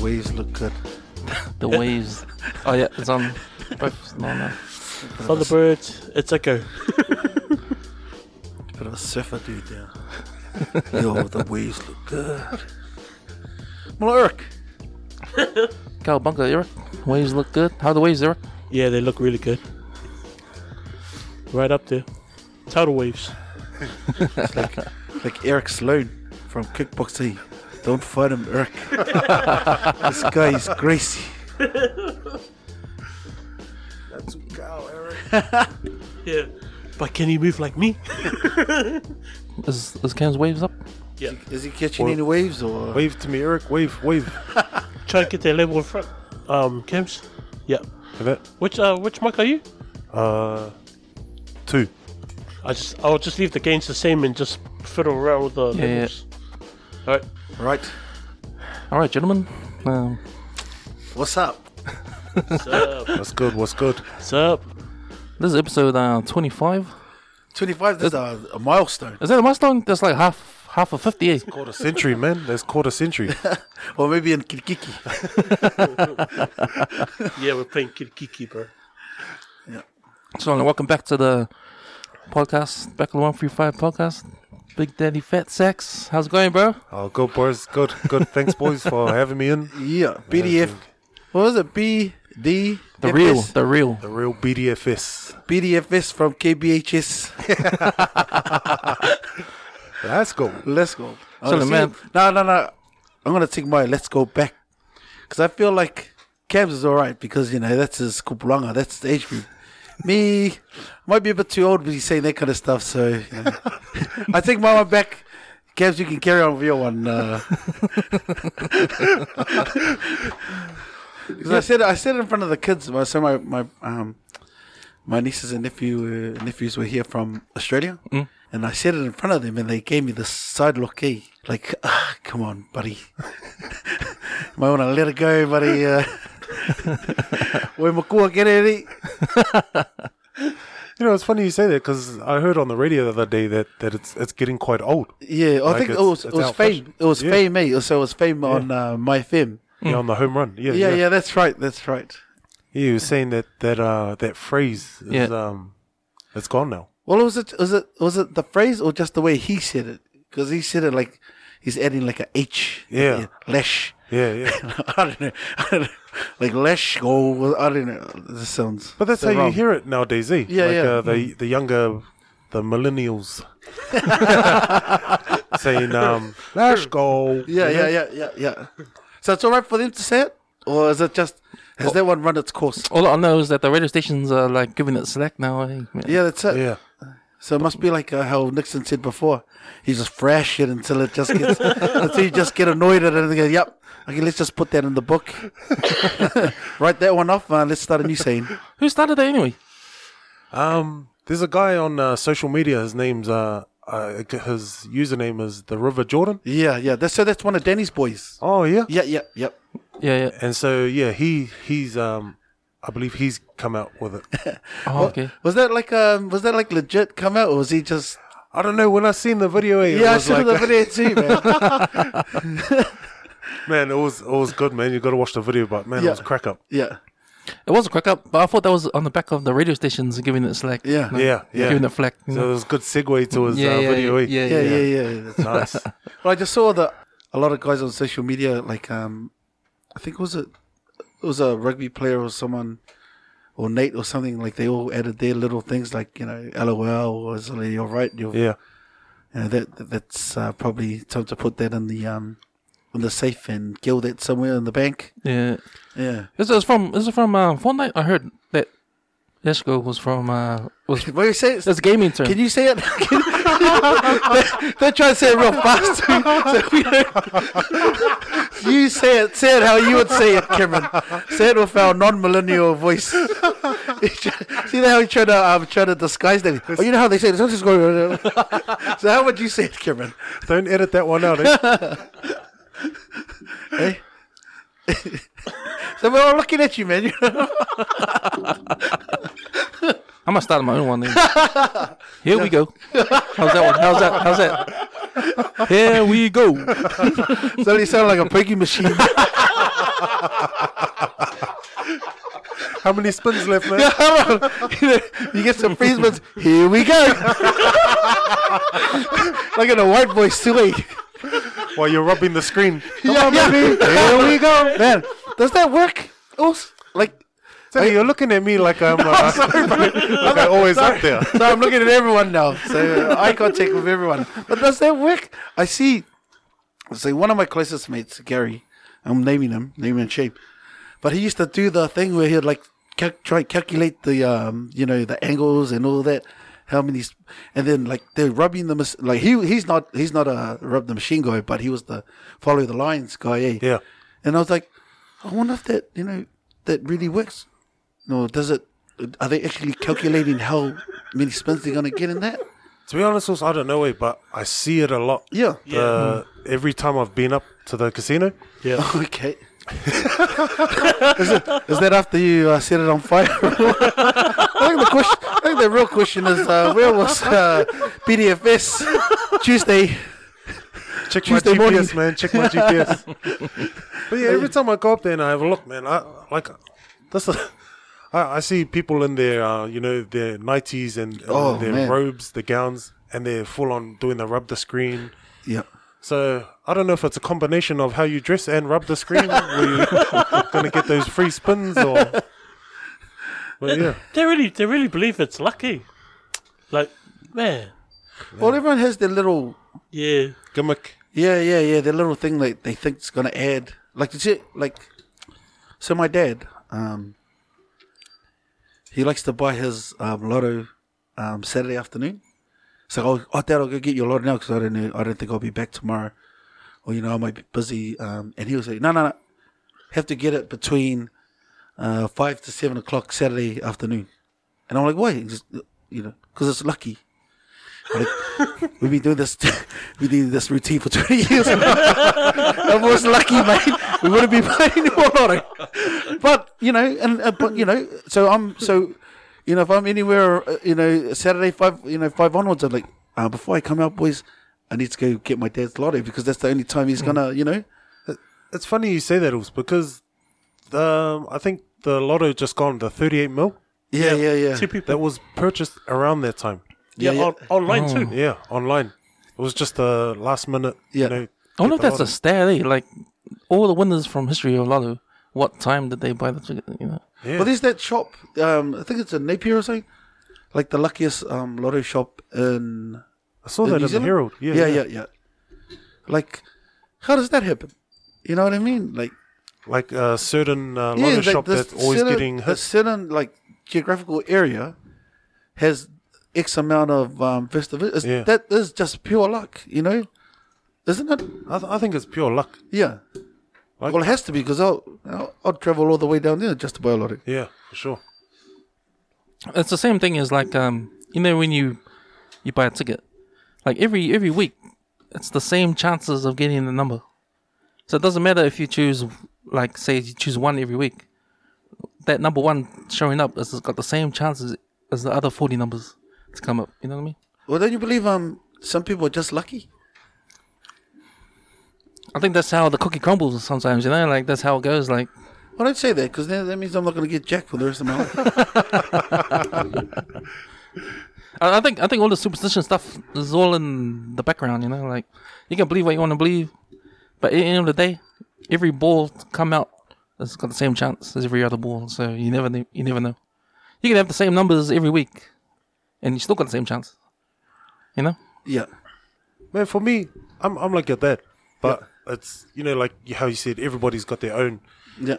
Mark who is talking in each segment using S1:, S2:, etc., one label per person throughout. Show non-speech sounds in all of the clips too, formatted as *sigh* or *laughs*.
S1: good.
S2: The waves. oh yeah, it's on. Both no, no.
S3: Thunderbird, it's Echo.
S1: Bit of a surfer dude there. *laughs* Yo, the waves look good. Well, Eric,
S2: Cowabunga, Eric. Waves look good. How are the waves, Eric?
S3: Yeah, they look really good. Right up there. Tidal waves.
S1: it's like, like Eric Sloan from Kickboxing. Don't fight him, *laughs* Eric. this guy is crazy.
S4: That's cow, Eric.
S3: Yeah. But can he move like me?
S2: Is is Cam's waves up?
S1: Is he catching any waves or?
S4: Wave to me, Eric. Wave, wave.
S3: *laughs* Try and get that level in front. Um, Cams? Yeah.
S4: Have it.
S3: Which uh which mic are you?
S4: Uh, two.
S3: I just I'll just leave the gains the same and just fiddle around with the
S2: Yeah, yeah.
S3: levels. Alright.
S1: Right.
S2: All right, gentlemen. Um,
S1: What's up?
S3: What's up?
S4: What's good? What's good?
S3: What's up?
S2: this is episode uh, 25.
S1: 25, this is a, a milestone.
S2: Is that a milestone? That's like half half of 50. eh?
S4: Quarter century, man. That's quarter century.
S1: Or maybe in Kirikiki.
S3: Yeah, we're playing Kid Kiki, bro.
S2: So, welcome back to the podcast, back to the 135 podcast. Big Daddy Fat Sacks. How's it going, bro?
S4: Oh, good, boys. Good, good. Thanks, boys, for having me in.
S1: Yeah, BDF. What was it? BD?
S2: The real, the real.
S4: The real BDFS.
S1: BDFS from KBHS.
S4: That's cool.
S1: Let's go.
S2: So the man-
S1: No, no, no. I'm gonna take my let's go back because I feel like Cams is all right because you know that's his kupulanga. That's the age group. Me might be a bit too old to be saying that kind of stuff. So you know. I take my one back. Cams, you can carry on with your one. Uh. *laughs* 'Cause I said I said it in front of the kids. well, So my my um my nieces and nephew uh, nephews were here from Australia,
S4: Mm.
S1: and I said it in front of them, and they gave me this side look, eh? Like, ah, come on, buddy, *laughs* might want to let it go, buddy.
S4: *laughs*
S1: Uh, we makua get it.
S4: You know, it's funny you say that because I heard on the radio the other day that, that it's it's getting quite old.
S1: Yeah, I
S4: Like
S1: think it
S4: it's-
S1: was it
S4: it's
S1: was
S4: our fish.
S1: fame. It was
S4: Yeah.
S1: fame, eh? So it was fame on uh, my fame.
S4: Yeah, on the home run. Yeah,
S1: Yeah,
S4: yeah,
S1: yeah, that's right, that's right.
S4: Yeah, you were saying that that uh that phrase is
S2: Yeah.
S4: um it's gone now.
S1: Well, was it was it was it the phrase or just the way he said it? Because he said it like he's adding like a H.
S4: Yeah.
S1: lash.
S4: Yeah, yeah.
S1: *laughs* I don't know. I don't know. Like let's go. I don't know. This sounds.
S4: But that's
S1: so
S4: how you
S1: wrong.
S4: hear it nowadays, eh?
S1: Yeah, Mm.
S4: like,
S1: yeah.
S4: Uh, the the younger, the
S1: *laughs*
S4: millennials, saying um, "Let's go."
S1: Yeah, yeah, yeah, yeah, yeah. So it's all right for them to say it, or is it just has that one run its course?
S2: All I know is that the radio stations are like giving it slack now. eh?
S1: Yeah, that's it.
S4: yeah.
S1: So it must be like uh, how Nixon said before. He just fresh it until it just
S4: *laughs*
S1: gets until you just get annoyed at it and go, "Yep, okay, let's just put that in the book. *laughs* Write that one off, and let's start a new saying."
S2: Who started that anyway?
S4: Um, there's a guy on uh, social media. His name's uh, uh, his username is the River Jordan.
S1: Yeah, yeah. That's so. That's one of Danny's boys.
S4: Oh yeah.
S1: Yeah, yeah, yep.
S2: Yeah, yeah.
S4: And so yeah, he he's um, I believe he's come out with it.
S2: Oh, okay.
S1: Was that like um? Was that like legit come out, or was he just
S4: I don't know. When I seen the video, eh, it
S1: Yeah, I
S4: was
S1: should have
S4: like,
S1: the video too, man.
S4: *laughs* man, it was it was good, man. You got to watch the video, but man,
S1: Yeah.
S4: it was crack up.
S1: yeah,
S2: It was a crack up, but I thought that was on the back of the radio stations giving it slack.
S1: Yeah.
S2: No,
S4: Yeah, yeah.
S2: Giving it flack. you
S4: So it
S2: know.
S4: was a good segue to his
S2: Mm. yeah,
S4: uh,
S2: yeah,
S4: video. eh?
S2: yeah,
S1: yeah,
S2: yeah,
S1: yeah, yeah. That's-
S4: Nice.
S1: Well, I just saw that a lot of guys on social media, like um, I think it was a it was a rugby player or someone or Nate or something. Like they all added their little things, like you know, LOL or is it, you're right, you're,
S4: yeah.
S1: you know, that that's uh, probably time to put that in the um in the safe and gild it somewhere in the bank.
S2: yeah.
S1: Yeah,
S2: This is from this is from uh, Fortnite. I heard that Yeshko was from uh *laughs* was
S1: what you say?
S2: that's gaming term.
S1: Can you say it? they're, they're trying to say it
S2: *laughs*
S1: real fast. Too, so *laughs* we don't- you say it. Say it how you would say it, Cameron. Say it with our non-millennial voice. *laughs* You try- See how you try to um, try to disguise that. Oh, you know how they say it. It's not just going. *laughs* so how would you say it, Cameron?
S4: Don't edit that one out. Eh?
S1: Eh? so we're all looking at you, man. *laughs* You know?
S2: I must start my own *laughs* one then. Here we go. How's that one? How's that? How's *laughs* that? Here we go.
S1: so you sound like a piggy machine.
S4: How many spins left, man?
S1: Yeah, come on. You, know, you get some freeze buttons. Here we go. *laughs* like in a white voice too. eh?
S4: While you're rubbing the screen.
S1: yeah, yeah. Here we go, man. Does that work? Oh, s- like
S4: Hey, you're looking at me
S1: *laughs*
S4: like I'm uh, *laughs* like I always up there.
S1: so I'm looking at everyone now. So eye contact with everyone. But does that work? I see. So one of my closest mates, Gary, I'm naming him, naming him shape. But he used to do the thing where he'd like cal- try calculate the um, you know, the angles and all that. How many? s- And then like they're rubbing the mas- like he he's not he's not a rub the machine guy, but he was the follow the lines guy. Eh?
S4: Yeah.
S1: And I was like, I wonder if that you know that really works. No, does it? Are they actually calculating how many spins they're gonna get in that?
S4: To be honest, also, I don't know it, but I see it a lot.
S1: Yeah. *laughs*
S4: Uh, every time I've been up to the casino,
S3: *laughs* Yeah.
S1: Okay. is, it, is that after you uh, set it on fire? *laughs* I think the question, I think the real question is uh, where was uh, BDFS Tuesday?
S4: check
S1: Tuesday
S4: my GPS,
S1: morning.
S4: man. Check
S1: *laughs*
S4: my GPS. but yeah, every time I go up there and I have a look, man, I like that's. the- I I see people in their, uh, you know, their nighties and, and
S1: Oh,
S4: their
S1: man.
S4: robes, the gowns, and they're full on doing the rub the screen.
S1: Yeah.
S4: So I don't know if it's a combination of how you dress and rub the screen. Were
S3: *laughs*
S4: you going to get those free spins or? But yeah,
S3: They really, they really believe it's lucky. Like, man,
S1: Well, everyone has their little
S3: yeah,
S4: gimmick.
S1: Yeah, yeah, yeah. The little thing that they think is gonna add, like it's it, like. So my dad, um, he likes to buy his um, lotto um, Saturday afternoon. So I'll, oh, Dad, I'll go get your lotto now because I don't know, I don't think I'll be back tomorrow, or you know I might be busy. Um, and he was like, no, no, no, have to get it between uh, five to seven o'clock Saturday afternoon. And I'm like, why? He just, you know, because it's lucky. I'm like, we've been doing this, *laughs* we've been doing this routine for 20 years. *laughs* I was lucky, mate. We wouldn't be playing more lotto. But you know, and uh, but you know, so I'm so, you know, if I'm anywhere, uh, you know, Saturday five, you know, five onwards, I'm like, uh, before I come out, boys, I need to go get my dad's lotto because that's the only time he's gonna, you know.
S4: It's funny you say that, Ulz, because um, I think the lotto just gone the 38 mil
S1: Yeah, yeah, yeah.
S3: two people.
S4: that was purchased around that time.
S3: yeah,
S1: yeah.
S3: On, online too.
S4: Oh, Yeah, online. It was just the last minute.
S1: Yeah.
S4: You know,
S2: I wonder if
S4: get the
S2: that's a
S4: lotto.
S2: stat, eh? Like, all the winners from history of Lotto, what time did they buy the ticket? You know?
S4: Yeah.
S1: Well, there's that shop. Um, I think it's in Napier or something. Like the luckiest um, lotto shop in
S4: I saw
S1: in
S4: that
S1: New
S4: in the
S1: Zealand?
S4: Herald. Yeah,
S1: yeah, yeah, yeah. Like, how does that happen? You know what I mean? Like,
S4: Like a certain uh,
S1: yeah,
S4: lotto
S1: like
S4: shop
S1: this
S4: that's always
S1: certain-
S4: getting
S1: a
S4: hit.
S1: certain like geographical area has X amount of um, festival. Is,
S4: Yeah.
S1: That is just pure luck, you know, isn't it?
S4: I, th- I think it's pure luck.
S1: Yeah.
S4: Like-
S1: well, it has to be because I'll, I'll I'll travel all the way down there just to buy a lottery.
S4: Yeah, for sure.
S2: It's the same thing as like um you know when you you buy a ticket. Like every every week it's the same chances of getting the number. So it doesn't matter if you choose like say you choose one every week. That number one showing up has got the same chances as the other forty numbers to come up. You know what I mean?
S1: Well, don't you believe um some people are just lucky?
S2: I think that's how the cookie crumbles sometimes, you know, like that's how it goes, like
S1: Well, don't say that because then that means I'm not going to get jack for the rest of my
S4: *laughs*
S1: life.
S2: I I think I think all the superstition stuff is all in the background, you know. Like you can believe what you want to believe, but at the end of the day, every ball to come out has got the same chance as every other ball. So you never kn- you never know. You can have the same numbers every week, and you still got the same chance. You know.
S1: yeah.
S4: Man, for me, I'm, I'm like at that. But it's, you know, like how you said, everybody's got their own.
S1: Yeah.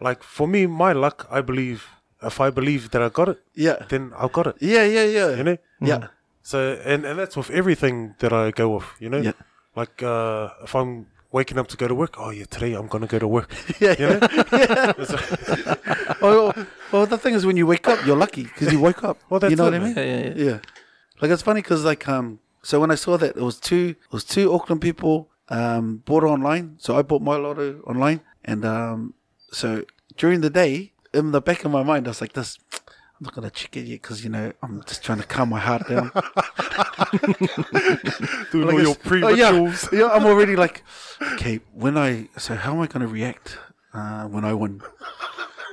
S4: Like for me, my luck, I believe, if I believe that I got it,
S1: Yeah.
S4: then I've got it.
S1: Yeah, yeah, yeah.
S4: You know?
S1: Yeah.
S4: So and, and that's with everything that I go with, you know?
S1: Yeah.
S4: Like uh, if I'm waking up to go to work, oh yeah, today I'm gonna go to
S1: *laughs*
S4: work. *laughs*
S1: Yeah.
S4: You know? *laughs*
S1: Oh, well, well, the thing is, when you wake up, you're lucky because you woke up.
S4: *laughs* Well, that's
S1: you know
S4: it,
S1: what I mean?
S4: man.
S2: Yeah, yeah, yeah.
S1: Yeah. Like it's funny because like um, so when I saw that it was two, it was two Auckland people um bought it online. So I bought my lotto online, and um, so during the day, in the back of my mind, I was like, this. I'm not gonna check it yet because you know I'm just trying to calm my heart down.
S4: Doing
S1: Like *laughs*
S4: all
S1: it's-
S4: your pre
S1: oh, yeah.
S4: *laughs* rituals.
S1: yeah, I'm already like, okay, when I so how am I going to react uh, when I win. *laughs*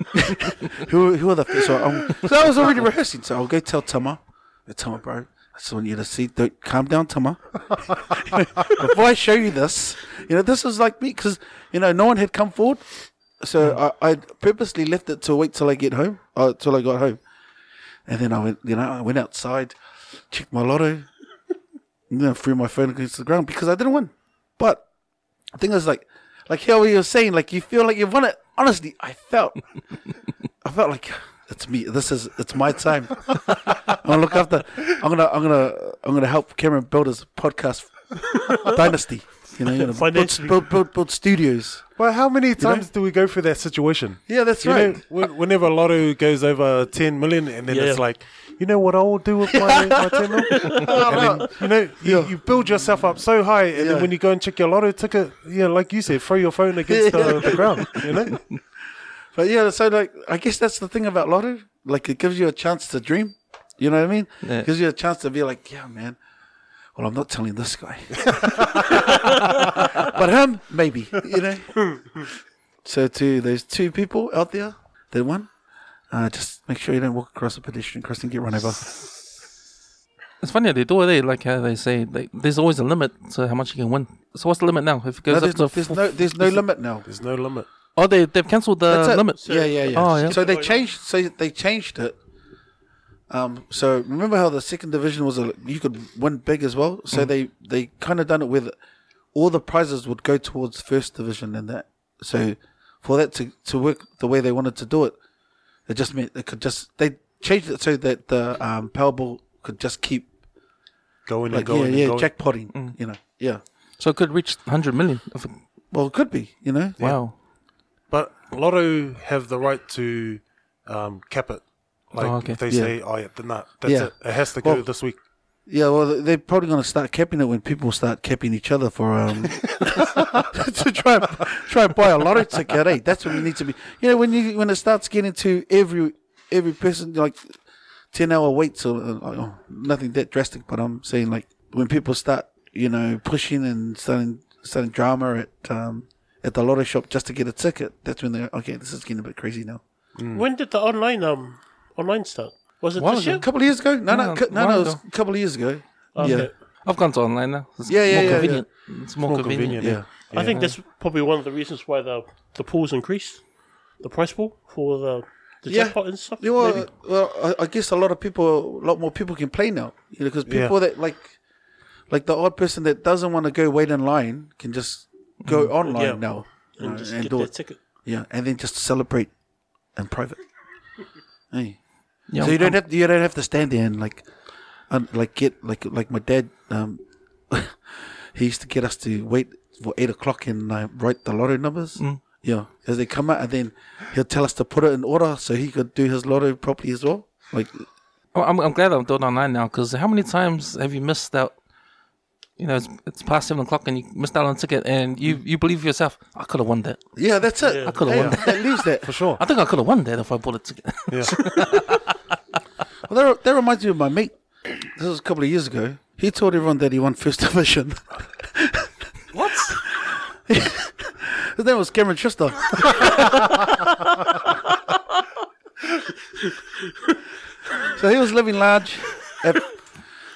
S1: who who are the so, um, so I was already rehearsing. So I'll go tell Tama, "Hey, Tama bro, I just want you to see. Don't calm down, Tama. *laughs* Before I show you this, you know this was like me because you know no one had come forward, so
S4: Hmm.
S1: I, I purposely left it to wait till I get home, uh, till I got home, and then I went you know I went outside, checked my lotto, and then I threw my phone against the ground because I didn't win, but the thing is like like how you were saying like you feel like you've won it honestly i felt i felt like it's me this is it's my time i'm gonna look after i'm gonna i'm gonna i'm gonna help cameron build his podcast dynasty you know, you know build,
S3: Financially.
S1: build, build, build studios
S4: Well, how many times do we go through that situation?
S1: yeah that's
S4: You
S1: right
S4: know, when- whenever a lotto goes over 10 million, and then
S3: Yeah.
S4: it's like, you know what I will do with
S1: *laughs*
S4: my, my 10 million? And then, you know, *laughs* you,
S1: Yeah.
S4: you build yourself up so high, and
S1: Yeah.
S4: then when you go and check your lotto ticket, yeah, like you said, throw your phone against
S1: *laughs*
S4: the, the ground, you know?
S1: But yeah, so like I guess that's the thing about lotto. Like it gives you a chance to dream. You know what I mean?
S2: Yeah.
S1: Gives you a chance to be like, yeah, man. Well, I'm not telling this guy, but him maybe. You know. so to those two people out there that won, uh, just make sure you don't walk across a pedestrian crossing and get run over.
S2: It's funny how they do it. eh? Like how they say, like, there's always a limit to how much you can win. So what's the limit now? If it
S1: No,
S2: goes up
S1: there's,
S2: to
S1: there's
S2: four-
S1: no, there's no limit now.
S4: There's no limit.
S2: oh, they they've cancelled the
S1: That's it.
S2: Uh, limit.
S1: Yeah, yeah, yeah.
S2: Oh, yeah.
S1: So they changed. So they changed it. Um, so remember how the second division was a you could win big as well. So they they kind of done it with all the prizes would go towards first division and that. So for that to to work the way they wanted to do it, it just meant it could just they changed it so that the um, Powerball could just keep
S4: Going and
S1: like
S4: going
S1: yeah
S4: and
S1: yeah
S4: going.
S1: jackpotting. You know yeah.
S2: So it could reach 100 million. If it,
S1: Well, it could be you know.
S2: Wow.
S4: But Lotto have the right to um, cap it. Like
S2: Oh, okay.
S4: if they
S1: Yeah.
S4: say, "Oh, yeah, then that, that's
S1: Yeah.
S4: it. It has to go
S1: Well-
S4: this week."
S1: Yeah, well, they're probably going to start capping it when people start capping each other for um *laughs* to try and, try and buy a lottery ticket. Eh? That's when we need to be. You know, when you when it starts getting to every every person like ten hour waits or uh, like, oh, nothing that drastic, but I'm saying like when people start you know pushing and starting starting drama at um at the lottery shop just to get a ticket. That's when they're okay. This is getting a bit crazy now.
S3: When did the online um online start? Was it
S2: While
S3: this
S2: ago.
S1: A
S3: year?
S1: couple of years ago? No, no,
S2: No,
S1: no, no,
S2: long
S1: it was
S2: ago.
S1: a couple of years ago.
S3: Okay.
S1: Yeah,
S2: I've gone to online now. It's
S1: Yeah, yeah,
S2: more
S1: yeah, yeah.
S2: convenient. It's more, convenient.
S1: yeah.
S3: I think that's probably one of the reasons why the the pools increased, the price pool for the the
S1: Yeah.
S3: jackpot and stuff.
S1: Yeah, well,
S3: maybe.
S1: well I, I guess a lot of people, a lot more people can play now, you know, because people
S4: Yeah.
S1: that like, like the odd person that doesn't want to go wait in line can just go online
S3: Mm-hmm. Yeah.
S1: now you know,
S3: and
S1: and,
S3: just get
S1: do
S3: their
S1: it.
S3: ticket.
S1: Yeah, and then just celebrate in private.
S3: *laughs*
S1: hey.
S2: Yeah,
S1: so you
S2: I'm-
S1: don't have you don't have to stand there and like, and like get like like my dad, um, *laughs* he used to get us to wait for eight o'clock and uh, write the lotto numbers. Yeah, as they come out, and then he'll tell us to put it in order so he could do his lotto properly as well. Like,
S2: Oh, I'm, I'm glad I'm doing online now because how many times have you missed out? You know, it's, it's past seven o'clock and you missed out on a ticket and you, you believe yourself, I could have won that.
S1: yeah, that's it.
S3: Yeah. I
S2: coulda won
S1: that. leaves *laughs* that.
S4: for sure.
S2: I think I could have won that if I bought a
S1: *laughs*
S2: ticket.
S4: Yeah.
S1: Well, that, that reminds me of my mate. This was a couple of years ago. He told everyone that he won first *laughs* division.
S2: what?
S1: His name was Cameron Schuster. so he was living large at,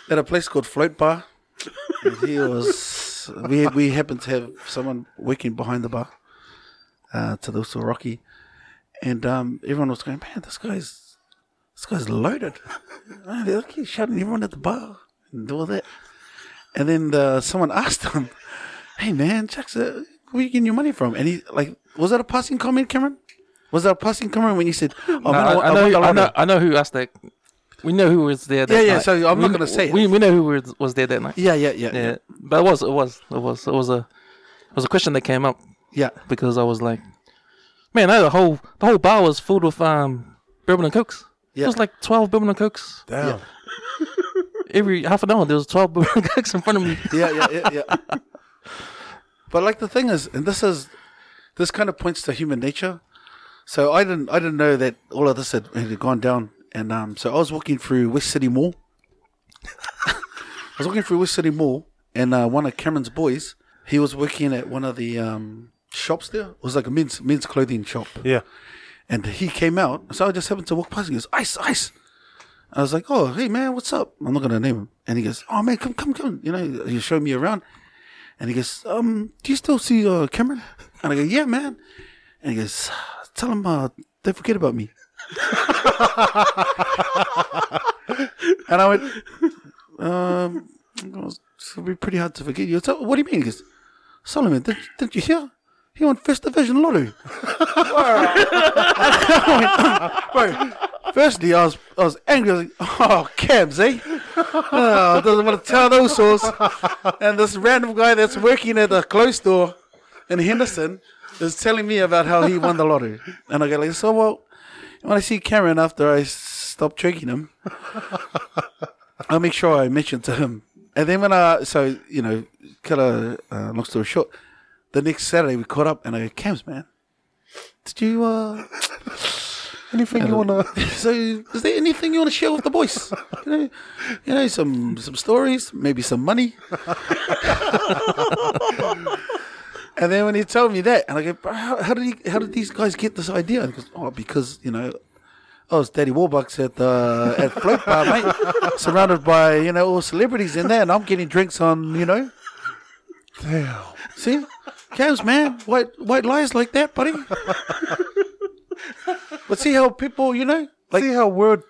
S1: at a place called Float Bar. And he was we we happened to have someone working behind the bar, uh, to the also Rocky, and um, everyone was going, man, this guy's this guy's loaded. "Ah, Man, Look, he's shouting everyone at the bar and all that. And then uh someone asked him, "Hey man, Chuck's, uh, where you getting your money from?" And he like, was that a passing comment, Cameron? Was that a passing comment when you said, "Oh
S2: I,
S1: man, I,
S2: I,
S1: I,
S2: know,
S1: won the
S2: I,
S1: lotto."
S2: know, I know who asked that. We know who was there. That
S1: Yeah, yeah,
S2: night.
S1: so I'm
S2: we,
S1: not gonna say it.
S2: We, we know who was- was there that night.
S1: Yeah, yeah, yeah,
S2: Yeah.
S1: yeah,
S2: but it was, it was, it was, it was a, it was a question that came up
S1: yeah.
S2: because I was like, man, I had a whole the whole bar was filled with um bourbon and cokes.
S1: Yeah.
S2: It was like twelve bourbon and cokes
S4: Damn.
S2: every half an hour. There was twelve *laughs* bourbon and cokes in front of me.
S1: yeah, yeah, yeah, yeah. But like the thing is, and this is, this kind of points to human nature. So I didn't, I didn't know that all of this had, had gone down, and um, so I was walking through West City Mall. I was walking through West City Mall, and uh, one of Cameron's boys, he was working at one of the um, shops there. It was like a men's men's clothing shop.
S4: Yeah.
S1: And he came out. So I just happened to walk past. He goes, Ice, Ice. I was like, Oh, hey, man, what's up? I'm not going to name him. And he goes, Oh, man, come, come, come. You know, he showed me around. And he goes, um, Do you still see uh, Cameron? And I go, Yeah, man. And he goes, Tell him uh, they forget about me. *laughs* and I went, um, It's going to be pretty hard to forget you. So, what do you mean? He goes, Solomon, did, did you hear? He won first division lottery. Bro, firstly, I was I was angry. I was like, "Oh, Cams, eh? Oh, doesn't want to tell those sorts." And this random guy that's working at a clothes store in Henderson is telling me about how he won the lottery, and I go like, "So well." When I see Cameron after I stop tricking him, I'll make sure I mention to him. And then when I so you know, cut a uh, long story short, the next Saturday we caught up, and I go, "Cams, man." Did you uh
S4: Anything you wanna?
S1: *laughs* so, is there anything you want to share with the boys? You know, you know, some some stories, maybe some money. and then when he told me that, and I go, "Bro, how, how did he, how did these guys get this idea? And he goes, oh, because you know, I was Daddy Warbucks at the at float bar, mate, surrounded by you know all celebrities in there, and I'm getting drinks on you know,
S4: Damn.
S1: see, Cavs, man, white white lies like that, buddy. but see how people, you know. Like,
S4: See how word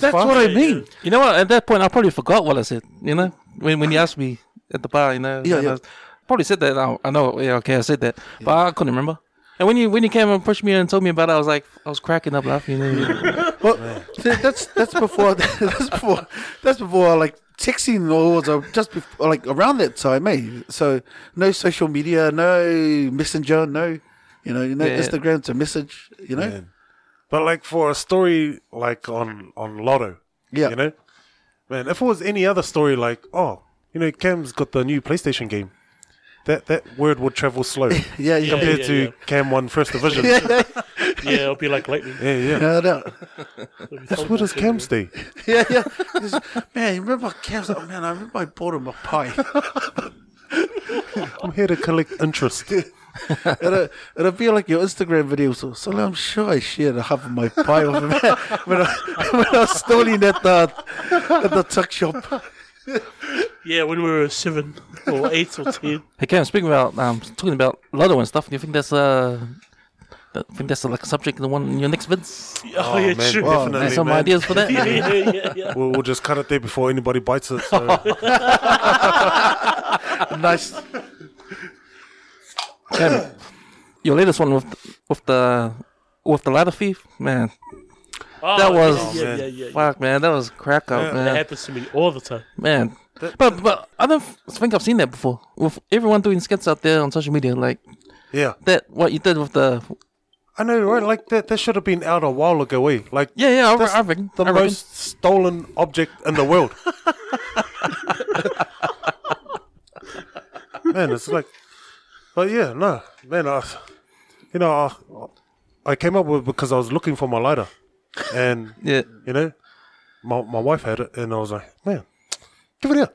S2: *laughs*
S1: that's, that's
S4: fast.
S1: what I mean.
S2: You know what? At that point, I probably forgot what I said. You know, when when you asked me at the bar, you know,
S1: Yeah,
S2: and I
S1: yeah.
S2: was- probably said that. I, I know. Yeah, okay, I said that, but I couldn't remember. And when you when you came and pushed me and told me about it, I was like, I was cracking up laughing. You
S1: *laughs*
S2: know?
S1: Well, see, that's that's before *laughs* that's before that's before like texting laws or uh, just before, like around that time, eh? So no social media, no messenger, no, you know, no
S2: Yeah.
S1: Instagram to message, you know.
S4: Man. But like for a story like on on Lotto,
S1: Yeah.
S4: you know, man, if it was any other story like, oh, you know, Cam's got the new PlayStation game, that that word would travel slow
S1: Yeah, yeah,
S4: compared
S3: yeah,
S4: to
S3: yeah.
S4: Cam won first division. yeah,
S1: yeah, yeah,
S3: Yeah, it'll be like lightning.
S4: yeah.
S1: no doubt.
S4: That's what is Cam's day.
S1: *laughs* yeah, yeah. Just, man, you remember Cavs? Oh, man, I remember I bought him a pie.
S4: I'm here to collect interest.
S1: It'll, it'll be like your Instagram video. So, so I'm sure I shared a half of my pie with him *laughs* when I, when I was stalling at the at the tuck shop.
S3: Yeah, when we were seven or eight or ten.
S2: hey, Cam, speaking about um, talking about Lotto and stuff, do you think that's uh, I think that's like a subject in the one in your next vids?
S3: Oh, *laughs* yeah,
S4: man,
S3: sure.
S1: Wow.
S4: definitely,
S2: Like, some
S4: man.
S2: ideas for that?
S3: *laughs* yeah, yeah, yeah,
S4: *laughs*
S3: yeah.
S4: We'll, we'll just cut it there before anybody bites it. So.
S2: *laughs*
S1: Nice.
S2: Cam, your latest one with with the with the ladder thief, man.
S3: Oh,
S2: That was-
S3: yeah, yeah, yeah,
S4: man.
S3: yeah, yeah.
S2: Fuck, man, that was crack up,
S3: That
S2: man.
S3: happens to me all the time.
S2: Man, but but I don't f- think I've seen that before. With everyone doing skits out there on social media, like
S4: yeah,
S2: that, what you did with the
S4: I know, right? Like that. That should have been out a while ago. Eh? Like
S2: yeah yeah, I, re-
S4: That's
S2: I reckon
S4: the
S2: I reckon.
S4: most stolen object in the
S2: *laughs*
S4: world. man, it's like, but yeah, no, man, I, you know, I, I came up with because I was looking for my lighter, and
S2: yeah
S4: you know, my my wife had it, and I was like, man, give it here,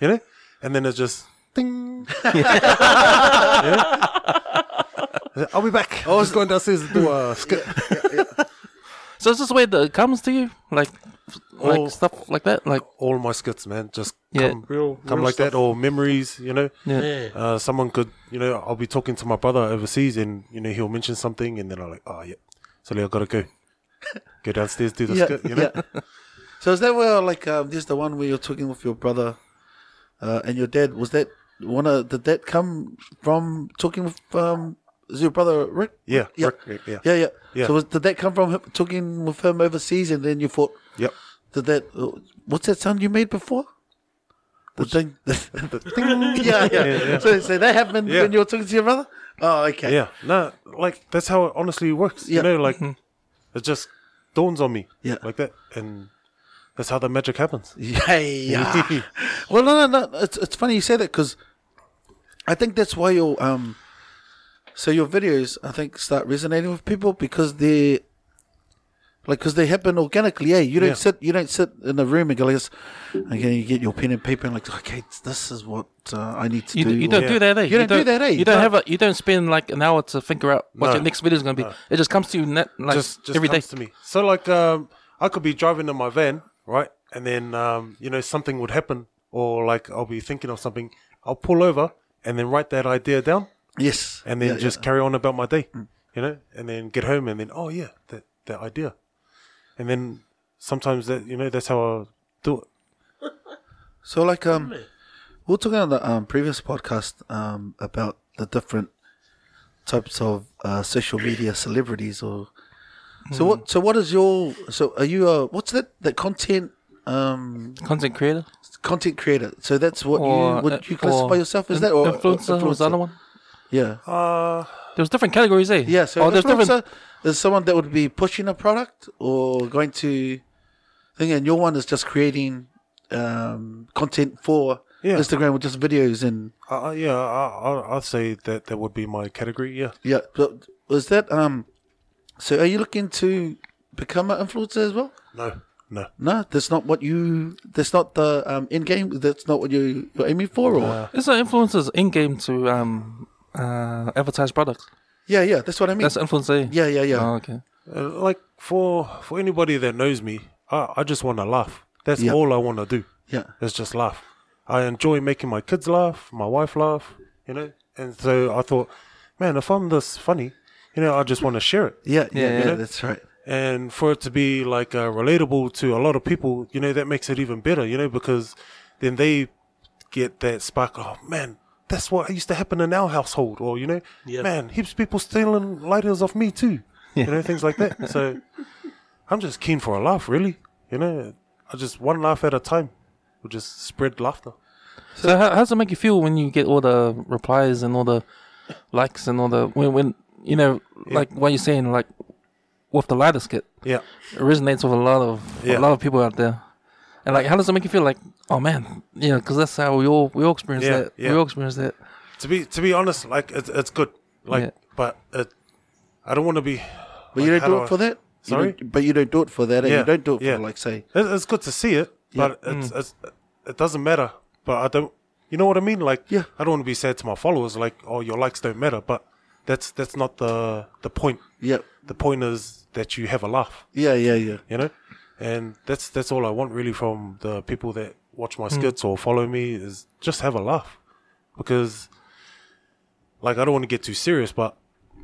S4: you know, and then it's just ding. *laughs* You know? I'll be back. I was going downstairs to do a skit.
S2: So it's just the way that it comes to you, like like
S4: Oh.
S2: stuff like that, like
S4: All my skits, man, just
S2: Yeah.
S4: come,
S3: Real,
S4: come
S3: real
S4: like
S3: stuff.
S4: that, or memories, you know.
S2: yeah.
S3: Yeah.
S4: uh, someone could, you know, I'll be talking to my brother overseas and, you know, he'll mention something and then I'm like, oh, yeah, so i got to go. Go downstairs, do the skit, you know?
S1: yeah. *laughs* So is that where like um, this the one where you're talking with your brother uh, and your dad? Was that one of did that come from talking with um, is your brother Rick?
S4: Yeah.
S1: Yeah.
S4: Rick, Rick, yeah.
S1: Yeah, yeah.
S4: Yeah.
S1: So was, did that come from him, talking with him overseas, and then you thought,
S4: Yep.
S1: did that? uh, What's that sound you made before? The thing. *laughs* yeah, yeah.
S4: *laughs* Yeah, yeah.
S1: So, so that happened
S4: Yeah.
S1: when you were talking to your brother. Oh, okay.
S4: Yeah. No, like, that's how it honestly works.
S1: Yeah. Mm-hmm.
S4: You know, like, it just dawns on me.
S1: Yeah.
S4: Like that. And that's how the magic happens. *laughs*
S1: Yeah, yeah. *laughs* well, no, no, no. It's, it's funny you say that because I think that's why your um, so your videos I think start resonating with people because they Like, because they happen organically, eh? You don't
S4: Yeah.
S1: sit, you don't sit in a room and go, like this, okay, you get your pen and paper and like, okay, this is what uh, I need to
S2: You,
S1: do.
S2: you don't
S1: or-
S2: do that, eh?
S1: You don't do that, eh?
S2: You
S1: No.
S2: don't have a. You don't spend like an hour to figure out what
S4: No.
S2: your next video is going to be. It just comes to you net, like
S4: just just
S2: every day.
S4: comes to me. So like um, I could be driving in my van, right, and then um, you know something would happen, or like I'll be thinking of something. I'll pull over and then write that idea down,
S1: Yes.
S4: and then
S1: Yeah, Mm.
S4: just carry on about my day, you know, and then get home and then oh yeah, that that idea, and then sometimes that you know that's how I do it.
S1: So like um, we were talking on the um, previous podcast um about the different types of uh, social media celebrities or. So
S2: Hmm.
S1: what? So what is your? So are you a what's that? The content um
S2: Content creator
S1: content creator. So that's what
S2: or uh,
S1: you would you classify
S2: or
S1: yourself as
S2: in-
S1: that or
S2: influencer, was the other one?
S1: Yeah,
S4: Uh,
S2: There was different categories, eh?
S1: yeah. So
S2: oh, there's
S1: influencer
S2: different.
S1: is someone that would be pushing a product or going to thing, and your one is just creating um content for
S4: Yeah.
S1: Instagram with just videos and
S4: uh, yeah, I, I, I'd say that that would be my category. Yeah,
S1: Yeah, but was that um? So are you looking to become an influencer as well?
S4: no, no.
S1: No, that's not what you. That's not the um end game. That's not what you you're aiming for. Or
S2: It's an influencers in game to um uh advertise products.
S1: yeah, yeah, that's what I mean.
S2: That's influencer. eh?
S1: yeah, yeah, yeah.
S2: Oh, okay.
S4: Uh, like for for anybody that knows me, I, I just want to laugh. That's
S1: Yeah.
S4: all I want to do.
S1: Yeah.
S4: is just laugh. I enjoy making my kids laugh, my wife laugh, you know. And so I thought, man, if I'm this funny, you know, I just want to share it.
S1: yeah, yeah,
S2: Yeah,
S1: yeah,
S2: yeah.
S1: That's right.
S4: And for it to be like uh, relatable to a lot of people, you know, that makes it even better, you know, because then they get that spark. Oh man, that's what used to happen in our household, or you know,
S3: Yeah.
S4: man, heaps of people stealing lighters off me too, you know, things like that. So I'm just keen for a laugh, really, you know. I just one laugh at a time, will just spread laughter.
S2: So, how, how does it make you feel when you get all the replies and all the likes and all the when when you know like what you're saying like with the lighter skit
S4: Yeah.
S2: it resonates with a lot of
S4: Yeah.
S2: a lot of people out there. And like, how does it make you feel? Like, oh man, you know, because that's how we all we all experience
S4: Yeah,
S2: that.
S4: yeah.
S2: We all experience that.
S4: To be to be honest, like it's it's good. Like,
S2: Yeah.
S4: but it, I don't want to be.
S1: But you
S4: like,
S1: don't do
S4: how
S1: it for
S4: I-
S1: that. You
S4: Sorry?
S1: don't- but you don't do it for that. eh?
S4: Yeah,
S1: You don't do it for
S4: yeah.
S1: like say.
S4: It, it's good to see it, but it's,
S1: Mm.
S4: it's it doesn't matter. But I don't. You know what I mean? Like,
S1: Yeah.
S4: I don't want to be said to my followers like, "Oh, your likes don't matter." But that's that's not the the point.
S1: Yeah,
S4: The point is that you have a laugh,
S1: yeah, yeah, yeah.
S4: you know, and that's that's all I want really from the people that watch
S1: Hmm.
S4: my skits or follow me is just have a laugh, because like I don't want to get too serious, but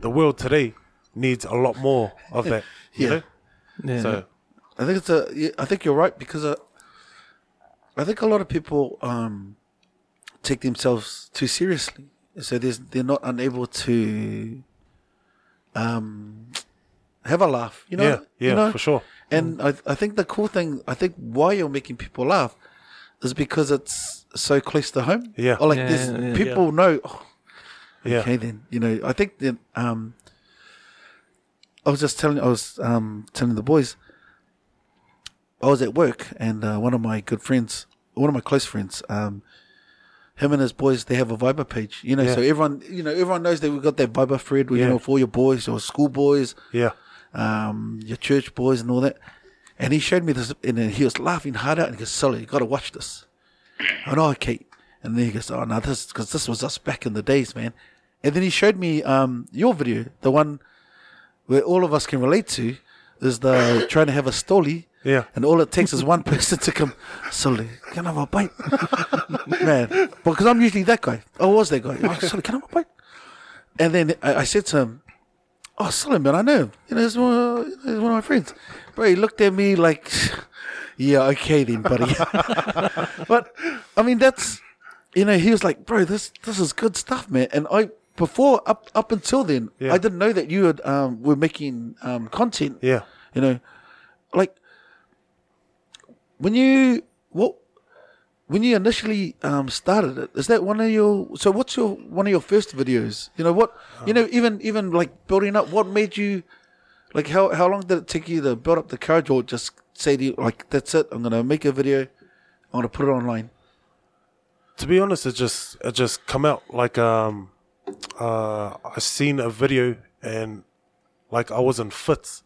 S4: the world today needs a lot more of that,
S1: *laughs*
S4: you
S1: Yeah.
S4: know.
S2: Yeah.
S4: So
S1: I think it's a. yeah, I think you're right because uh, I think a lot of people um, take themselves too seriously, so there's, they're not unable to um, have a laugh. You know,
S4: yeah, yeah,
S1: you know?
S4: for sure.
S1: And I, I think the cool thing, I think why you're making people laugh is because it's so close to home.
S4: Yeah.
S1: Or like
S2: Yeah,
S1: there's
S2: yeah, yeah.
S1: people know, "Oh,
S4: Yeah,
S1: okay then, you know, I think that, um, I was just telling, I was, um, telling the boys, I was at work and, uh, one of my good friends, one of my close friends, um, him and his boys, they have a Viber page, you know,
S4: Yeah.
S1: so everyone, you know, everyone knows that we've got that Viber thread, where, you
S4: Yeah.
S1: know, for your boys, your school boys,
S4: yeah,
S1: um, your church boys and all that. And he showed me this, and then he was laughing hard out, and he goes, Sully, you got to watch this. I know, okay. And then he goes, oh, no, this, because this was us back in the days, man. And then he showed me um, your video, the one where all of us can relate to, is the *coughs* trying to have a story.
S4: Yeah.
S1: And all it takes is one *laughs* person to come, Sully, can I have a bite? *laughs* man, because I'm usually that guy. I was that guy. Oh, Sully, can I have a bite? And then I, I said to him, oh, Sullivan, man, I know him. You know, he's one, of, he's one of my friends. Bro, he looked at me like, *laughs* yeah, okay then, buddy. *laughs* but, I mean, that's, you know, he was like, bro, this this is good stuff, man. And I, before, up up until then,
S4: Yeah.
S1: I didn't know that you had, um, were making um, content.
S4: yeah.
S1: You know, like, when you, what, when you initially um, started it, is that one of your? So, what's your one of your first videos? You know what? You know, even even like building up. What made you? Like, how how long did it take you to build up the courage, or just say to you, like, that's it? I'm gonna make a video. I'm gonna put it online.
S4: To be honest, it just it just come out like um uh I seen a video and like I was in fits.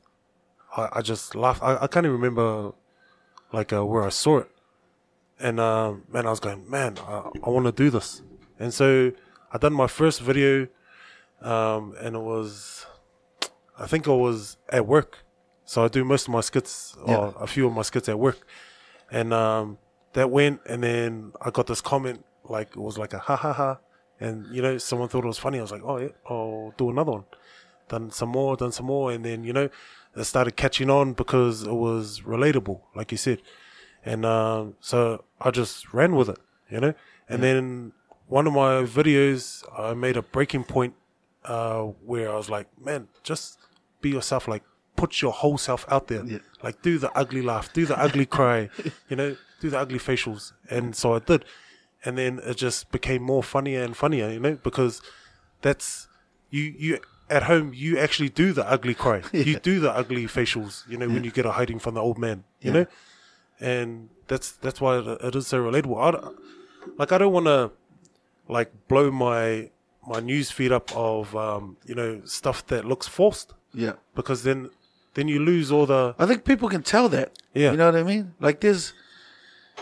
S4: I, I just laughed. I, I can't even remember like uh, where I saw it, and um, man, I was going, man, I, I want to do this, and so I done my first video, um, and it was, I think I was at work, so I do most of my skits or a few of my skits at work, and um, that went, and then I got this comment like it was like a ha ha ha, and you know someone thought it was funny. I was like, oh yeah, I'll do another one done some more, done some more, and then you know, it started catching on because it was relatable, like you said, and um, so I just ran with it, you know. And then one of my videos, I made a breaking point uh, where I was like, man, just be yourself, like put your whole self out there,
S1: Yeah.
S4: like do the ugly laugh, do the ugly cry, you know, do the ugly facials, and so I did. And then it just became more funnier and funnier, you know, because that's you you at home you actually do the ugly cry you do the ugly facials you know when you get a hiding from the old man you know and that's that's why it, it is so relatable I, don't- like i don't want to like blow my my news feed up of um you know stuff that looks forced
S1: Yeah.
S4: because then then you lose all the
S1: I think people can tell that.
S4: Yeah.
S1: You know what I mean? Like there's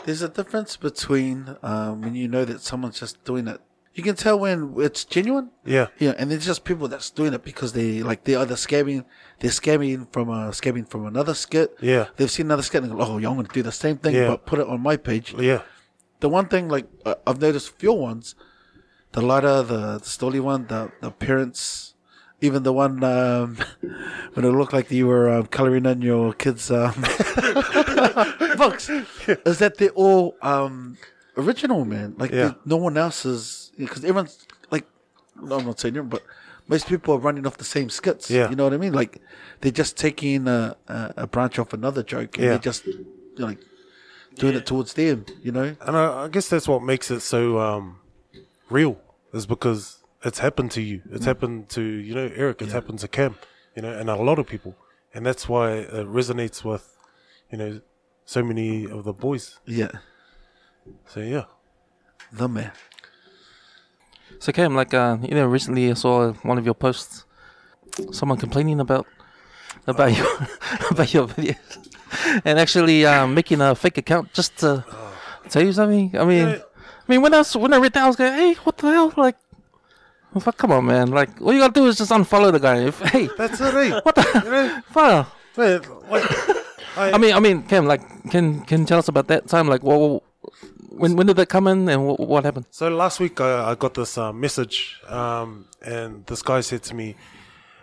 S1: there's a difference between um, when you know that someone's just doing it. You can tell when it's genuine.
S4: yeah
S1: Yeah, and there's just people that's doing it because they like they are either scamming, they're scamming from a scamming from another skit.
S4: Yeah.
S1: they've seen another skit and go, oh, yeah, I'm going to do the same thing
S4: Yeah.
S1: but put it on my page.
S4: yeah
S1: The one thing like I- I've noticed, few ones, the lighter, the, the story one, the the parents, even the one um, *laughs* when it looked like you were um, coloring in your kids' um, *laughs* books, is that they're all um, original, man. Like
S4: Yeah.
S1: they- no one else is because everyone's like, no, I'm not saying everyone, but most people are running off the same skits.
S4: Yeah.
S1: you know what I mean. Like they're just taking a, a, a branch off another joke and
S4: Yeah.
S1: they're just you know, like doing it towards them. You know.
S4: and I, I guess that's what makes it so um, real is because it's happened to you.
S2: Mm.
S4: It's happened to you know Eric. It's happened to Cam. You know, and a lot of people, and that's why it resonates with you know so many of the boys.
S1: Yeah,
S4: So yeah,
S1: the man.
S2: So Cam, like uh, you know, recently I saw one of your posts, someone complaining about about *laughs* your about your videos, and actually uh, making a fake account just to tell you something. I mean,
S4: Yeah.
S2: I mean, when I s- when I read that, I was going, "Hey, what the hell?" Like, fuck, come on, man! Like, all you gotta do is just unfollow the guy. If, hey,
S4: that's it. Eh?
S2: what *laughs* the fuck?
S4: Man, like,
S2: I mean, I mean, Cam, like, can can you tell us about that time? Like, what, when when did that come in, and what, what happened?
S4: So last week I, I got this uh, message, um, and this guy said to me,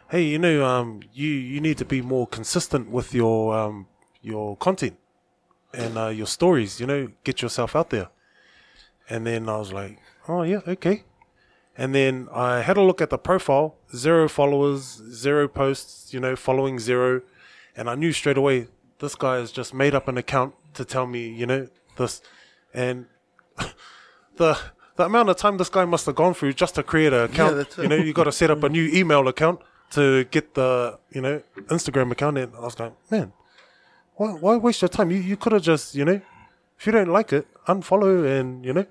S4: "Hey, you know, um, you you need to be more consistent with your um, your content and uh, your stories. You know, get yourself out there." And then I was like, "Oh yeah, okay." And then I had a look at the profile: zero followers, zero posts. You know, following zero, and I knew straight away this guy has just made up an account to tell me, you know, this, and *laughs* the the amount of time this guy must have gone through just to create an account.
S1: that's it.
S4: you know, you got to set up a new email account to get the you know Instagram account. And I was going, man, why why waste your time? You you could have just you know, if you don't like it, unfollow and you know,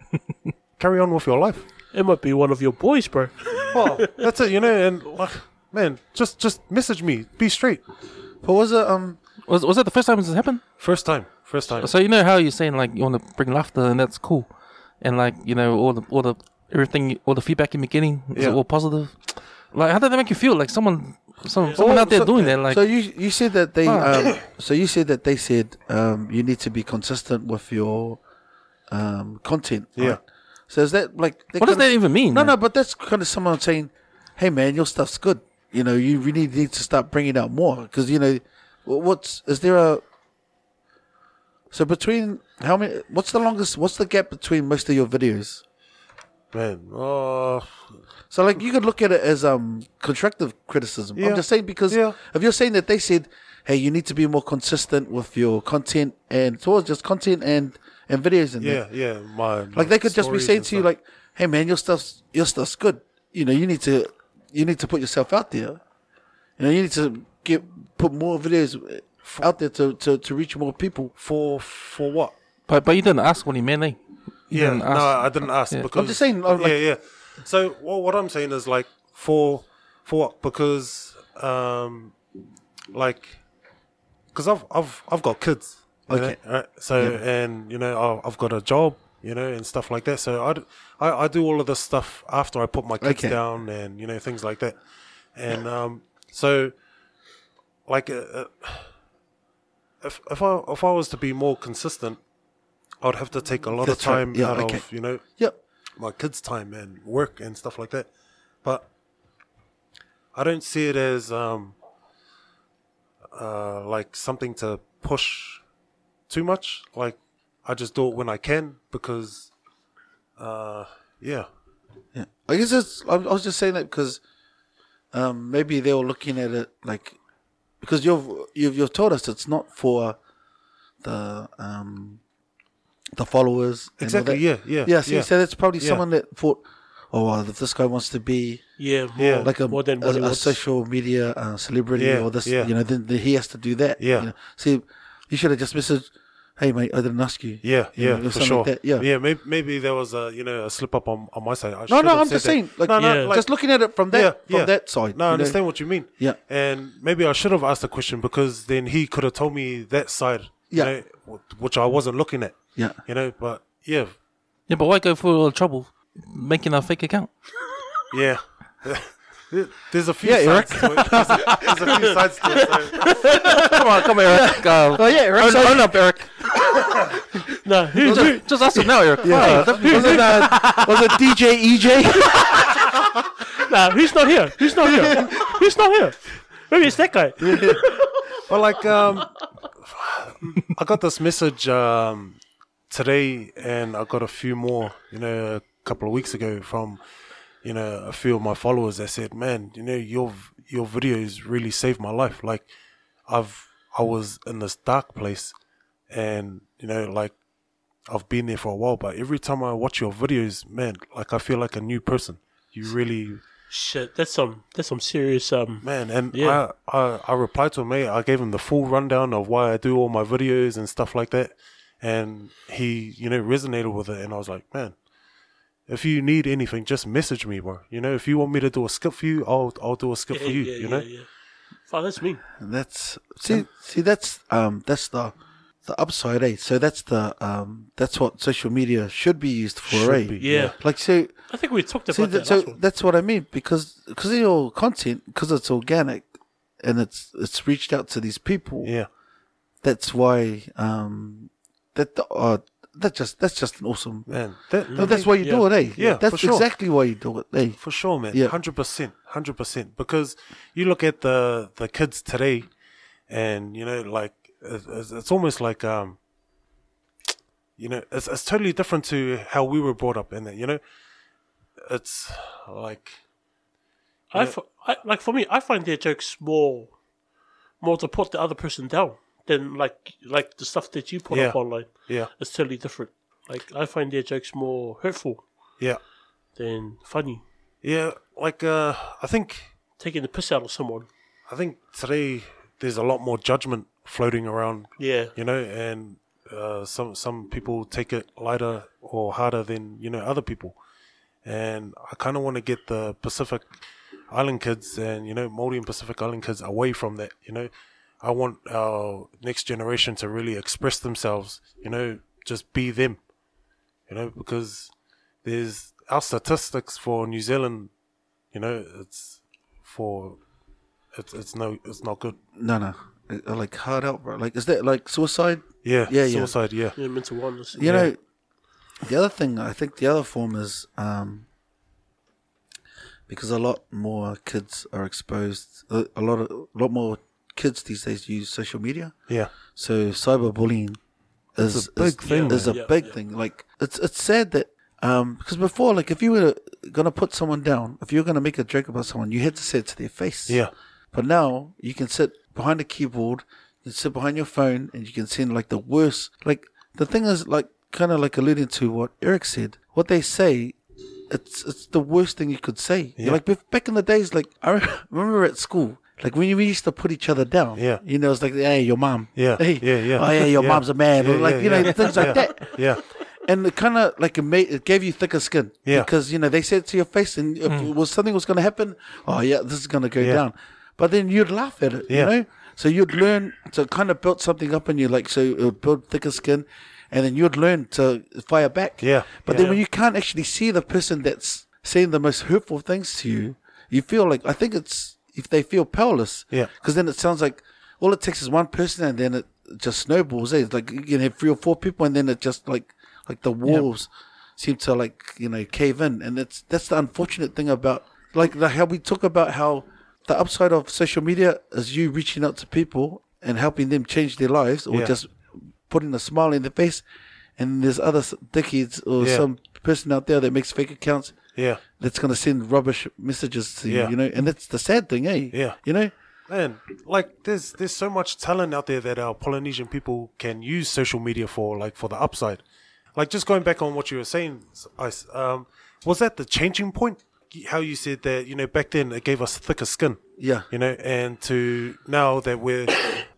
S4: carry on with your
S1: *laughs*
S4: life.
S3: It might be one of your boys, bro.
S1: Oh.
S4: Well, that's it, you know. And like, man, just just message me. Be straight.
S1: But was it um?
S2: Was was that the first time this happened?
S4: First time. First time.
S2: So you know how you're saying like you want to bring laughter and that's cool, and like you know all the all the everything all the feedback you're getting is
S4: Yeah.
S2: all positive. Like how did that make you feel? Like someone some someone out there doing that like
S1: so you you said that they
S2: Ah.
S1: um, so you said that they said um, you need to be consistent with your um, content.
S4: Yeah.
S1: right? So is that like
S2: what does that even mean?
S1: No, no,
S2: man?
S1: but that's kind of someone saying, "Hey, man, your stuff's good. You know, you really need to start bringing out more because you know, wh- what's is there a so between how many? What's the longest? What's the gap between most of your videos?
S4: man, oh,
S1: So like you could look at it as um constructive criticism.
S4: Yeah.
S1: I'm just saying because
S4: Yeah.
S1: if you're saying that they said, "Hey, you need to be more consistent with your content and towards just content and and videos and
S4: yeah,
S1: that."
S4: yeah. My
S1: like they could just be
S4: stories
S1: saying
S4: and
S1: to you
S4: stuff.
S1: like, "Hey man, your stuff's your stuff's good. You know, you need to you need to put yourself out there. You know, you need to get put more videos uh, out there to to, to reach more people."
S4: for for what?
S2: But but you didn't ask what he meant. Eh? You
S4: Yeah,
S2: didn't
S4: no,
S2: ask.
S4: I didn't ask because
S1: just saying, like-
S4: yeah, yeah. So well, what I'm saying is like for for what? Because um, like because I've I've I've got kids. you
S1: Okay.
S4: know, right? So and you know I- I've got a job, you know, and stuff like that. So I, d- I- I do all of this stuff after I put my kids
S1: Okay.
S4: down and you know things like that. And um, so like uh, uh, if if I if I was to be more consistent, I'd have to take a lot
S1: That's
S4: of
S1: right.
S4: time
S1: Yeah,
S4: out
S1: okay.
S4: of you know
S1: Yep.
S4: my kids' time and work and stuff like that. But I don't see it as um, uh, like something to push too much. Like I just do it when I can because, uh, yeah,
S1: Yeah. I guess it's, I I was just saying that because um, maybe they were looking at it like because you've you've you've told us it's not for the um, the followers and all
S4: Exactly,
S1: that.
S4: yeah, yeah,
S1: yeah. So
S4: yeah.
S1: you said it's probably
S4: Yeah.
S1: someone that thought, oh, well, if this guy wants to be
S3: Yeah, more,
S4: Yeah.
S1: like a,
S3: more than
S1: a,
S3: what it
S1: a
S3: was.
S1: social media uh, celebrity
S4: Yeah,
S1: or this,
S4: yeah.
S1: you know, then, then he has to do that.
S4: Yeah.
S1: You know? See, you should have just messaged, hey mate, I didn't ask you.
S4: yeah,
S1: You
S4: yeah,
S1: know, or
S4: for
S1: something
S4: sure.
S1: like that. Yeah.
S4: yeah. Maybe, maybe there was a you know a slip up on, on my side. I should
S1: No,
S4: have
S1: no, I'm
S4: said
S1: just
S4: that.
S1: saying, like,
S4: no, no,
S3: Yeah.
S4: like,
S1: just looking at it from that from that side.
S4: No,
S1: you
S4: I
S1: know?
S4: understand what you mean.
S1: Yeah.
S4: And maybe I should have asked the question because then he could have told me that side,
S1: Yeah.
S4: you know, wh- which I wasn't looking at,
S1: Yeah.
S4: you know, but yeah,
S2: Yeah, but why go through all the trouble making a fake account?
S4: yeah. *laughs* There- There's a few
S1: Yeah, Eric.
S4: sides to it. There's a, there's a few sides to it. So.
S2: Come on, come on, *laughs* Eric. Uh,
S1: Oh yeah, right.
S2: own,
S1: So,
S2: own up, Eric.
S3: no, who, who,
S2: *laughs* Just, just ask him now, Eric.
S1: yeah,
S2: Hey,
S1: was it uh, was it DJ
S2: *laughs*
S1: EJ?
S3: no, who's not here? Who's not here? who's not here? Maybe it's that guy.
S4: But like, um, I got this message um, today, and I got a few more, you know, a couple of weeks ago from, you know, a few of my followers that said, "Man, you know, your your videos really saved my life. Like, I've I was in this dark place, and you know, like, I've been there for a while. But every time I watch your videos, man, like, I feel like a new person. You really
S3: Shit, that's some that's some serious um
S4: Man, and
S3: Yeah.
S4: I, I, I replied to him, mate. I gave him the full rundown of why I do all my videos and stuff like that. And he, you know, resonated with it. And I was like, man, if you need anything, just message me, bro. You know, if you want me to do a skip for you, I'll, I'll do a skip for you, you know?
S3: Fuck, Oh, that's me.
S1: And that's see see that's um that's the the upside, eh? So that's the um that's what social media should be used for,
S4: Should
S1: eh?
S4: be,
S3: Yeah.
S1: Like so
S3: I think we talked about
S1: See,
S3: that
S1: that, so
S3: last one.
S1: that's what I mean because because your content because it's organic and it's it's reached out to these people.
S4: Yeah.
S1: That's why um that uh, that just that's just an awesome.
S4: Man, that,
S1: No, that's why you do it, eh?
S4: Yeah,
S1: that's
S4: for sure.
S1: exactly why you do it, eh?
S4: For sure, man.
S1: Yeah.
S4: Hundred percent, hundred percent. Because you look at the the kids today, and you know, like it's, it's- it's almost like um, you know, it's it's totally different to how we were brought up in that. You know, it's like
S3: I, f- I like for me, I find their jokes more more to put the other person down than like like the stuff that you put
S4: Yeah.
S3: up online.
S4: yeah,
S3: It's totally different. Like I find their jokes more hurtful
S4: yeah,
S3: than funny.
S4: yeah. Like uh, I think
S3: Taking the piss out of someone.
S4: I think today there's a lot more judgment floating around
S3: Yeah.
S4: you know, and uh, some some people take it lighter or harder than you know other people. And I kind of want to get the Pacific Island kids and you know Maori and Pacific Island kids away from that. You know, I want our next generation to really express themselves. You know, just be them. You know, because there's our statistics for New Zealand. You know, it's for it's it's no it's not good.
S1: No, no, Uh, like hard out, bro. Like is that like suicide?
S4: Yeah,
S1: Yeah, yeah.
S4: suicide. Yeah,
S3: yeah mental wellness.
S1: You know, the other thing I think the other form is um, because a lot more kids are exposed. A, a lot of a lot more kids these days use social media.
S4: yeah,
S1: So cyberbullying is
S4: a big
S1: is,
S4: thing,
S1: Is
S3: man.
S1: a
S3: Yeah,
S1: big
S3: yeah.
S1: thing. Like it's it's sad that um because before like if you were gonna put someone down, if you were gonna make a joke about someone, you had to say it to their face.
S4: yeah.
S1: But now you can sit behind a keyboard, you can sit behind your phone, and you can send like the worst. Like the thing is, like kind of like alluding to what Eric said. What they say, it's it's the worst thing you could say.
S4: Yeah.
S1: Like bef- back in the days, like *laughs* I re- remember at school. Like when we used to put each other down,
S4: Yeah.
S1: you know, it's like, hey, your mom,
S4: Yeah,
S1: hey,
S4: yeah, yeah.
S1: oh yeah, your
S4: Yeah.
S1: mom's a man,
S4: Yeah,
S1: or like
S4: yeah,
S1: you know,
S4: yeah.
S1: things like
S4: Yeah.
S1: that
S4: Yeah,
S1: and it kind of like it made it gave you thicker skin.
S4: Yeah. Mm.
S1: Because you know they said to your face, and if it was something was going to happen, oh yeah, this is going to go
S4: Yeah.
S1: down. But then you'd laugh at it.
S4: Yeah.
S1: You know. So you'd learn to kind of build something up in you, like so it would build thicker skin, and then you'd learn to fire back.
S4: Yeah,
S1: But
S4: yeah.
S1: then when you can't actually see the person that's saying the most hurtful things to you, you feel like I think it's if they feel powerless.
S4: Yeah.
S1: Because then it sounds like all it takes is one person, and then it just snowballs. Eh? It's like you can have three or four people, and then it just like like the walls seem to like you know cave in, and that's that's the unfortunate thing about like the, how we talk about how the upside of social media is you reaching out to people and helping them change their lives, or
S4: Yeah.
S1: just putting a smile in their face. And there's other s- dickheads or
S4: Yeah.
S1: some person out there that makes fake accounts
S4: Yeah.
S1: that's going to send rubbish messages to you,
S4: Yeah.
S1: you know, and that's the sad thing, eh?
S4: Yeah.
S1: You know?
S4: Man, like there's there's so much talent out there that our Polynesian people can use social media for, like for the upside. Like just going back on what you were saying, Ice, um, was that the changing point? How you said that you know back then it gave us thicker skin.
S1: Yeah.
S4: You know, and to now that we're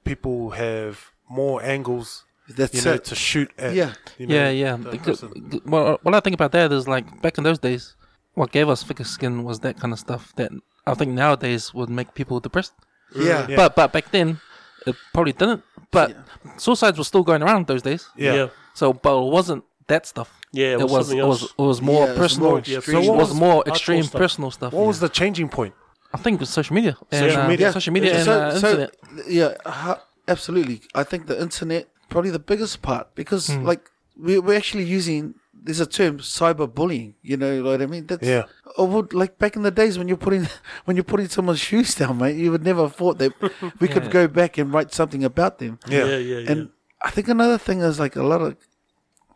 S4: people have more angles.
S1: That's
S4: you know
S1: it.
S4: to shoot at.
S1: Yeah.
S4: You know,
S2: Yeah, yeah.
S4: the
S2: Because-
S4: person.
S2: well, what I think about that is like back in those days, what gave us thicker skin was that kind of stuff that I think nowadays would make people depressed.
S1: Yeah.
S4: Yeah.
S2: But but back then, it probably didn't. But suicides were still going around those days.
S4: Yeah.
S3: Yeah.
S2: So, but it wasn't that stuff.
S3: Yeah, it was something
S2: it was
S3: else.
S2: it was more
S1: Yeah, it was
S2: personal.
S1: more
S2: it
S1: extreme.
S2: was,
S4: So what was
S2: more
S3: hardcore
S2: extreme
S3: stuff?
S2: personal stuff.
S4: What was the changing point?
S2: I think it was social media. And,
S4: Social
S2: uh,
S4: media.
S2: social media, and uh, internet.
S1: yeah, ha- absolutely. I think the internet probably the biggest part because
S4: Hmm.
S1: like we're, we're actually using there's a term cyberbullying. You know what I mean? That's
S4: Yeah.
S1: Oh, well, like back in the days when you're putting *laughs* when you're putting someone's shoes down, mate, you would never have thought that we
S4: *laughs*
S1: could go back and write something about them.
S3: Yeah, yeah, yeah.
S1: And I think another thing is like a lot of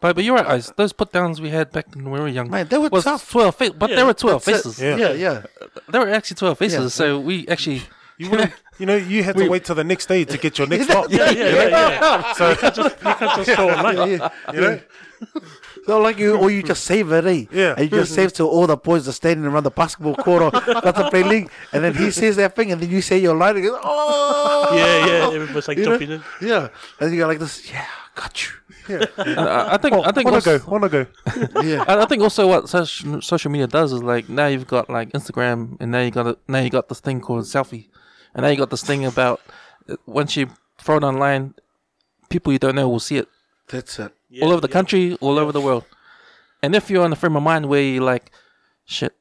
S2: But, but you're right, guys. Those put downs we had back when we were young.
S1: Man, they were
S2: was
S1: tough.
S2: Twelve, fa- but
S3: Yeah,
S2: there were twelve
S1: that's it.
S2: faces.
S4: Yeah.
S1: yeah, *laughs* yeah.
S2: There were actually twelve faces.
S1: Yeah.
S2: So we actually.
S4: You wouldn't, you know, you had to wait till the next day to get your next lot.
S3: yeah, yeah, yeah, yeah.
S2: *laughs*
S4: So
S3: You can't just go online.
S1: yeah.
S4: you know,
S1: *laughs* So like you, or you just save it, eh?
S4: Yeah.
S1: And you just save till all the boys are standing around the basketball court or *laughs* about to play league, and then he says that thing, and then you say your line, and he goes, *laughs* oh,
S3: *laughs* Yeah, yeah. Everybody's like
S1: You know?
S3: jumping in.
S1: yeah. And you go like this, yeah, got you,
S2: I, I think. I think.
S4: wanna
S2: also-
S4: go, wanna go.
S1: *laughs* yeah,
S2: I I think also what social social media does is like now you've got like Instagram and now you got a, now you got this thing called selfie, and now you got this thing about uh, once you throw it online, people you don't know will see it
S1: that's it.
S2: all over the country, all over the world, and if you're in a frame of mind where you're like, shit,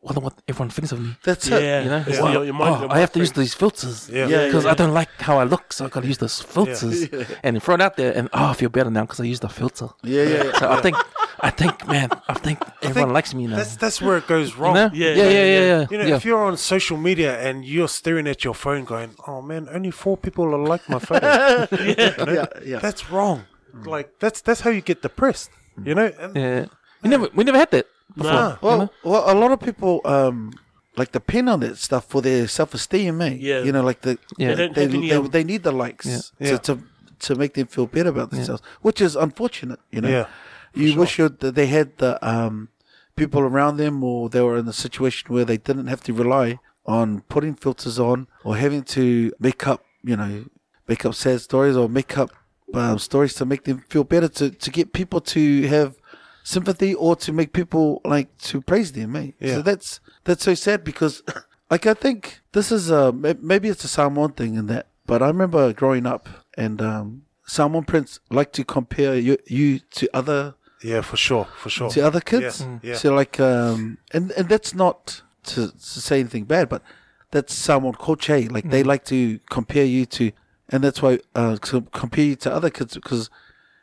S2: wonder what everyone thinks of me.
S1: That's
S3: Yeah,
S1: it.
S2: You know,
S3: It's
S2: Wow,
S3: Your, your mind,
S2: oh,
S3: your
S2: I have to
S3: mind
S2: use these filters.
S4: Yeah.
S1: Yeah,
S2: Because
S3: yeah,
S2: I don't like how I look, so I gotta use those
S3: *laughs*
S2: filters and throw it out there. And oh, I feel better now because I used the filter.
S1: Yeah, yeah, yeah. *laughs*
S2: So I think, I think, man, I think everyone likes me now.
S4: That's that's where it goes
S2: You
S4: wrong.
S2: know?
S3: Yeah,
S2: yeah, yeah,
S3: yeah,
S2: yeah,
S3: yeah.
S2: yeah.
S4: You know,
S2: yeah.
S4: if you're on social media and you're staring at your phone, going, "Oh man, only four people will like my
S2: *laughs*
S4: photo,"
S1: yeah, yeah.
S4: that's wrong. Like that's that's how you get depressed. You know, and
S2: Mm. yeah. We never, we never had that. Before.
S4: Nah.
S1: Well, well, a lot of people um like depend on that stuff for their self esteem, eh?
S3: Yeah.
S1: You know, like the
S2: Yeah. They
S1: they
S3: don't
S1: they,
S3: have any,
S1: they,
S3: um,
S1: they need the likes
S4: Yeah.
S1: To, to to make them feel better about themselves, which is unfortunate. You know,
S4: Yeah,
S1: you wish you that they had the um people around them, or they were in a situation where they didn't have to rely on putting filters on or having to make up, you know, make up sad stories or make up um, stories to make them feel better to to get people to have sympathy or to make people like to praise them, mate.
S4: Yeah.
S1: So that's that's so sad because, *coughs* like, I think this is a may- maybe it's a Samoan thing in that, but I remember growing up and um, Samoan prince like to compare you, you to other
S4: yeah, for sure, for sure.
S1: to other kids.
S4: Yeah, Mm. yeah.
S1: So like, um, and and that's not to, to say anything bad, but that's Samoan culture. eh? Like they
S4: Mm.
S1: like to compare you to, and that's why uh, to compare you to other kids because,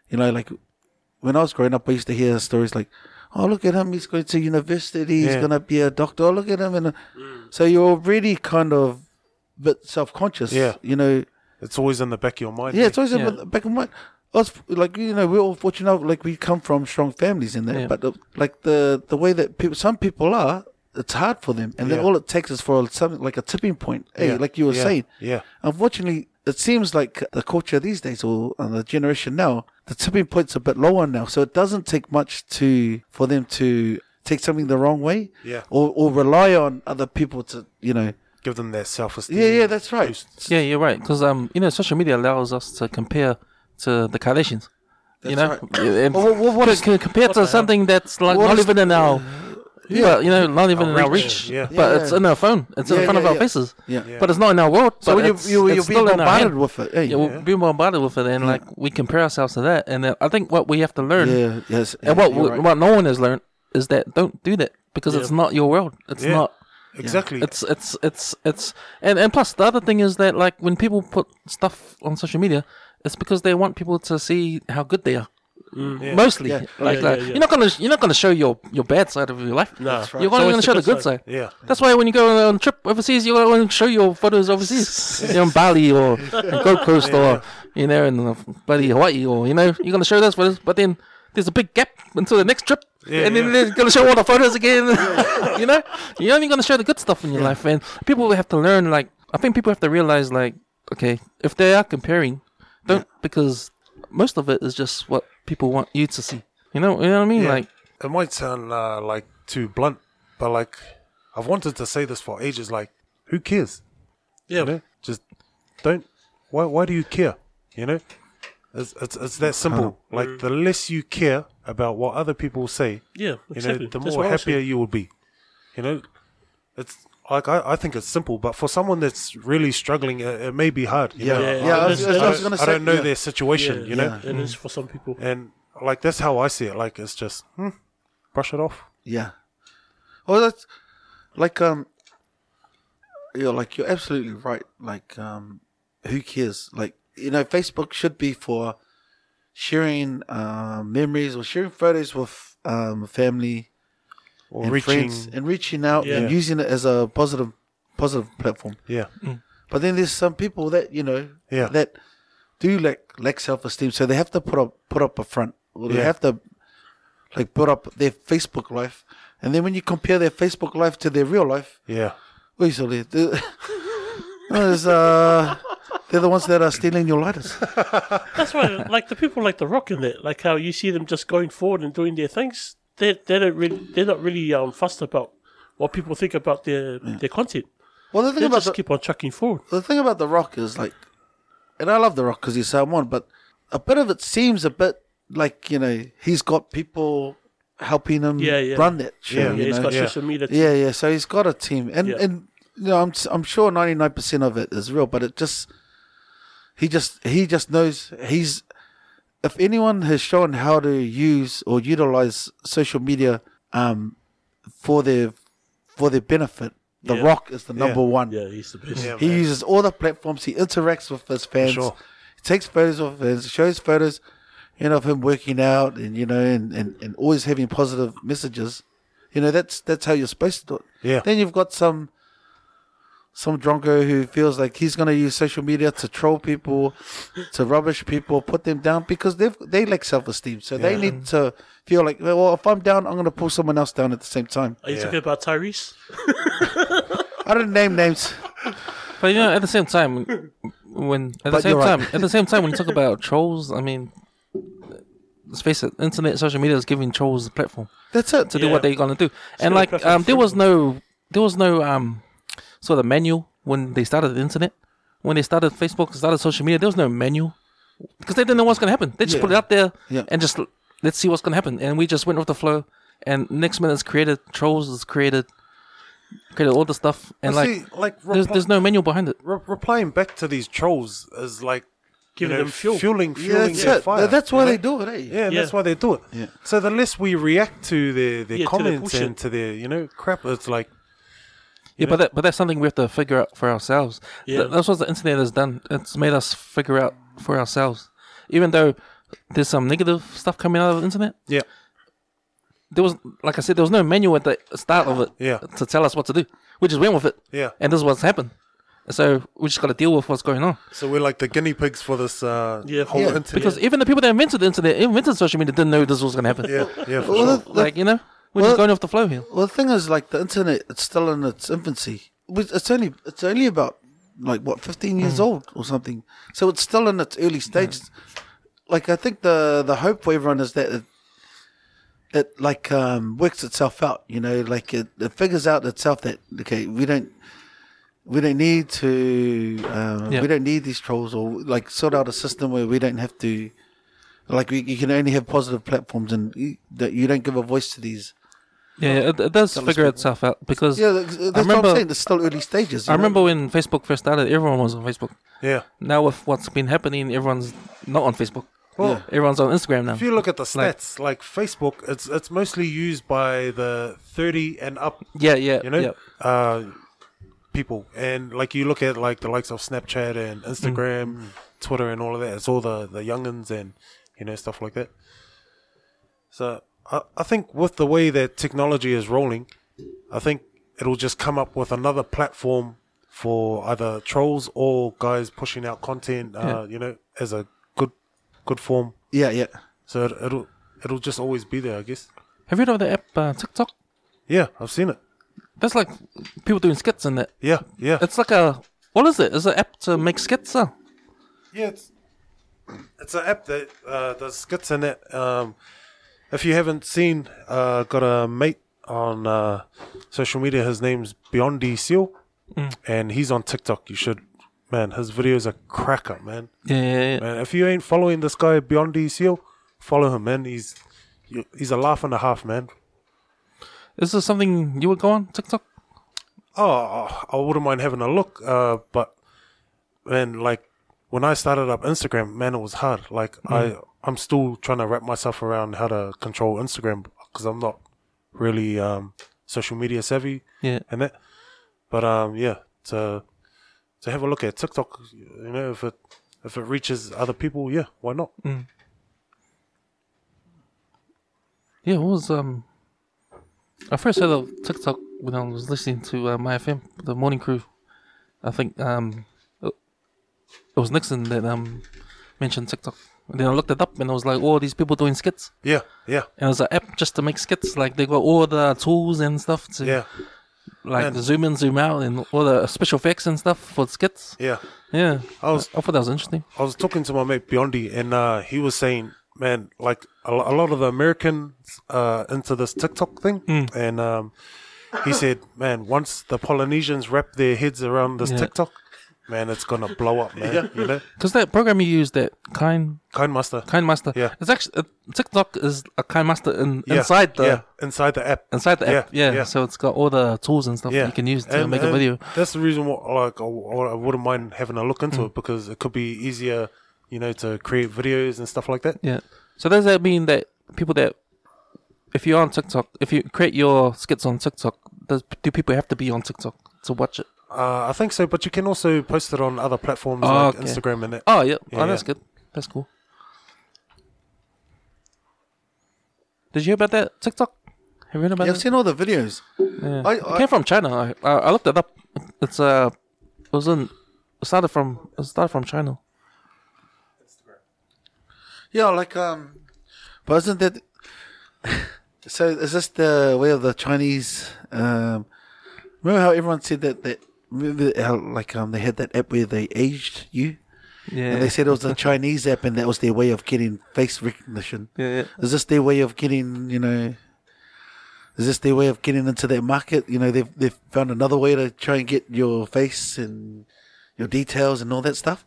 S1: you know, like when I was growing up, I used to hear stories like, "Oh, look at him! He's going to university. He's
S4: Yeah.
S1: going to be a doctor. Oh, look at him!" And uh, so you're already kind of a bit self-conscious.
S4: Yeah.
S1: You know.
S4: It's always in the back of your mind.
S1: Yeah, it's always
S2: Yeah.
S1: in the back of mind. Us, like you know, we're all fortunate. Like we come from strong families and that,
S2: Yeah.
S1: but uh, like the the way that people, some people are, it's hard for them. And
S4: Yeah.
S1: then all it takes is for something like a tipping point. Hey,
S4: Yeah.
S1: like you were
S4: Yeah.
S1: saying.
S4: Yeah.
S1: Unfortunately, it seems like the culture these days or uh, the generation now, the tipping point's a bit lower now. So it doesn't take much to for them to take something the wrong way.
S4: Yeah.
S1: Or or rely on other people to you know.
S4: Give them that self-esteem.
S1: Yeah, yeah, that's right.
S4: boost.
S2: yeah, you're right. Because um, you know, social media allows us to compare to the Kardashians. you know,
S1: right.
S2: Yeah, and
S1: Well, what- what
S2: c-
S1: is-
S2: c- compared to something that's like
S1: what
S2: not
S1: is-
S2: even in our
S1: Yeah.
S2: But you know, not even in our
S4: reach.
S2: reach.
S4: Yeah.
S2: But
S1: Yeah.
S2: it's in our phone. It's
S1: Yeah,
S2: in front
S1: yeah,
S2: of our
S1: yeah.
S2: faces.
S1: Yeah.
S4: Yeah.
S2: But it's not in our world.
S1: So
S2: but
S1: when you
S2: it's,
S1: you you're
S2: it's
S1: being
S2: still in our
S1: bombarded
S2: hand.
S1: with it, eh?
S2: Yeah, we're being bombarded with it, and like we compare ourselves to that. And uh, I think what we have to learn,
S1: *laughs* yeah, yes.
S2: and what
S1: you're
S2: we-
S1: right.
S2: what no one has learned, is that don't do that because it's not your world. It's
S4: Yeah.
S2: not.
S4: Exactly.
S2: It's it's it's it's and and plus the other thing is that like when people put stuff on social media, it's because they want people to see how good they are.
S4: Yeah.
S2: Mostly,
S1: Yeah.
S2: like
S3: Yeah,
S2: like,
S3: yeah, yeah.
S2: you're not gonna you're not gonna show your your bad side of your life.
S3: No. That's right.
S2: you're only
S3: So
S2: gonna
S3: it's
S2: show the good side.
S4: yeah.
S2: That's why when you go on a trip overseas, you want to show your photos overseas. you know, in Bali or in Gold Coast or, you know, in uh, bloody Hawaii or, you know, you're going to show those photos, but then there's a big gap until the next trip.
S4: Yeah,
S2: and then
S4: yeah.
S2: they're going to show all the photos again. *laughs* you know, you're only going to show the good stuff in your life. And people will have to learn, like, I think people have to realize, like, okay, if they are comparing, don't, because most of it is just what people want you to see. You know, you know what I mean?
S4: Yeah.
S2: Like,
S4: it might sound uh, like too blunt, but like I've wanted to say this for ages. Like, who cares?
S3: Yeah.
S4: You know, just don't. Why? Why do you care? You know, it's it's, it's that
S3: *laughs*
S4: simple. Like the
S3: Mm.
S4: less you care about what other people say,
S3: Yeah,
S4: you
S3: exactly.
S4: know, the
S3: That's
S4: more
S3: what I
S4: happier
S3: said.
S4: you will be. You know, it's like I, I think it's simple, but for someone that's really struggling, it, it may be hard. You
S1: yeah,
S4: know?
S1: yeah.
S3: Yeah,
S1: I
S3: I
S1: was,
S3: don't-
S1: I was
S4: I, don't-
S1: gonna say,
S4: I don't know
S1: yeah.
S4: their situation.
S3: Yeah,
S4: you know,
S3: yeah. and it's for some people.
S4: and like that's how I see it. Like it's just hmm, brush it off.
S1: Yeah. Well, that's like um. You're like you're absolutely right. Like um, who cares? Like you know, Facebook should be for sharing uh, memories or sharing photos with um family
S4: Or
S1: and
S4: reaching,
S1: friends and reaching out
S3: Yeah.
S1: and using it as a positive positive platform.
S4: yeah,
S1: But then there's some people that you know
S4: Yeah.
S1: that do lack lack self esteem, so they have to put up put up a front, or they
S4: Yeah.
S1: have to like put up their Facebook life, and then when you compare their Facebook life to their real life,
S4: yeah.
S1: easily they're, *laughs* there's, uh, they're the ones that are stealing your lighters.
S3: That's why, like the people like the Rock in it, like how you see them just going forward and doing their things. They they don't really they're not really um fussed about what people think about their their content.
S1: Well, the
S3: They
S1: thing about
S3: just
S1: the,
S3: keep on trucking forward.
S1: the thing about the Rock is like, and I love the Rock because he's Samoan, but a bit of it seems a bit like you know he's got people helping him
S3: Yeah, yeah.
S1: run that show.
S4: Yeah,
S1: you
S3: Yeah, he's
S1: know?
S3: got
S4: yeah.
S3: social media. too.
S1: Yeah, yeah. So he's got a team, and
S3: Yeah.
S1: and you know, I'm I'm sure 99 percent of it is real, but it just he just he just knows he's if anyone has shown how to use or utilize social media um for their for their benefit, The
S3: Yeah.
S1: Rock is the number one.
S3: yeah, he's the best.
S4: Yeah,
S1: He
S4: man.
S1: uses all the platforms. He interacts with his fans.
S4: sure.
S1: He takes photos of his, shows photos, you know, of him working out and you know, and, and, and always having positive messages. You know, that's that's how you're supposed to do it.
S4: Yeah.
S1: Then you've got some some drunko who feels like he's gonna use social media to troll people, to rubbish people, put them down because they've they lack self esteem. So they need to feel like, well, if I'm down, I'm gonna pull someone else down at the same time.
S3: Are you
S4: Yeah.
S3: talking about Tyrese?
S2: Oh,
S1: I don't name names.
S2: But you know, at the
S1: *laughs*
S2: same time, when at the
S1: But
S2: same
S1: you're right.
S2: time, at the same time, when you talk about trolls, I mean, let's face it, internet, social media is giving trolls a platform
S1: That's it.
S2: to do what
S3: Yeah.
S2: they're gonna do. and
S3: got a
S2: like,
S3: platform
S2: um, there
S3: for
S2: was no, there was no um, sort of manual when they started the internet, when they started Facebook, started social media. There was no manual because they didn't know what's gonna happen. They just put it out there
S1: Yeah.
S2: and just l- let's see what's gonna happen. And we just went with the flow. And next minute, it's created trolls, is created, created all the stuff, and
S4: Well,
S2: like.
S4: see, like
S2: there's,
S4: repli-
S2: there's no manual behind it.
S4: re- replying back to these trolls is like
S3: Giving
S4: you know,
S3: them fuel.
S4: fueling,
S1: Yeah,
S4: fueling
S1: that's
S4: their
S1: it.
S4: fire.
S1: That's
S4: you
S1: why
S4: know?
S1: they do it, eh?
S4: Yeah, and that's
S3: Yeah.
S4: why they do it.
S1: Yeah.
S4: So the less we react to their, their
S3: Yeah, to their
S4: comments
S3: bullshit.
S4: and to their you know crap, it's like
S2: Yeah, but that, but that's something we have to figure out for ourselves. Th-
S3: Yeah.
S2: that's what the internet has done. It's made us figure out for ourselves. Even though there's some negative stuff coming out of the internet,
S4: yeah,
S2: there was, like I said, there was no manual at the start of it
S4: Yeah.
S2: to tell us what to do. We just went with it.
S4: Yeah.
S2: And this is what's happened. So we just got to deal with what's going on.
S4: So we're like the guinea pigs for this uh,
S3: Yeah,
S4: whole
S3: yeah,
S4: internet.
S2: Because even the people that invented the internet, invented social media, didn't know this was going to happen.
S4: yeah, yeah, for
S1: Well,
S4: sure.
S1: the- the-
S2: *laughs* Like, you know, we're
S1: Well-
S2: just going off the flow here.
S1: Well, the thing is, like the internet, it's still in its infancy. Which- It's only it's only about like what fifteen years
S2: Mm.
S1: old or something. So it's still in its early stages. Like I think the the hope for everyone is that it, it like um, works itself out. You know, like it, it figures out itself that okay, we don't we don't need to um,
S2: Yeah.
S1: we don't need these trolls or like sort out a system where we don't have to like we, you can only have positive platforms and you, that you don't give a voice to these
S2: Yeah, yeah, it, it does figure itself out because
S1: Yeah, that's, that's what
S2: remember-
S1: I'm saying. It's still early stages. you
S2: I
S1: know?
S2: remember when Facebook first started, everyone was on Facebook.
S4: Yeah.
S2: Now with what's been happening, everyone's not on Facebook.
S4: Well,
S2: Everyone's on Instagram now.
S4: if you look at the
S2: Like-
S4: stats, like, Facebook, it's it's mostly used by the 30 and up,
S2: yeah, yeah,
S4: you know,
S2: yeah.
S4: uh, people. And like you look at like the likes of Snapchat and Instagram, Twitter, and all of that. It's all the the youngins and you know stuff like that. So I, I think with the way that technology is rolling, I think it'll just come up with another platform for either trolls or guys pushing out content. Uh, You know, as a good good form.
S1: Yeah, yeah.
S4: So it, it'll it'll just always be there, I guess.
S2: Have you heard of the app uh, TikTok?
S4: Yeah, I've seen it.
S2: That's like people doing skits in it.
S4: Yeah, yeah,
S2: It's like a what is it? Is it an app to make skits? Huh?
S4: yeah. It's it's an app that uh, does skits in it. Um, if you haven't seen, uh, got a mate on uh, social media. His name's Beyondy Seal, and he's on TikTok. You should, man. His videos are cracker, man.
S2: Yeah, yeah, yeah.
S4: Man, if you ain't following this guy Beyondy Seal, follow him, man. He's he's a laugh and a half, man.
S2: Is this something you would go on TikTok?
S4: Oh, I wouldn't mind having a look. Uh, but man, like when I started up Instagram, man, it was hard. Like I, I'm still trying to wrap myself around how to control Instagram because I'm not really um, social media savvy
S2: Yeah,
S4: and that. But um, yeah, to to have a look at TikTok, you know, if it if it reaches other people, yeah, why not?
S2: yeah. It was um. I first heard of TikTok when I was listening to uh, my FM, the morning crew. I think um, it it was Nixon that um mentioned TikTok. And then I looked it up and I was like, "Oh, these people doing skits."
S4: Yeah, yeah,
S2: And it was an app just to make skits. Like they got all the tools and stuff to
S4: yeah,
S2: like
S4: Man.
S2: the zoom in, zoom out, and all the special effects and stuff for skits.
S4: yeah.
S2: Yeah,
S4: I was
S2: I thought that was interesting.
S4: I was talking to my mate Biondi, and uh, he was saying, man, like a, lo- a lot of the Americans uh, into this TikTok thing,
S2: Hmm.
S4: and um, he said, man, once the Polynesians wrap their heads around this
S2: Yeah.
S4: TikTok, man, it's gonna blow up, man. You know,
S2: Because that program you use, that kind
S4: kind master.
S2: kind master,
S4: Yeah.
S2: it's actually uh, TikTok is a kind master in,
S4: Yeah,
S2: inside the
S4: yeah, inside the app.
S2: inside the app.
S4: Yeah,
S2: Yeah,
S4: yeah.
S2: so it's got all the tools and stuff
S4: yeah,
S2: you can use to
S4: And-
S2: make a
S4: and
S2: video.
S4: That's the reason why, like, I, I wouldn't mind having a look into
S2: Hmm.
S4: it because it could be easier, you know, to create videos and stuff like that.
S2: Yeah. So does that mean that people that if you're on TikTok, if you create your skits on TikTok, does do people have to be on TikTok to watch it?
S4: Uh, I think so, but you can also post it on other platforms
S2: Oh,
S4: like
S2: okay.
S4: Instagram and that.
S2: Oh yeah,
S4: Yeah,
S2: oh that's
S4: yeah.
S2: good. That's cool. Did you hear about that TikTok? Have you heard about
S1: Yeah,
S2: that?
S1: I've seen all the videos.
S2: Yeah.
S1: I-
S2: it
S1: I-
S2: came from China. I, I, I looked it up. It's uh, it was in it started from it started from China.
S1: Yeah, like um, but isn't that? so is this the way of the Chinese? Um, remember how everyone said that that remember how like um they had that app where they aged you,
S2: Yeah,
S1: and they said it was the Chinese app, and that was their way of getting face recognition.
S2: yeah,
S1: Is this their way of getting you know? Is this their way of getting into that market? You know, they've they've found another way to try and get your face and your details and all that stuff.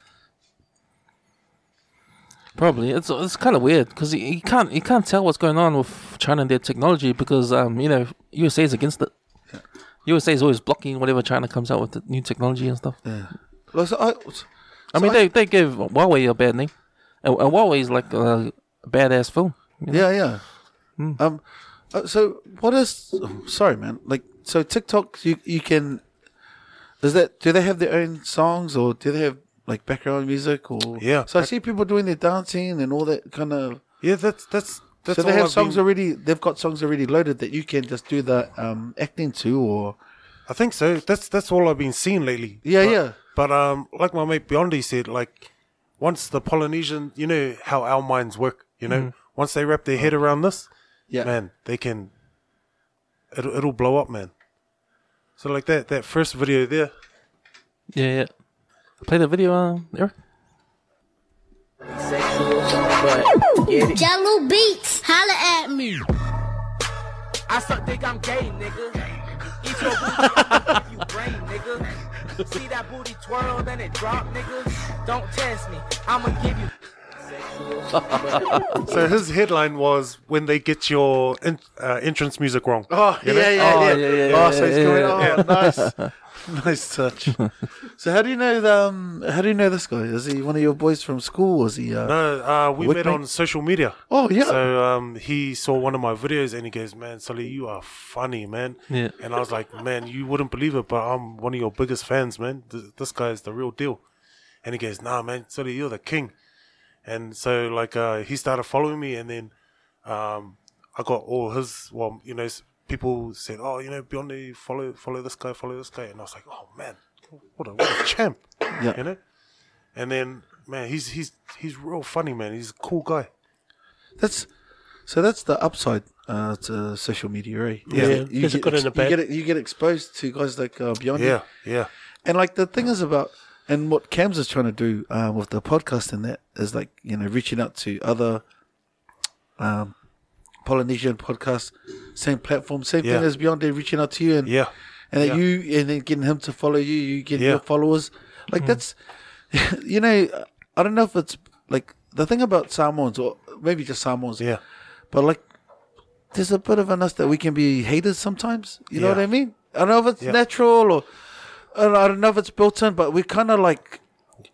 S2: probably. It's it's kind of weird because you, you can't you can't tell what's going on with China and their technology because um you know USA is against it. USA is always blocking whatever China comes out with the new technology and stuff.
S1: Yeah. Well, so I,
S2: I
S1: So
S2: mean
S1: I-
S2: they they gave Huawei a bad name, and, and Huawei is like a badass film. you know?
S1: Yeah, yeah. Um, uh, so what is? oh, sorry, man. Like, so TikTok, you you can. Is that do they have their own songs or do they have like background music or?
S4: Yeah,
S1: So I
S4: back-
S1: see people doing their dancing and all that kind of.
S4: Yeah, that's that's that's
S1: so they
S4: all
S1: have
S4: I've
S1: songs
S4: been-
S1: already. They've got songs already loaded that you can just do the um acting to or.
S4: I think so. That's that's all I've been seeing lately.
S1: Yeah,
S4: but,
S1: yeah.
S4: But um, like my mate Biondi said, like once the Polynesian, you know how our minds work. You know, once they wrap their head around this,
S1: Mm-hmm. Yeah.
S4: man, they can. It'll, it'll blow up, man. So like that that first video there.
S2: yeah, yeah. Play the video, uh, Eric.
S5: Jello Beats, holla at me.
S6: I suck dick, I'm gay, nigga. Eat your booty, I'll fuck you brain, nigga. See that booty twirl, then it drop, nigga. Don't test me, I'ma give you.
S4: So his headline was when they get your in, uh, entrance music wrong.
S1: Oh, yeah,
S4: know?
S1: yeah,
S2: Oh,
S1: yeah,
S2: yeah, yeah,
S1: Oh, so he's
S2: yeah,
S1: going,
S4: yeah.
S1: oh, *laughs* nice. nice touch. *laughs* so how do you know the, um, how do you know this guy? Is he one of your boys from school? Was he, uh,
S4: No, uh, we
S1: Would
S4: met
S1: they?
S4: on social media.
S1: Oh, yeah.
S4: So um, he saw one of my videos and he goes, "Man, Sully, you are funny, man."
S2: Yeah.
S4: And I was like, "Man, you wouldn't believe it, but I'm one of your biggest fans, man. Th- this guy is the real deal." And he goes, "Nah, man, Sully, you're the king." And so like uh, he started following me, and then um, I got all his well, you know, s- people said, "Oh, you know, Biondi, follow follow this guy, follow this guy," and I was like, "Oh man, what a what a champ!"
S1: Yeah.
S4: You know. And then, man, he's he's he's real funny, man. He's a cool guy.
S1: That's so. That's the upside uh, to social media, right?
S3: Yeah, there's a good and a bad.
S1: You get you get exposed to guys like uh, Beyond.
S4: Yeah, yeah,
S1: and like the thing is about and what Cams is trying to do uh, with the podcast and that is like you know reaching out to other um, Polynesian podcasts, same platform, same
S4: Yeah.
S1: thing as Beyond. They reaching out to you and
S4: yeah,
S1: and that
S4: Yeah.
S1: you and then getting him to follow you, you getting
S4: Yeah. Mm-hmm.
S1: your followers. Like that's, *laughs* you know, I don't know if it's like the thing about Samoans or maybe just Samoans.
S4: yeah,
S1: But like, there's a bit of an us that we can be haters sometimes. You know
S4: Yeah.
S1: what I mean? I don't know if it's
S4: Yeah.
S1: natural or I don't, know, I don't know if it's built in, but we kind of like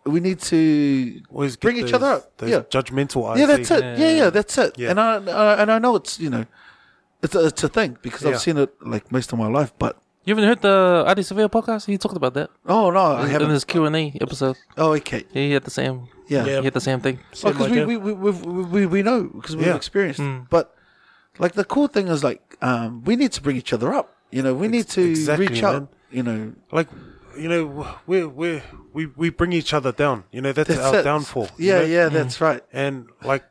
S1: we need to
S4: Always get
S1: bring each other
S4: those-
S1: up.
S4: Those
S1: Yeah,
S4: judgmental eyes.
S1: yeah, that's
S4: eh?
S1: it. Yeah, yeah, that's it.
S4: Yeah.
S1: And I, I and I know it's you know, it's a, it's a thing because
S4: Yeah.
S1: I've seen it like most of my life. But
S2: You haven't heard the Adi Sevilla podcast? He talked about that
S1: oh no, I
S2: in
S1: haven't.
S2: his Q and A episode.
S1: Oh, okay,
S2: He had the same.
S1: yeah.
S3: Yeah.
S2: He had the same thing.
S3: Same
S1: because we,
S3: idea.
S1: we, we, we've- we, we, we know because we've
S4: Yeah. Hmm.
S1: experienced it. but like the cool thing is like um, we need to bring each other up you know we need to
S4: exactly,
S1: reach
S4: man.
S1: out you know
S4: Like, you know, we we we we bring each other down. You know, that's,
S1: that's
S4: our
S1: it.
S4: downfall. you
S1: yeah
S4: know?
S1: yeah
S2: Mm.
S1: that's right
S4: And like,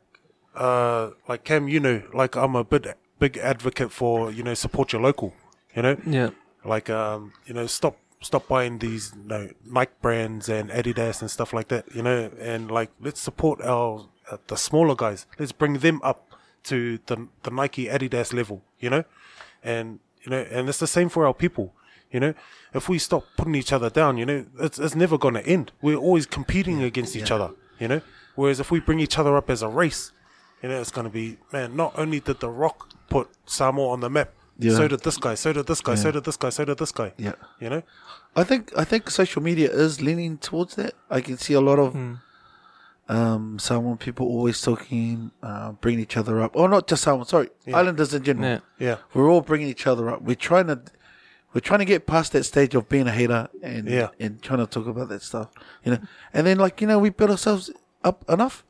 S4: uh, like Cam, you know, like I'm a big big advocate for you know support your local. You know,
S2: Yeah.
S4: like um, you know, stop stop buying these you know, Nike brands and Adidas and stuff like that. You know, and like let's support our uh, the smaller guys. Let's bring them up to the the Nike Adidas level. You know, and you know, and it's the same for our people. You know, if we stop putting each other down, you know, it's it's never going to end. We're always competing against each other. You know, whereas if we bring each other up as a race, you know, it's going to be man. Not only did the Rock put Samoa on the map,
S1: Yeah.
S4: so did this guy, so did this guy, so did this guy, so did this guy.
S1: Yeah.
S4: you know,
S1: i think i think social media is leaning towards that i can see a lot of
S2: Mm.
S1: um someone people always talking uh bringing each other up or not just someone sorry islanders in general
S2: Yeah.
S4: yeah,
S1: we're all bringing each other up. We're trying to we're trying to get past that stage of being a hater and
S4: Yeah.
S1: and trying to talk about that stuff, you know. And then like you know we build ourselves up enough,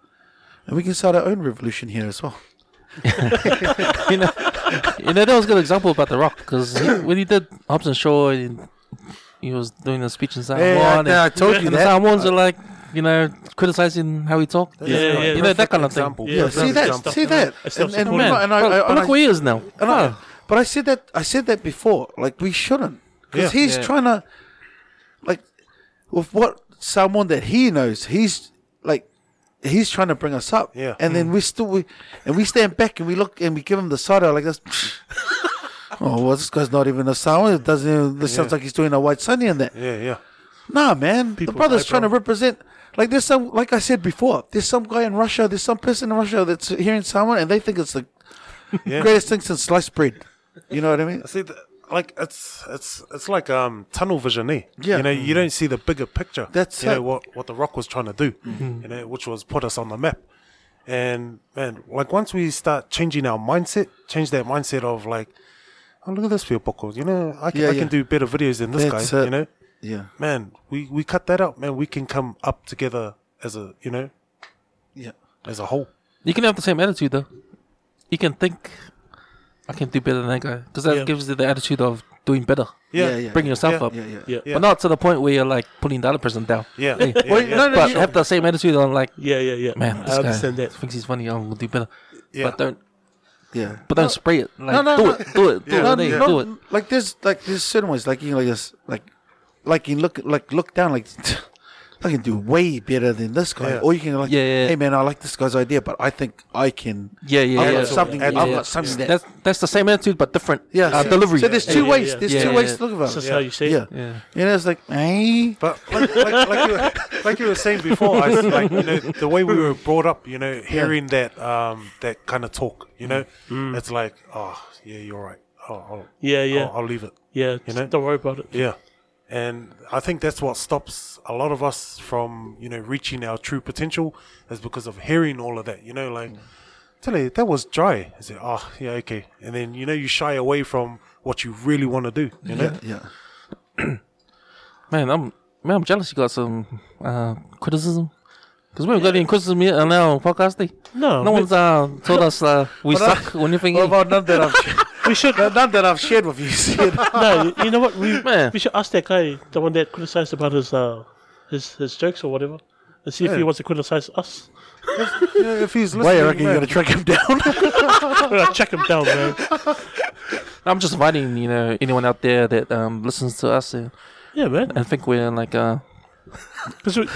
S1: and we can start our own revolution here as well.
S2: *laughs* you know, you know that was a good example about The Rock because when he did Hobbs and Shaw, he, he was doing a speech in Samoa.
S1: Hey, I-
S2: and,
S1: I told you
S2: and the
S1: that.
S2: Samoans are like, you know, criticizing how he talked.
S3: Yeah, yeah, yeah.
S2: you know that kind of
S4: example.
S2: thing.
S1: Yeah,
S3: Yeah,
S1: see that,
S4: example.
S1: see that,
S3: It's
S1: and, and,
S3: self-supporting.
S1: we're not-
S2: Man,
S1: and I,
S2: but
S1: I, and
S2: look
S1: I-
S2: where he is now.
S1: and I-
S2: Oh.
S1: but I said that I said that before. Like we shouldn't, because
S4: Yeah.
S1: he's
S2: Yeah.
S1: trying to, like, with what someone that he knows, he's like, he's trying to bring us up.
S4: Yeah. Mm.
S1: And then we still we, and we stand back and we look and we give him the side eye like
S4: *laughs*
S1: this. oh well, this guy's not even a Samoan. It doesn't. Even, this sounds
S4: Yeah.
S1: like he's doing a white sunny and that.
S4: yeah, yeah.
S1: Nah, man.
S4: People
S1: the brother's
S4: die,
S1: trying
S4: bro.
S1: to represent. Like there's some, like I said before, there's some guy in Russia, there's some person in Russia that's hearing someone and they think it's the
S4: *laughs* Yeah.
S1: greatest thing since sliced bread. You know what I mean?
S4: See, th- like it's it's it's like um tunnel vision, eh?
S1: Yeah. Mm.
S4: You know, you don't see the bigger picture.
S1: That's
S4: you
S1: it. Mm-hmm.
S4: know what what the Rock was trying to do. You know, which was put us on the map. And man, like once we start changing our mindset, change that mindset of like, oh look at this Fiopoko, you know, I can,
S1: Yeah,
S4: I
S1: yeah.
S4: can do better videos than this
S1: That's
S4: guy.
S1: it.
S4: You know,
S1: Yeah,
S4: man, we we cut that out, man. We can come up together as a you know
S1: yeah.
S4: as a whole.
S2: You can have the same attitude though. You can think, I can do better than that guy because that
S3: Yeah.
S2: gives you the attitude of doing better,
S4: Yeah,
S1: Yeah, yeah.
S2: bring yourself
S4: Yeah.
S2: up,
S1: Yeah, yeah.
S3: Yeah.
S4: Yeah.
S2: but not to the point where you're like putting the other person
S1: *laughs*
S2: down.
S4: yeah,
S2: Hey.
S4: yeah,
S1: Well,
S4: yeah.
S1: no, no,
S2: But
S1: you-
S2: have the same attitude on like,
S3: Yeah, yeah, yeah.
S2: man, this
S3: I
S2: guy
S3: understand that.
S2: thinks he's funny. I'm gonna do better,
S4: Yeah.
S2: but don't
S1: yeah.
S2: But don't spray it. Like,
S1: no,
S2: do
S1: no.
S2: it, do it, do
S4: Yeah.
S2: it,
S1: No,
S2: eh,
S1: no,
S2: do it.
S1: Like there's like *laughs* there's certain ways, like you know, like this, like like you look like look down, like I can do way better than this guy.
S4: Yeah.
S1: Or you can like,
S2: Yeah, yeah.
S1: hey man, I like this guy's idea, but I think I can.
S2: Yeah, yeah,
S1: I've
S2: yeah.
S1: got something.
S4: Yeah,
S1: I've
S4: yeah.
S1: got something that.
S2: That's that's the same attitude but different.
S1: yeah,
S2: uh,
S1: so-
S2: delivery.
S1: So there's
S2: Yeah,
S1: two
S2: yeah,
S1: ways.
S3: yeah.
S1: There's
S2: Yeah,
S1: two
S2: yeah.
S1: ways to look about
S3: It's just
S1: it.
S3: how you say
S1: Yeah.
S3: it.
S2: Yeah.
S1: You know, it's like, hey,
S4: But like, *laughs* like, like, you were, like you were saying before, I, s- like you know the way we were brought up, you know, hearing that um that kind of talk, you know, it's like, oh yeah, you're right. Oh, I'll,
S3: Yeah, yeah,
S4: I'll, I'll leave it.
S3: yeah.
S4: you know?
S3: Don't worry about it.
S4: Yeah, and I think that's what stops a lot of us from you know reaching our true potential is because of hearing all of that. You know, like tell you that was dry. I said, oh yeah, okay, and then you know you shy away from what you really want to do. You know,
S1: *laughs* yeah,
S2: Man, I'm man, I'm jealous you got some uh, criticism. Because we haven't got any criticism yet uh, on our podcast. eh?
S3: No,
S2: No
S3: we-
S2: one's uh, told us
S3: *laughs*
S2: uh, we
S1: But I-
S2: suck or anything.
S1: Well,
S2: eh?
S1: about none
S2: *laughs*
S1: that I've
S3: we should.
S1: no, none that I've shared
S4: *laughs*
S1: with you. Sid.
S3: *laughs* no, you- you know what? We
S2: Man.
S3: we should ask that guy, the one that criticized about his uh his his jokes or whatever, and see if he
S4: Yeah.
S3: wants to criticize us.
S4: You know, if he's
S1: Why
S4: listening,
S1: you reckon you're
S4: man,
S1: gonna track him down? *laughs*
S3: I'm gonna check him down, man.
S2: I'm just inviting you know anyone out there that um, listens to us and,
S3: Yeah, man.
S4: *laughs*
S2: and think we're like uh,
S3: Because we,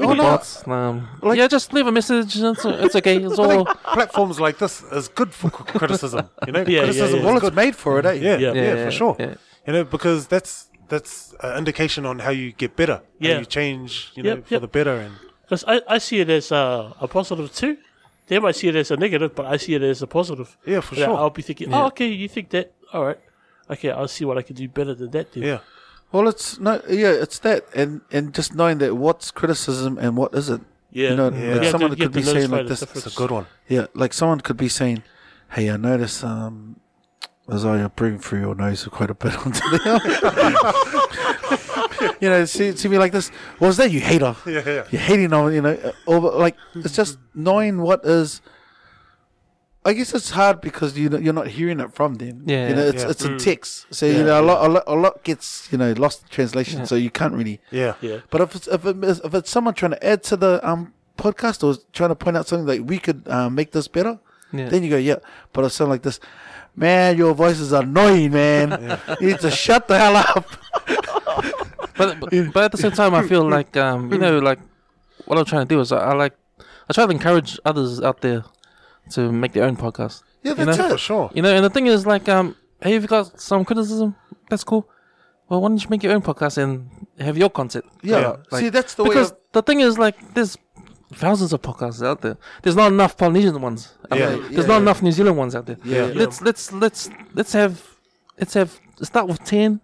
S2: oh, bots. Um, yeah, just leave a message. It's, it's okay. It's all.
S4: *laughs* platforms like this is good for c- criticism.
S2: *laughs*
S4: You know,
S3: Yeah,
S4: criticism
S3: yeah,
S1: well,
S4: is
S1: it's
S4: good.
S1: made for it, eh?
S4: Yeah,
S3: Yeah.
S4: yeah,
S2: Yeah, yeah,
S4: for sure.
S2: yeah.
S4: You know, because that's that's an indication on how you get better. how
S3: Yeah.
S4: you change. You know,
S3: Yep,
S4: for
S3: yep.
S4: the better. And
S3: Because I, I see it as uh, a positive too. They might see it as a negative, but I see it as a positive.
S4: Yeah, for
S3: That
S4: sure.
S3: I'll be thinking, oh, okay, you think that? All right. Okay, I'll see what I can do better than that. Then.
S4: yeah,
S1: Well, it's no, yeah, it's that, and and just knowing that what's criticism and what isn't.
S3: yeah.
S1: You know,
S3: You
S1: like
S3: have
S1: someone
S3: to- you
S1: could
S3: have
S1: be
S3: to notice
S1: saying
S3: by
S1: like
S3: the
S1: this.
S3: difference.
S4: it's a good one.
S1: Yeah, like someone could be saying, "Hey, I notice um, as I breathing through your nose *laughs* quite a bit onto the *laughs* You know, see, see me like this. Was that you hater?
S4: Yeah, yeah.
S1: You're hating on you know, or like it's
S4: *laughs*
S1: just knowing what is. I guess it's hard because you know, you're not hearing it from them.
S2: Yeah,
S1: you know, it's
S4: yeah.
S1: it's a text, so you know a lot, a lot a lot gets you know lost in translation, so you can't really.
S4: Yeah,
S3: Yeah.
S1: But if it's if, it, if it's someone trying to add to the um podcast or trying to point out something that we could uh, make this better,
S2: Yeah.
S1: then you go yeah. But if something like this, man, your voice is annoying, *laughs* man. You need to shut the hell up.
S2: but, but but at the same time, I feel like um, you know, like what I'm trying to do is I, I like I try to encourage others out there to make their own podcast.
S1: *laughs* Yeah,
S2: You
S1: that's
S2: know?
S1: it.
S4: for sure.
S2: You know, and the thing is, like, um, hey, if you got some criticism, that's cool. Well, why don't you make your own podcast and have your content?
S1: Yeah.
S4: Yeah,
S2: like-
S1: See, that's the way.
S2: Because
S1: of-
S2: the thing is, like, there's thousands of podcasts out there. There's not enough Polynesian ones. out
S4: Yeah.
S2: there.
S1: Yeah,
S2: There's not
S1: yeah.
S2: enough New Zealand ones out there.
S1: Yeah.
S2: Let's let's let's let's have let's have start with ten,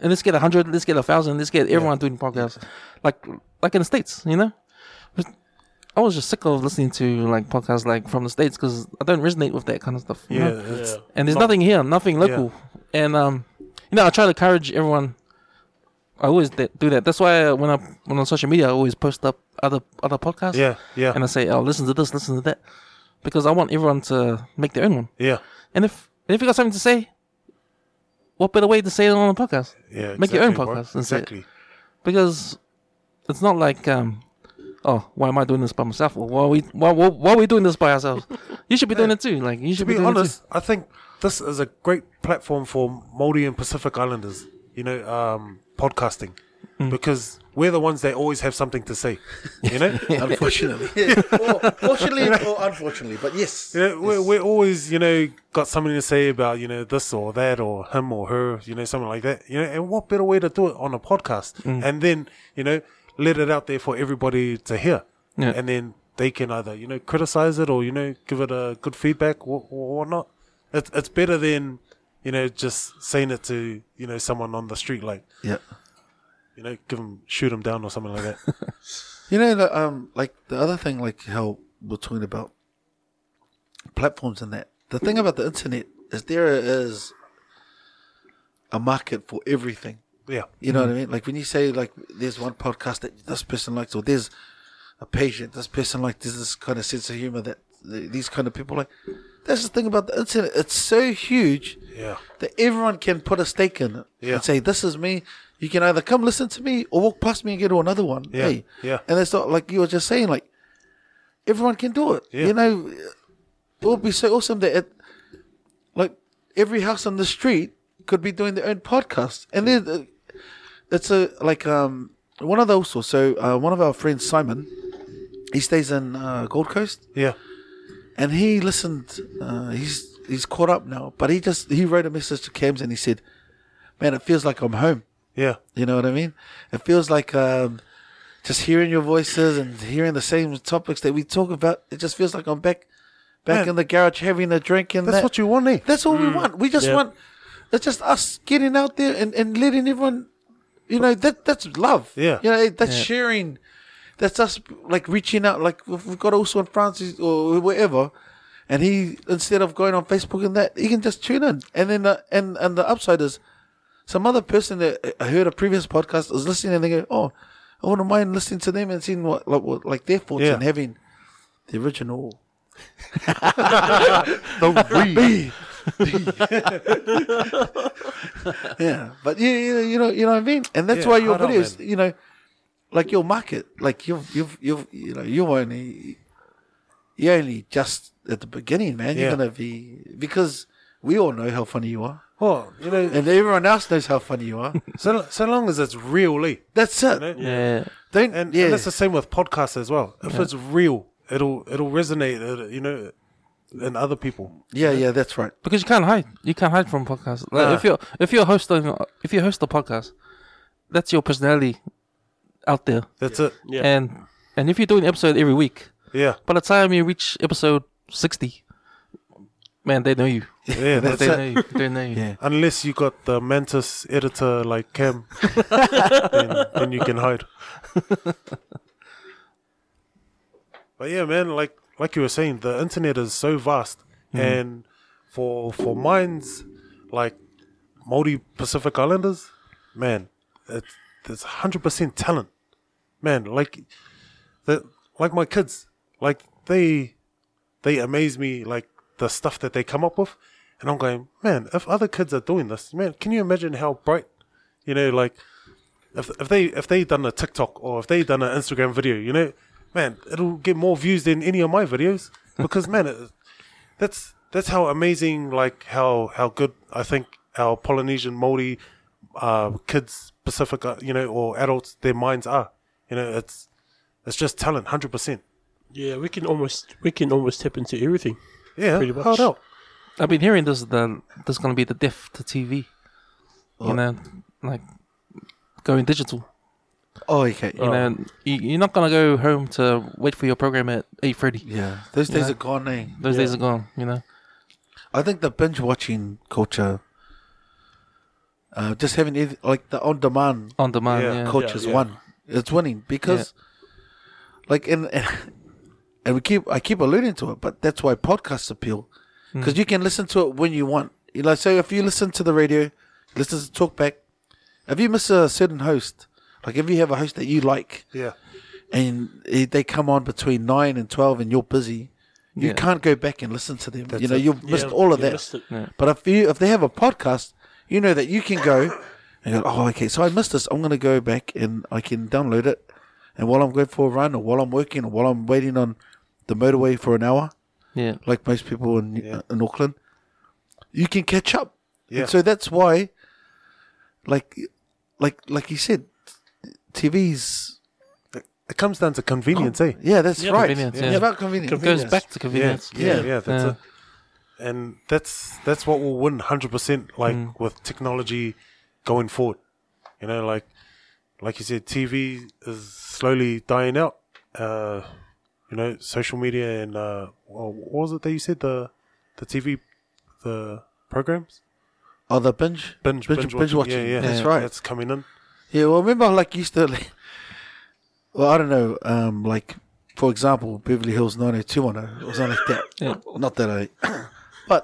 S2: and let's get a hundred. Let's get a thousand. Let's get everyone doing podcasts, like like in the states. You know, But I was just sick of listening to like podcasts like from the states because I don't resonate with that kind of stuff. you
S4: Yeah,
S2: know?
S4: it's-
S2: and there's nothing here, nothing local. And um, you know, I try to encourage everyone. I always th- do that. That's why uh, when I when on social media, I always post up other other podcasts.
S4: yeah, yeah,
S2: And I say, oh, listen to this, listen to that, because I want everyone to make their own one.
S4: yeah,
S2: And if and if you got something to say, what better way to say it on a podcast?
S4: yeah.
S2: Make your own
S4: exactly, bro.
S2: podcast and say it.
S4: Exactly.
S2: Because it's not like um, oh, why am I doing this by myself? Or why are we why why, why are we doing this by
S4: *laughs*
S2: ourselves? you should be doing it too. Like you should
S4: To
S2: be,
S4: be
S2: doing
S4: honest, I think this is a great platform for Maori and Pacific Islanders. You know, um, podcasting
S2: Mm.
S4: because we're the ones that always have something to say. You
S2: *laughs*
S4: know,
S1: *laughs* Unfortunately, or, fortunately or unfortunately, but yes,
S4: Yeah, we're, we're always, you know, got something to say about, you know, this or that or him or her, you know, something like that. You know, and what better way to do it on a podcast
S2: Mm.
S4: and then, you know, let it out there for everybody to hear.
S2: Yeah.
S4: And then they can either, you know, criticize it or, you know, give it a good feedback or, or whatnot. It's, it's better than, you know, just saying it to, you know, someone on the street, like,
S1: yeah.
S4: you know, give them, shoot them down or something like that.
S2: *laughs*
S1: You know, the, um, like the other thing, like how we're talking about platforms and that. The thing about the internet is there is a market for everything.
S4: yeah.
S1: You know what I mean? Like when you say like there's one podcast that this person likes, or there's a patient this person like there's this kind of sense of humor that th- these kind of people like. That's the thing about the internet; it's so huge
S4: Yeah.
S1: that everyone can put a stake in it
S4: Yeah.
S1: and say, "This is me." You can either come listen to me or walk past me and go to another one.
S4: Yeah,
S1: Hey.
S4: yeah.
S1: And it's not like you were just saying, like everyone can do it.
S4: Yeah.
S1: You know, it would be so awesome that it, like every house on the street could be doing their own podcast, and then uh, it's a like um one of those. So uh, one of our friends, Simon, he stays in uh, Gold Coast,
S4: Yeah.
S1: and he listened. Uh, he's he's caught up now, but he just he wrote a message to Cams and he said, "Man, it feels like I'm home."
S4: Yeah.
S1: You know what I mean? It feels like um, just hearing your voices and hearing the same topics that we talk about. It just feels like I'm back, back
S4: Man.
S1: in the garage having a drink and
S4: That's
S1: that.
S4: what you want, eh?
S1: That's all we want. We just
S3: Yeah.
S1: want. It's just us getting out there and, and letting everyone, you know, that that's love.
S4: Yeah.
S1: You know, eh, that's sharing. That's us like reaching out. Like we've we've got also in Francis or wherever. And he, instead of going on Facebook and that, he can just tune in. And then, the, and and the upside is, some other person that I heard a previous podcast is listening and they go, "Oh, I wouldn't mind listening to them and seeing what like, what, like their thoughts
S4: Yeah.
S1: and having the
S4: *laughs*
S1: original." *laughs* yeah, but yeah, you, you know, you know what I mean, and that's
S4: Yeah,
S1: why your
S4: hold on,
S1: videos,
S4: man.
S1: you know, like your market, like you've, you've, you've, you know, you only, you only just at the beginning, man. You're
S4: Yeah.
S1: gonna be because we all know how funny you are,
S4: Well, you know,
S1: and everyone else knows how funny you are.
S4: so, so long as it's real, eh?
S1: That's it.
S4: know?
S2: Yeah.
S1: Don't
S4: And,
S1: yeah.
S4: and that's the same with podcasts as well. If it's real, it'll it'll resonate, uh, you know, in other people.
S1: yeah, yeah, that's right.
S2: Because you can't hide. You can't hide from podcasts. Like
S4: Nah.
S2: if you're if you're hosting if you host a podcast, that's your personality out there.
S4: That's it.
S3: Yeah.
S2: And and if you do an episode every week,
S4: Yeah,
S2: by the time you reach episode sixty, man, they know you.
S4: yeah. that's
S2: they
S4: it.
S2: know you. They know you.
S1: Yeah.
S4: Unless you got the Mantis editor like Cam, then, then you can hide. *laughs* but yeah, man, like like you were saying, the internet is so vast, and for for minds like multi Pacific Islanders, man, it's there's hundred percent talent, man. Like the like my kids, like they they amaze me like the stuff that they come up with and i'm going man if other kids are doing this man can you imagine how bright you know like if, if they if they done a tiktok or if they done an instagram video you know man it'll get more views than any of my
S3: *laughs*
S4: videos because man it, that's that's how amazing like how how good i think our polynesian maori uh kids pacific uh, you know or adults their minds are you know it's it's just talent 100%
S3: Yeah, we can almost we can almost tap into everything.
S4: yeah
S3: Pretty much.
S4: hard out
S2: I've been hearing this the there's gonna be the death to TV. You know, like going digital.
S1: Oh, okay.
S2: You know, you, you're not gonna go home to wait for your program at eight thirty.
S1: Yeah, those days are gone. Eh?
S2: Those days are gone. You know.
S1: I think the binge watching culture, uh, just having eith- like the on demand
S2: on demand.
S4: Yeah.
S2: Yeah,
S1: culture is
S3: yeah.
S1: one. It's winning because, like, and, and *laughs* and we keep I keep alluding to it, but that's why podcasts appeal because you can listen to it when you want. You know, so if you listen to the radio, listen to talkback. If you miss a certain host, like if you have a host that you like,
S4: yeah
S1: and it- they come on between nine and twelve, and you're busy, you
S2: Yeah.
S1: can't go back and listen to them. you know,
S4: it.
S1: you've missed
S3: Yeah,
S1: all of
S3: you
S1: that.
S3: missed it.
S1: But if you if they have a podcast, you know that you can
S3: *coughs*
S1: go and go. Oh, okay. So I missed this. I'm going to go back and I can download it. And while I'm going for a run, or while I'm working, or while I'm waiting on the motorway for an hour,
S2: yeah,
S1: like most people in in Auckland, you can catch up.
S4: Yeah.
S1: And so that's why, like, like, like you said, TV's
S4: It comes down to convenience, eh?
S1: yeah, that's
S3: Yeah,
S1: right.
S2: convenience,
S1: It's
S2: yeah.
S1: about convenience.
S2: It goes back to convenience.
S1: Yeah.
S4: yeah, that's it. And that's that's what will win hundred percent, like
S2: Mm.
S4: with technology going forward. You know, like like you said, TV is slowly dying out. Uh, you know, social media and uh, wha- what was it that you said the the TV the programs
S1: Oh, the binge,
S4: binge
S1: binge, binge watching.
S4: Yeah, yeah,
S1: That's right.
S4: That's coming in.
S1: Yeah, well, remember, like, used to, like, well, I don't know, um, like, for example, Beverly Hills 90210 or something like that. Not that I, *coughs* but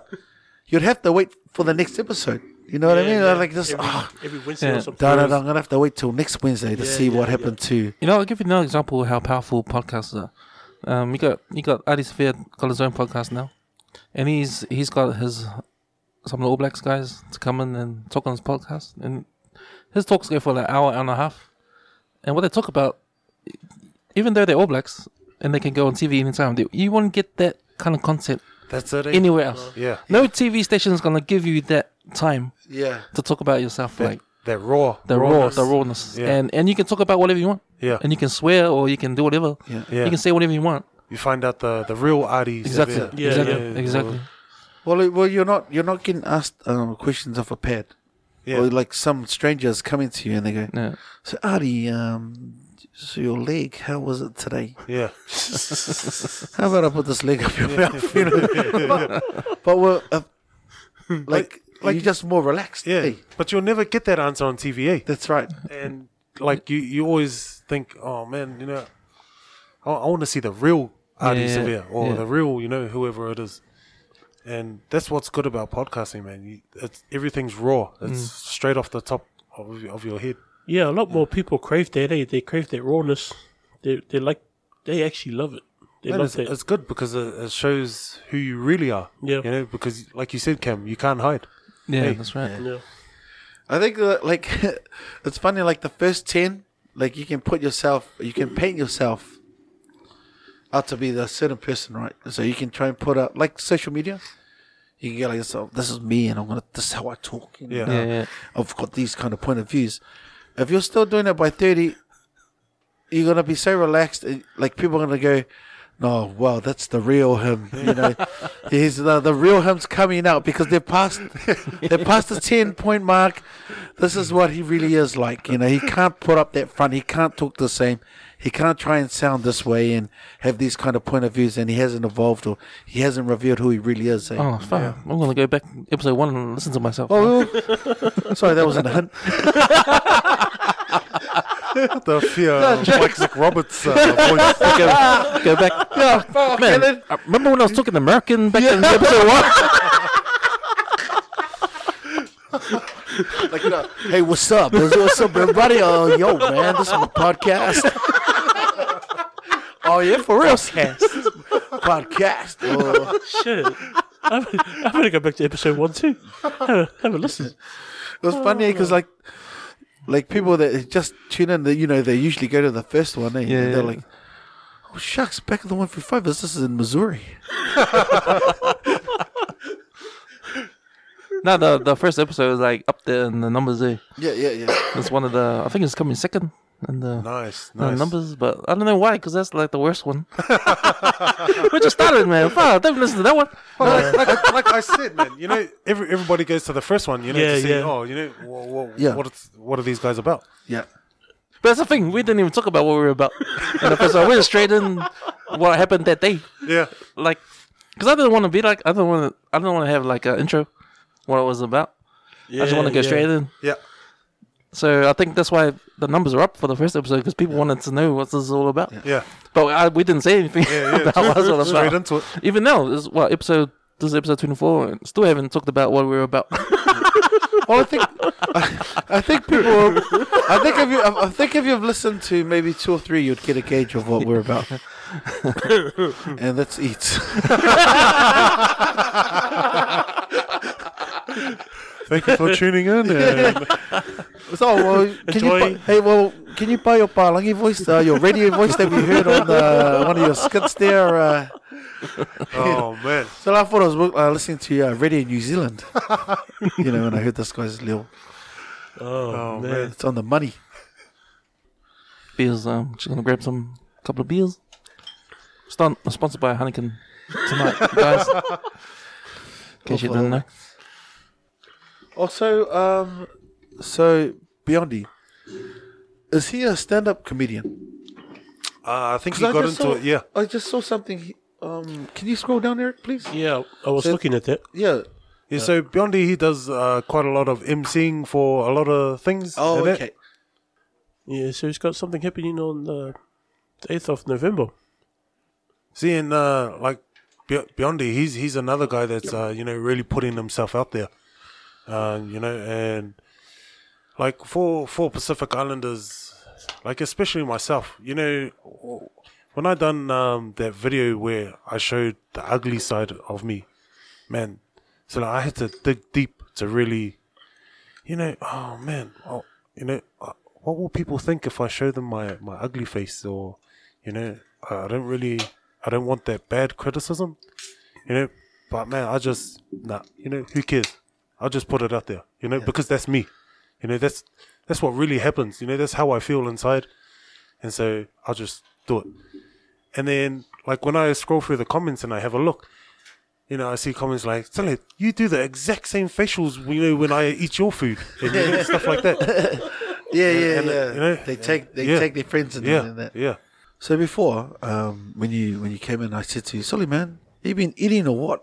S1: you'd have to wait for the next episode. You know what I mean? Like, just,
S3: every,
S1: ah,
S3: every Wednesday
S2: Yeah.
S3: or something.
S1: da, da, da, I'm going to have to wait till next Wednesday to
S3: Yeah,
S1: see
S3: yeah,
S1: what
S3: yeah.
S1: happened to.
S2: You know, I'll give you another example of how powerful podcasts are. Um, you got you got Adi Sphere got his own podcast now, and he's he's got his some of the All Blacks guys to come in and talk on his podcast, and his talks go for like an hour, hour and a half, and what they talk about, even though they're All Blacks and they can go on TV anytime, they, you won't get that kind of content
S4: That's it. eh?
S2: anywhere else.
S4: Yeah.
S2: No TV station is gonna give you that time
S1: Yeah.
S2: to talk about yourself. Like
S4: that raw,
S2: the raw,
S4: rawness.
S2: the rawness,
S4: Yeah.
S2: and and you can talk about whatever you want,
S4: Yeah,
S2: and you can swear or you can do whatever,
S1: Yeah.
S4: Yeah.
S2: you can say whatever you want.
S4: you find out the the real arties.
S2: Exactly,
S3: Yeah,
S2: exactly,
S4: yeah, yeah.
S2: exactly.
S1: Well, it- well, you're not you're not getting asked um, questions off a pad.
S4: Yeah.
S1: Or like some strangers coming to you and they go,
S2: Yeah.
S1: "So Ari, um, so your leg, how was it *laughs* today?
S4: yeah, *laughs*
S1: How about I put this leg up your mouth?" *laughs* You know? but, but we're *laughs* uh, like, like you're just more relaxed.
S4: yeah.
S1: eh?
S4: But you'll never get that answer on TVA.
S1: that's right.
S4: and like you, you always think, oh man, you know, I, I want to see the real Adi
S2: Yeah,
S4: Sevilla or
S2: yeah.
S4: the real, you know, whoever it is. And that's what's good about podcasting, man. You, it's everything's raw. It's straight off the top of, of your head.
S3: Yeah, a lot more people crave that. Eh? They crave that rawness. They they like they actually love it. They
S4: And
S3: love
S4: it's,
S3: that.
S4: it's good because it, it shows who you really are.
S3: Yeah.
S4: You know, because like you said, Cam, you can't hide.
S2: Yeah,
S4: Hey.
S2: that's right.
S3: yeah.
S1: I think that, like *laughs* it's funny. Like the first ten, like you can put yourself, you can paint yourself out to be the certain person, right? So you can try and put up like social media. You can get like yourself. This is me, and I'm gonna. This is how I talk. and,
S4: Yeah.
S1: uh,
S2: Yeah, yeah.
S1: I've got these kind of point of views. If you're still doing it by thirty, you're gonna be so relaxed. and, Like people are gonna go, "No, wow, that's the real him." You know, he's the, the real him's coming out because they're past they're past the ten point mark. This is what he really is like. You know, he can't put up that front. He can't talk the same. He can't try and sound this way and have these kind of point of views. And he hasn't evolved or he hasn't revealed who he really is. eh?
S2: Oh fuck! I'm gonna go back to episode one and listen to myself.
S1: Oh, sorry, that wasn't a
S2: *laughs*
S1: hint.
S4: The fear of Mike Roberts uh, voice.
S2: go, go
S1: *laughs*
S2: back. Yeah, *laughs* man. I remember when I was talking American back in episode one?
S1: Like, you know, hey, what's up? What's, what's up, everybody? Oh, yo, man, this is my podcast. oh, yeah, for real. Podcast. podcast. Oh.
S3: *laughs* Shit. I'm, I'm gonna go back to episode one too. Have a, have a listen.
S1: It was funny because, like, like people that just tune in, they, you know, they usually go to the first one. Eh?
S2: Yeah,
S1: And they're
S2: yeah.
S1: like, oh, shucks, back at the 135. This, this is in Missouri.
S2: no, the the first episode was like up there in the numbers there.
S1: Yeah, yeah, yeah.
S2: It's one of the. I think it's coming second in the,
S4: Nice,
S2: in the
S4: nice.
S2: numbers, but I don't know why, because that's like the worst
S4: *laughs*
S2: one. we just started, man. Fuck, don't listen to that one.
S4: Well, like, like, like I said, man, you know, every, everybody goes to the first one, you know,
S3: Yeah,
S4: to see,
S3: yeah.
S4: oh, you know, wha wha
S1: Yeah.
S4: what, it's, what are these guys about?
S1: Yeah.
S2: But that's the thing. We didn't even talk about what we were about in the first one. We were straight in what happened that day.
S4: Yeah.
S2: like because I didn't want to be like I don't want to I don't want to have like an intro what it was about. I just want to go
S3: yeah.
S2: straight in.
S4: Yeah.
S2: So I think that's why the numbers are up for the first episode because people wanted to know what this is all about.
S4: Yeah.
S2: But I, we didn't say *laughs* anything
S4: Yeah.
S2: about what it's all
S4: Straight
S2: about.
S4: into it.
S2: Even now, this is what episode this is episode twenty four and still haven't talked about what we were
S4: *laughs*
S2: about.
S1: Well, I think I, I think people. I think if you, I I think if you've listened to maybe two or three, you'd get a gauge of what we're about. and that's it.
S4: Thank you for tuning in. And
S1: *laughs* So, well, can you buy,
S3: Enjoy.
S1: hey, well, can you buy your Palangi voice, uh, your radio voice that we heard on the, one of your skits there? Uh,
S4: oh man,
S1: so I thought I was uh, listening to uh, Radio New Zealand. you know, when I heard this guy's little,
S3: Oh,
S4: oh
S3: man.
S4: man,
S1: it's on the money.
S2: beers. Um, just gonna grab some couple of beers. Stunt sponsored by Heineken tonight, *laughs* guys. In case you didn't know.
S1: Also, um, so Beyondi, is he a stand-up comedian?
S4: uh, I think he
S1: Because I
S4: got into
S1: just saw-
S4: it. Yeah,
S1: I just saw something. he- Um, can you scroll down, Eric, please?
S3: Yeah, I was
S1: So-
S3: looking at that.
S1: Yeah.
S4: yeah. So Biondi, he does uh, quite a lot of emceeing for a lot of things.
S1: Oh,
S4: and that.
S1: okay.
S3: Yeah, so he's got something happening on the eighth of November.
S4: Seeing uh, like Bio- Biondi, he's he's another guy that's uh, you know really putting himself out there. Uh, you know, and like for for Pacific Islanders, like especially myself, you know, when I done um, that video where I showed the ugly side of me, man, so like, I had to dig deep to really, you know, oh man, oh, you know, uh, what will people think if I show them my my ugly face or, you know, I I don't really, I don't want that bad criticism, you know, but man, I just nah, you know, who cares? I'll just put it out there, you know, because that's me, You know, that's that's what really happens. You know, that's how I feel inside, and so I'll just do it. And then, like when I scroll through the comments and I have a look, you know, I see comments like, "Tele, you do the exact same facials, you know, when I eat your food and you know, stuff like that."
S1: Yeah, yeah,
S4: and, uh,
S1: yeah.
S4: you know,
S1: they take they
S4: yeah.
S1: take their friends and,
S4: Yeah,
S1: and that.
S4: yeah.
S1: So before, um, when you when you came in, I said to you, "Solly, man, you been eating or what?"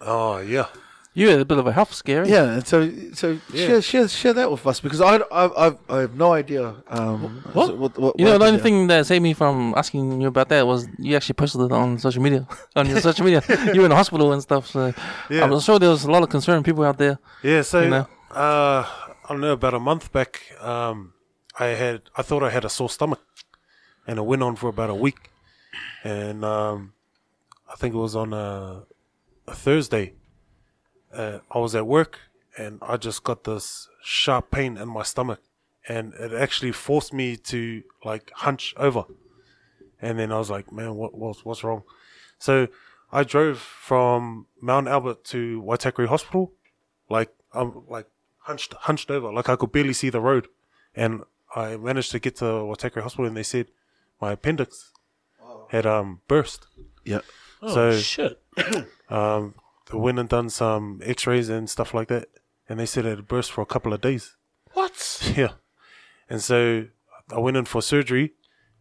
S4: Oh yeah.
S2: You had a bit of a health scare. eh?
S1: Yeah, and so so share, share share that with us because I I I've, I have no idea. Um,
S2: What?
S1: what,
S2: You know,
S1: what
S2: the only
S1: did
S2: thing that saved me from asking you about that was you actually posted it on social media. *laughs* on your social media, you were in the hospital and stuff. So
S4: Yeah.
S2: I'm sure there was a lot of concerned people out there.
S4: Yeah, so
S2: You know?
S4: uh, I don't know. About a month back, um, I had I thought I had a sore stomach, and it went on for about a week, and um, I think it was on a, a Thursday. Uh, I was at work, and I just got this sharp pain in my stomach, and it actually forced me to like hunch over, and then I was like, man, what what's what's wrong? So I drove from Mount Albert to Waitakere Hospital like I'm like hunched hunched over, like I could barely see the road, and I managed to get to Waitakere Hospital, and they said my appendix had um burst.
S1: Yeah.
S3: Oh,
S4: So-
S3: shit.
S4: Um, they went and done some X-rays and stuff like that, and they said it had burst for a couple of days.
S3: What?
S4: *laughs* Yeah, and so I went in for surgery,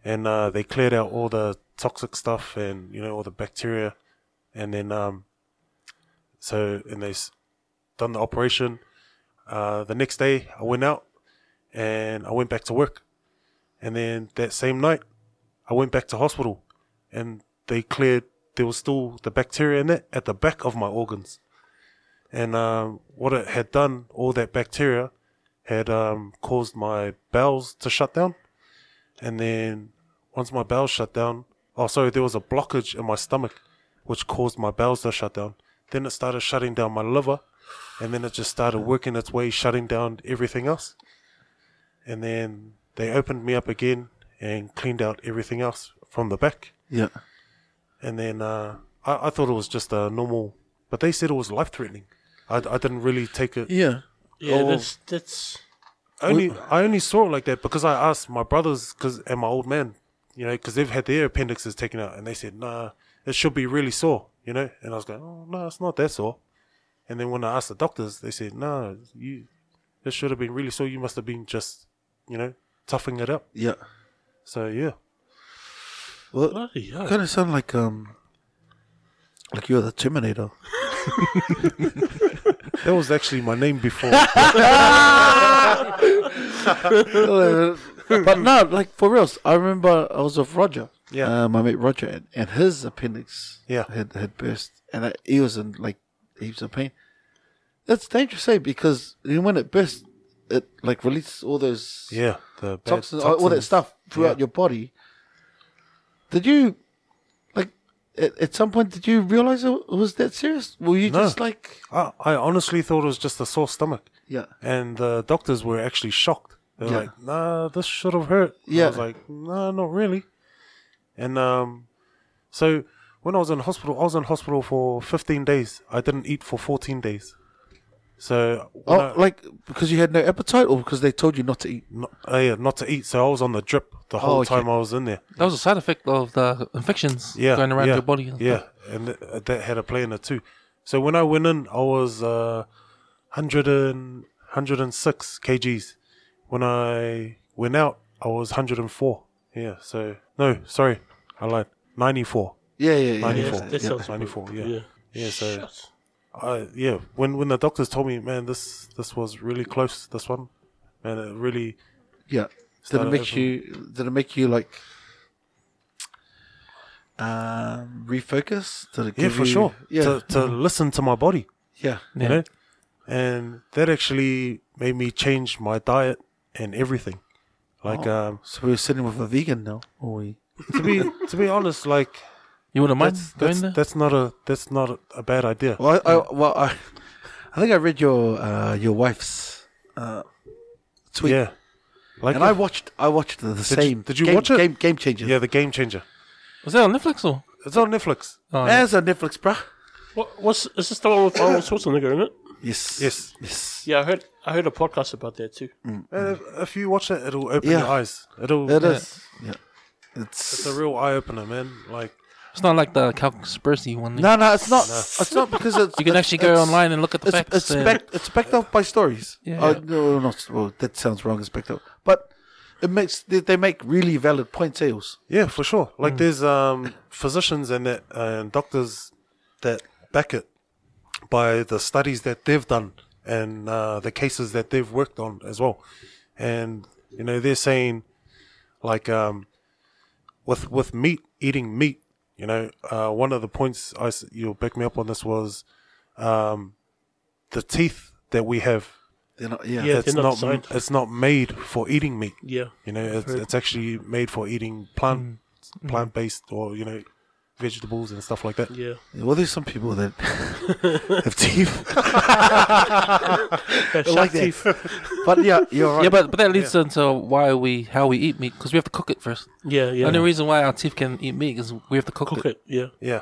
S4: and uh, they cleared out all the toxic stuff and you know all the bacteria, and then um, so and they s- done the operation. Uh, the next day I went out, and I went back to work, and then that same night I went back to hospital, and they cleared. There was still the bacteria in it at the back of my organs, and um, what it had done, all that bacteria had um, caused my bowels to shut down. And then once my bowels shut down, oh, sorry, there was a blockage in my stomach, which caused my bowels to shut down. Then it started shutting down my liver, and then it just started working its way, shutting down everything else. And then they opened me up again and cleaned out everything else from the back.
S1: Yeah.
S4: And then uh, I, I thought it was just a normal, but they said it was life threatening. I, I didn't really take it
S1: Yeah.
S3: Yeah,
S4: Oh.
S3: that's that's.
S4: only I only saw it like that because I asked my brothers cause, and my old man, you know, because they've had their appendixes taken out, and they said, "Nah, it should be really sore," you know. And I was going, "Oh no, it's not that sore." And then when I asked the doctors, they said, "No, you, it should have been really sore. You must have been just, you know, toughing it up."
S1: Yeah.
S4: So yeah,
S1: Well,
S3: Bloody hell.
S1: kind of sound like um, like you're the Terminator.
S4: that was actually my name
S1: *laughs*
S4: before.
S1: but no, like for reals, I remember I was with Roger.
S4: Yeah.
S1: Um, I met Roger and, and his appendix
S4: Yeah.
S1: had, had burst and I, he was in like heaps of pain. That's dangerous, eh? Because you know, when it bursts, it like releases all those
S4: yeah, the bad
S1: toxins, all- all that
S4: toxins.
S1: stuff throughout
S4: Yeah.
S1: your body. Did you, like, at, at some point, did you realize it was that serious? Were you
S4: No.
S1: just like,
S4: I, I honestly thought it was just a sore stomach.
S1: yeah,
S4: and the doctors were actually shocked. They were
S1: Yeah.
S4: like, "Nah, this should have hurt." And
S1: Yeah.
S4: I was like, "Nah, not really." And um, so when I was in hospital, I was in hospital for 15 days. I didn't eat for 14 days. So
S1: oh,
S4: when I-
S1: like because you had no appetite or because they told you not to eat?
S4: not, uh, yeah, not to eat. So I was on the drip the whole
S1: Oh, okay.
S4: time I was in there.
S2: That was a side effect of the infections
S4: yeah,
S2: going around
S4: yeah,
S2: your body.
S4: Yeah, and th- that had a play in it too. So when I went in, I was uh, 100 and, 106 kgs. When I went out, I was 104. Yeah, so no, sorry, I lied. 94.
S1: Yeah, yeah, yeah.
S3: Yeah,
S4: 94.
S3: that that sounds
S4: 94, yeah.
S3: Yeah.
S4: Yeah, so
S3: Shit.
S4: I yeah, when when the doctors told me, man, this this was really close, this one, man, it really
S1: Yeah. Did it
S4: Started
S1: make
S4: over.
S1: you? Did it make you like um, refocus? Did it
S4: yeah Mm-hmm.
S1: give
S4: for
S1: you-
S4: sure
S1: Yeah,
S4: to to listen to my body.
S1: yeah,
S2: Yeah.
S4: you know and that actually made me change my diet and everything like
S2: Oh.
S4: um
S1: So we're sitting with a vegan now, or we?
S4: to be to be honest like
S2: You wouldn't mind
S4: that's
S2: going
S4: that's,
S2: there?
S4: that's not a that's not a, a bad idea
S1: Well, I, I, well, I, I think I read your uh, your wife's uh, tweet,
S4: yeah like
S1: and I
S4: if-
S1: watched I watched the, the
S4: you-
S1: same.
S4: did you
S1: game,
S4: watch it?
S1: Game Game Changer.
S4: yeah the game changer
S2: Was that on Netflix or?
S4: it's on netflix
S2: Oh,
S1: There's on Netflix, bruh.
S3: What, what's is this the one with Arnold Schwarzenegger in it?
S1: Yes.
S4: Yes.
S1: Yes.
S3: Yeah, I heard I heard a podcast about that too.
S4: And if, Uh, if you watch it, it'll open
S1: Yeah.
S4: your eyes. It'll.
S1: It
S2: Yeah.
S1: is. yeah. It's,
S4: It's a real eye opener, man. Like
S2: It's not like the conspiracy one.
S1: no, no, it's not. It's not because it's.
S2: *laughs* you can
S1: it's-
S2: actually go
S1: it's-
S2: online and look at the
S1: It's,
S2: facts.
S1: it's,
S2: uh,
S1: back, it's backed up by stories.
S2: Yeah.
S1: Oh, no, no, well, that sounds wrong. It's backed up, but it makes they, they make really valid points. Eels.
S4: Yeah, for sure.
S3: Mm.
S4: Like there's um, physicians and that and doctors that back it by the studies that they've done and uh, the cases that they've worked on as well. And you know they're saying like um, with with meat eating meat. You know uh, one of the points I s- you'll back me up on this was um, the teeth that we have.
S1: They're not. Yeah.
S3: Yeah.
S4: it's
S3: they're not
S4: not,
S3: designed.
S4: it's not made for eating meat.
S3: Yeah.
S4: You know, it's, it's actually made for eating plant plant based or you know vegetables and stuff like that. *laughs*
S3: Yeah.
S1: Well, there's some people that have teeth,
S3: Shark
S1: like that.
S3: teeth.
S4: *laughs*
S1: but yeah, you're right.
S2: *laughs* Yeah, but but that leads into why we how we eat meat because we have to cook it first.
S3: Yeah,
S2: The
S3: yeah.
S2: only reason why our teeth can eat meat is we have to cook,
S3: Cook
S2: it,
S3: it, yeah.
S4: Yeah.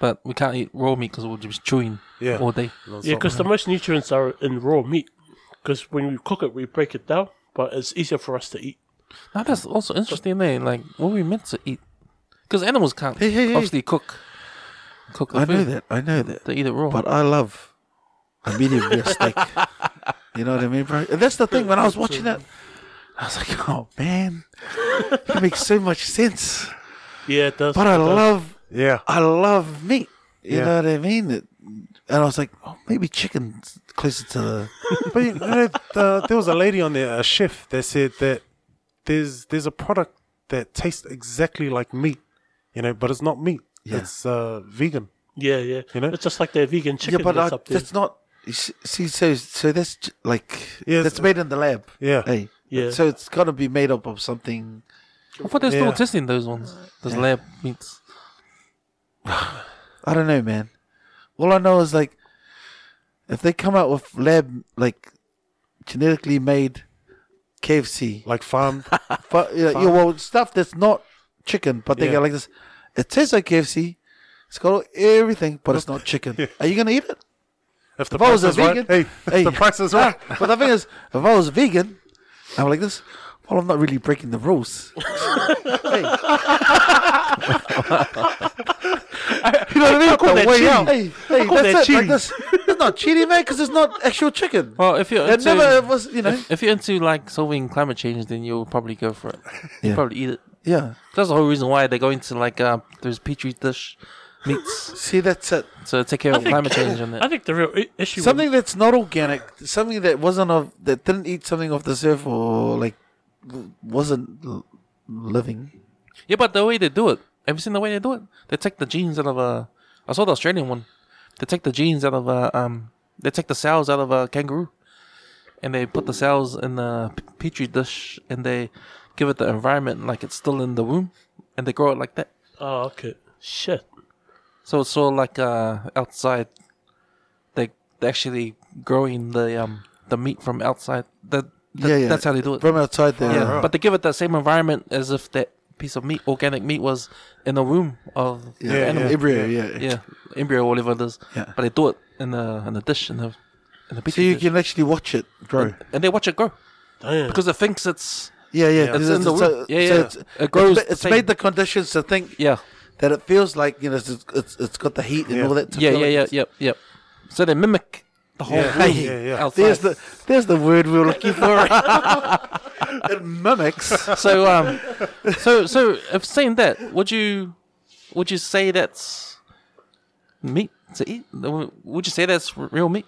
S2: but we can't eat raw meat because we'll just be chewing
S4: Yeah.
S2: all day.
S3: Yeah, because the most nutrients are in raw meat. Because when we cook it, we break it down, but it's easier for us to eat.
S2: Now that's also interesting, there. Like what we meant to eat, because animals can't
S1: Hey, hey, hey.
S2: obviously cook cook the
S1: I
S2: food.
S1: know that. I know that.
S2: They eat it raw.
S1: But uh, I love a medium
S2: *laughs*
S1: rare steak. You know what I mean, bro? And that's the thing. When I was watching it, I was like, "Oh man, it makes so much sense."
S3: Yeah, it does.
S1: But I
S3: it does.
S1: love,
S4: Yeah.
S1: I love meat. You
S4: Yeah.
S1: know what I mean? It- and I was like, "Oh, maybe chicken's closer to the."
S4: But you know, the, there was a lady on there, a chef, that said that there's there's a product that tastes exactly like meat, you know, but it's not meat.
S1: Yeah.
S4: It's uh, vegan.
S3: Yeah, yeah.
S4: You know?
S3: It's just like their vegan
S1: yeah,
S3: chicken
S1: but
S3: that's
S1: I,
S3: up there.
S1: that's not. you s- See, so so that's j- like
S4: Yeah,
S1: that's
S4: it's-
S1: made in the lab.
S4: Yeah.
S1: Hey.
S3: Yeah.
S1: So it's got to be made up of something.
S2: I thought they're still
S4: Yeah.
S2: testing those ones, those lab meats.
S1: I don't know, man. All I know is like, if they come out with lab like genetically made KFC,
S4: Like
S1: *laughs*
S4: farm
S1: but yeah, yeah, well, stuff that's not chicken, but they
S4: Yeah.
S1: got like this. It tastes like KFC. It's got everything, but it's not chicken. Are you gonna eat it?
S4: if the
S1: If I was
S4: price
S1: a
S4: is right.
S1: vegan,
S4: Hey, if the price is right.
S1: *laughs* Nah, but the thing is, if I was vegan, I'm like this. Well, I'm not really breaking the rules. *laughs* hey. you know what I mean?
S3: call that cheating.
S1: Hey, hey,
S3: call that
S1: that's it. Like
S3: cheating.
S1: this. It's not cheating, man, because it's not actual chicken.
S2: Well, if you're
S1: it
S2: into,
S1: never was, you know.
S2: if, if you're into like solving climate change, then you'll probably
S1: *laughs*
S2: go for it. You
S1: Yeah.
S2: will probably eat it.
S1: Yeah.
S2: That's the whole reason why they go into like uh, those petri dish meats
S1: See, that's it.
S2: to take care
S3: I
S2: of
S3: think-
S2: climate change
S3: *laughs*
S2: and that.
S3: I think the real i- issue with-
S1: Something that's not organic, something that wasn't of, that didn't eat something off the surf or like w- wasn't l- living.
S2: Yeah, but the way they do it, have you seen the way they do it? They take the genes out of a. I saw the Australian one. They take the genes out of a. Um, they take the cells out of a kangaroo, and they put the cells in a p- petri dish, and they give it the environment like it's still in the womb, and they grow it like that.
S3: Oh, okay. Shit.
S2: So it's sort of like uh, outside. They they actually growing the um the meat from outside. That, that
S1: yeah, yeah.
S2: that's how they do it.
S1: From outside there.
S2: Yeah, but they give it that same environment as if that piece of meat, organic meat, was in the womb of
S1: Yeah,
S2: the
S1: yeah,
S2: animal.
S1: embryo, yeah.
S2: Yeah, embryo or whatever it is.
S1: Yeah.
S2: But they do it in the in the dish in the in the
S1: So
S2: petri
S1: you
S2: dish.
S1: can actually watch it grow.
S2: and they watch it grow
S3: Damn.
S2: because it thinks it's
S1: Yeah, yeah, 'cause
S2: It's in the wood. Yeah, yeah.
S1: it's,
S2: It grows
S1: It's,
S2: the
S1: it's
S2: same.
S1: made the conditions to think
S2: yeah
S1: that it feels like you know it's it's, it's got the heat and
S4: Yeah.
S1: all that. To
S2: yeah
S1: feel
S2: yeah
S1: like
S2: yeah
S1: it's-
S2: yep yep. So they mimic the whole
S4: Yeah.
S2: room
S4: Yeah, yeah.
S2: outside.
S1: There's the there's the word we were looking for.
S2: *laughs*
S1: it mimics.
S2: so um so so if saying that would you would you say that's meat to eat would you say that's r- real meat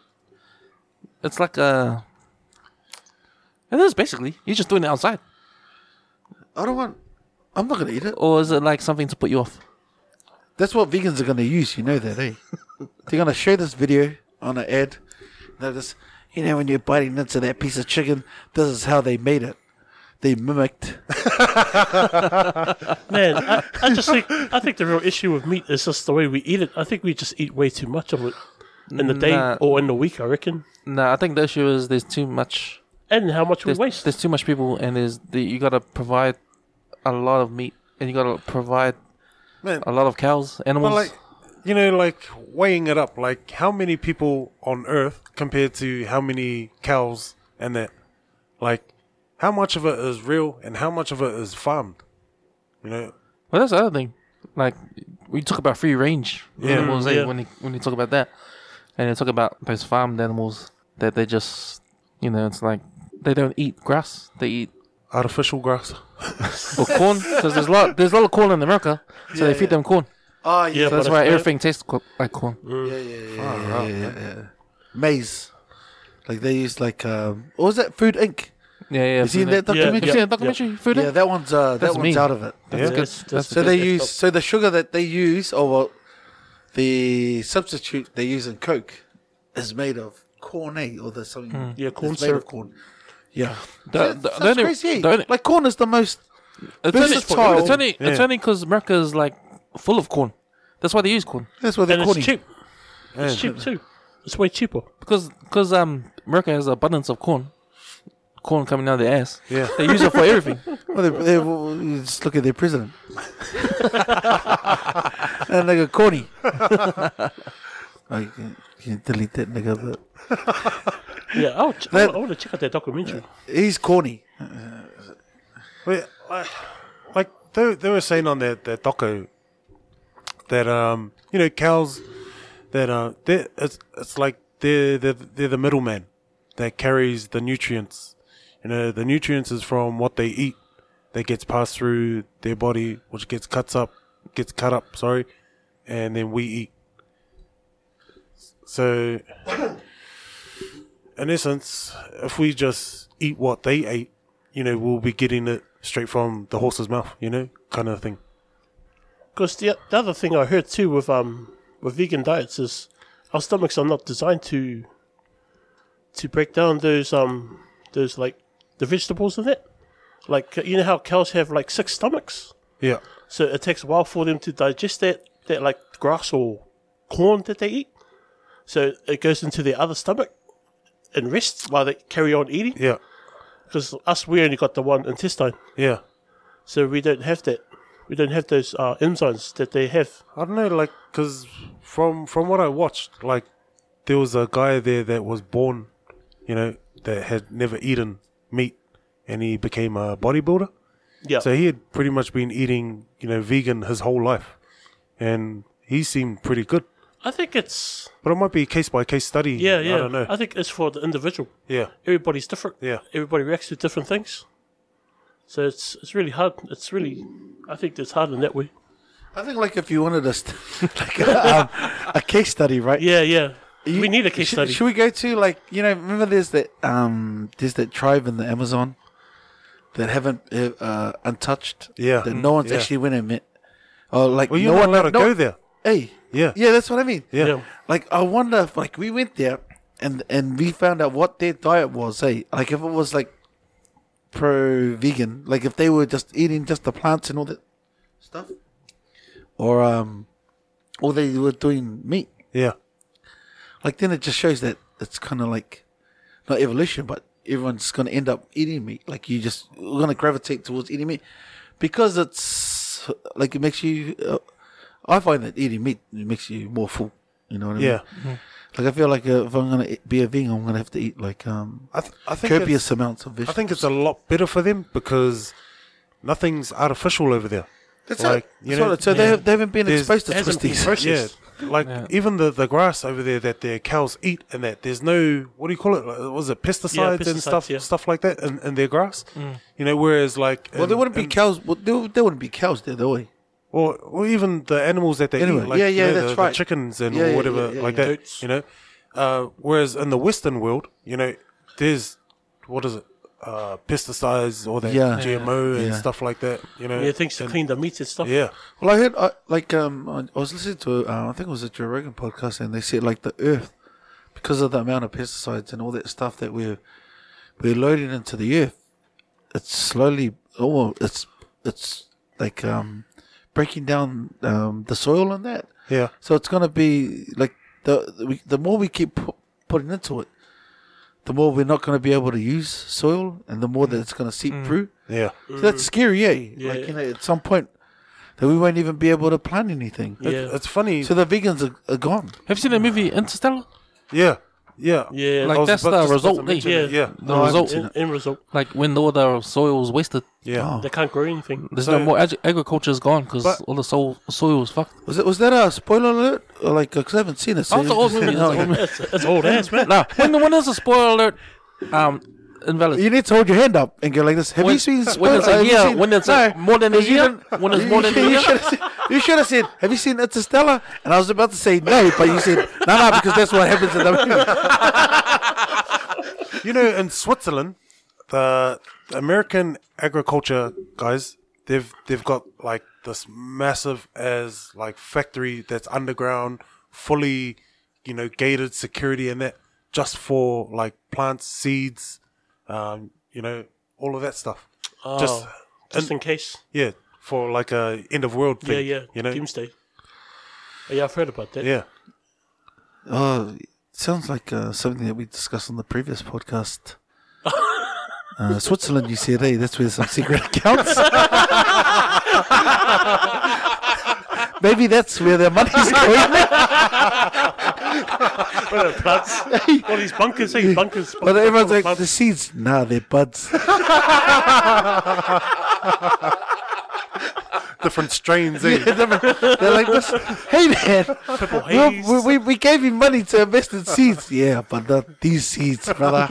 S2: it's like uh it is basically you're just doing it outside
S1: I don't want. I'm not gonna eat it.
S2: or is it like something to put you off
S1: That's what vegans are gonna use. You know that, eh? They're gonna show this video on an ad. They're just, you know, when you're biting into that piece of chicken, this is how they made it. They mimicked. *laughs*
S3: Man, I, I just think I think the real issue with meat is just the way we eat it. I think we just eat way too much of it in the day
S2: Nah.
S3: or in the week, I reckon.
S2: no i think the issue is there's too much
S3: And how much we
S2: there's,
S3: waste.
S2: there's too much people and there's the, you gotta provide a lot of meat and you gotta provide
S4: Man.
S2: a lot of cows animals
S4: But like you know, like weighing it up, like how many people on Earth compared to how many cows and that, like how much of it is real and how much of it is farmed. You know,
S2: Well, that's the other thing. Like we talk about free range
S4: Yeah.
S2: animals
S3: Mm,
S2: eh,
S3: yeah.
S2: when you when you talk about that, and you talk about those farmed animals that they just you know it's like they don't eat grass, they eat
S4: artificial grass.
S2: or
S1: *laughs*
S2: corn. Because there's a lot there's a lot of corn in America, so they feed them corn.
S1: Oh yeah, Mm.
S3: Yeah,
S2: So that's
S3: but
S2: why
S3: it's-
S2: everything tastes co- like corn.
S1: yeah, yeah, yeah, yeah, yeah, yeah. Maize. Like they use like um, what was that? Food Inc.
S2: Yeah, yeah.
S1: You seen
S2: food, eh?
S1: that
S2: Have
S1: documentary?
S2: you
S1: Yeah,
S2: seen that documentary? Food. eh?
S1: that one's uh, that
S2: That's
S1: one's
S2: mean.
S1: out of it.
S2: That's
S4: Yeah.
S2: good.
S3: It's-
S2: That's
S3: it's-
S1: So
S2: good.
S1: they
S3: Yeah,
S1: use
S3: stop.
S1: so the sugar that they use or well, the substitute they use in Coke is made of corn, eh? Or there's something.
S3: Yeah,
S1: it's
S3: corn
S1: made
S3: syrup.
S1: of corn. Yeah,
S2: The-
S1: That-
S2: the-
S1: that's
S2: Uh, the only-
S1: crazy. eh?
S2: the only-
S1: like corn is the most.
S2: It's only, it's
S1: versatile.
S2: only it's
S4: Yeah.
S2: only because America is like full of corn. That's why they use corn
S1: That's what they're
S3: And
S1: corny.
S3: it's cheap. It's
S4: Yeah.
S3: cheap too. It's way cheaper.
S2: because because um America has abundance of corn, corn coming out of their ass.
S4: Yeah.
S2: They use it for everything.
S1: Well, they, they, well, you just look at their
S3: *laughs*
S1: president. that nigga corny. *laughs* oh, you, can, you can delete that nigga, but
S3: Yeah, I'll Oh, ch- I
S1: That-
S3: want to check out that documentary.
S1: he's corny.
S4: Wait, like, like they they were saying on that that doco that um you know cows that uh they it's it's like they're they're, they're the middleman that carries the nutrients. You know the nutrients is from what they eat that gets passed through their body, which gets cuts up, gets cut up. Sorry, and then we eat. So, *coughs* in essence, if we just eat what they ate, you know, we'll be getting it straight from the horse's mouth, you know, kind of thing.
S3: Because the, the other thing I heard too with um with vegan diets is our stomachs are not designed to to break down those um those like the vegetables and that. Like you know how cows have like six stomachs,
S4: Yeah.
S3: so it takes a while for them to digest that that like grass or corn that they eat. So it goes into their other stomach and rests while they carry on eating.
S4: Yeah.
S3: Because us, we only got the one intestine,
S4: Yeah.
S3: so we don't have that. We don't have those uh, enzymes that they have.
S4: I don't know, like, because from, from what I watched, like, there was a guy there that was born, you know, that had never eaten meat and he became a bodybuilder.
S3: Yeah.
S4: So he had pretty much been eating, you know, vegan his whole life. And he seemed pretty good.
S3: I think it's
S4: But it might be case by case study.
S3: yeah, yeah.
S4: I don't know.
S3: think it's for the individual.
S4: yeah.
S3: Everybody's different.
S4: Yeah.
S3: Everybody reacts to different things. So it's it's really hard. It's really, I think it's hard in that way.
S1: I think like if you wanted us st- *laughs* like um, a case study, right?
S3: Yeah, yeah.
S1: You-
S3: we need a case
S1: should,
S3: study.
S1: Should we go to like you know? Remember, there's that um, there's that tribe in the Amazon that haven't uh, uh, untouched.
S4: Yeah. Mm,
S1: that no one's
S4: Yeah.
S1: actually went and met. Oh, like
S4: Well, you're
S1: no
S4: not
S1: one
S4: allowed to
S1: no-
S4: go there.
S1: Hey,
S4: Yeah.
S1: yeah, that's what I mean.
S4: Yeah.
S3: Yeah.
S1: Like I wonder if like we went there and and we found out what their diet was, hey. Like if it was like pro vegan, like if they were just eating just the plants and all that stuff. Or um or they were doing meat.
S4: Yeah.
S1: Like then it just shows that it's kinda like not evolution, but everyone's gonna end up eating meat. Like you just we're gonna gravitate towards eating meat. Because it's like it makes you uh, I find that eating meat makes you more full. You know what I mean? Mm-hmm.
S4: Yeah.
S1: Like I feel like uh, if I'm gonna eat- be a vegan, I'm gonna have to eat like um
S4: I, th- I think it's-
S1: copious amounts of
S4: I
S1: vegetables.
S4: think it's a lot better for them because nothing's artificial over there.
S1: that's
S4: like,
S1: it.
S4: you
S1: That's
S4: know,
S1: all it- so they, have, they haven't been
S4: there's-
S1: exposed to
S3: it hasn't been
S1: twisties.
S3: processed.
S4: Yeah, like
S2: Yeah.
S4: even the, the grass over there that their cows eat and that there's no what do you call it? Like, was it pesticides, and
S3: pesticides,
S4: stuff
S3: yeah.
S4: stuff like that in, in their grass? You know, whereas like
S1: Mm. Well, there
S4: in-
S1: wouldn't be
S4: in-
S1: cows. Well, there, there wouldn't be cows there, though. eh?
S4: or or even the animals that they
S1: Anyway,
S4: eat, like
S1: yeah,
S4: you
S1: yeah,
S4: know,
S1: that's
S4: the,
S1: right.
S4: the chickens and
S1: Yeah, yeah,
S4: whatever
S1: yeah, yeah,
S4: like
S1: yeah.
S4: that. You know, uh, whereas in the Western world, you know, there's what is it, uh, pesticides or that
S1: Yeah.
S4: GMO and
S1: Yeah.
S4: stuff like that. You know,
S3: yeah, things to clean the meat and stuff.
S4: yeah,
S1: Well, I heard I, like um I, I was listening to uh, I think it was a Joe Rogan podcast, and they said like the earth because of the amount of pesticides and all that stuff that we're we're loading into the earth, it's slowly oh well, it's it's like um breaking down um the soil and that.
S4: yeah,
S1: So it's gonna be like the we, the more we keep pu- putting into it, the more we're not gonna be able to use soil, and the more that it's gonna seep through.
S4: yeah.
S2: Mm.
S1: So that's scary, eh?
S3: Yeah,
S1: like you
S3: yeah.
S1: know, at some point, that we won't even be able to plan anything.
S4: It-
S3: Yeah.
S4: it's funny.
S1: So the vegans are, are gone.
S2: Have you seen the movie Interstellar?
S4: yeah, yeah,
S3: Yeah.
S4: I
S2: Like,
S4: was
S2: that's the
S4: about- just about to
S2: result, eh?
S4: mention it,
S3: Yeah.
S4: yeah,
S2: The
S1: No, I haven't
S2: result,
S1: seen
S3: In, in result,
S2: like when all the soil is wasted,
S4: yeah.
S1: Oh.
S3: they can't grow anything.
S2: there's no
S4: So-
S2: more ag- agriculture is gone because
S4: But-
S2: all the soil soil is fucked.
S1: Was it? Was that a spoiler alert? Or like, because I haven't seen it. So
S2: Oh, it's an old
S1: you just
S2: movie.
S1: didn't know
S2: It's an
S1: yet.
S2: old
S4: Mm.
S3: That's, that's
S4: *laughs*
S3: old ass, man.
S2: Nah, when when is a spoiler alert? Um, invalid.
S1: You need to hold your hand up and go like this. Have
S2: when,
S1: you seen
S2: when
S1: spoiler?
S2: it's a
S1: have you
S2: year,
S1: seen-
S2: when it's
S1: No.
S2: a, more than a
S1: You
S2: year,
S1: didn't-
S2: when it's more than a
S1: *laughs* you
S2: year.
S1: should have said, you should have said, "Have you seen Interstellar?" And I was about to say no, but you said, "No, no," *laughs* because that's what happens in the movie.
S2: Oh.
S4: You know, in Switzerland, the American agriculture guys, they've they've got like this massive as like factory that's underground, fully, you know, gated security and that just for like plants, seeds, um, you know, all of that stuff.
S3: Oh,
S4: Just
S3: just, in case.
S4: yeah, for like a end of world
S3: Yeah,
S4: thing.
S3: yeah.
S4: You know,
S3: Doomsday. Oh, yeah, I've heard about that.
S4: yeah.
S1: Oh, sounds like uh, something that we discussed on the previous podcast. *laughs* Uh, Switzerland, you said, hey, that's where some secret *laughs* accounts. Maybe that's where their money's going.
S3: What are the plants? All these bunkers, eh? bunkers.
S1: But
S3: bunkers,
S1: everyone's like,
S3: plants.
S1: the seeds, nah, they're buds. *laughs*
S4: Different
S3: *laughs*
S4: strains. eh?
S1: They're like this. Hey man, we,
S3: haze.
S1: we, we, we gave you money to invest in seeds. Yeah, but not these seeds, brother.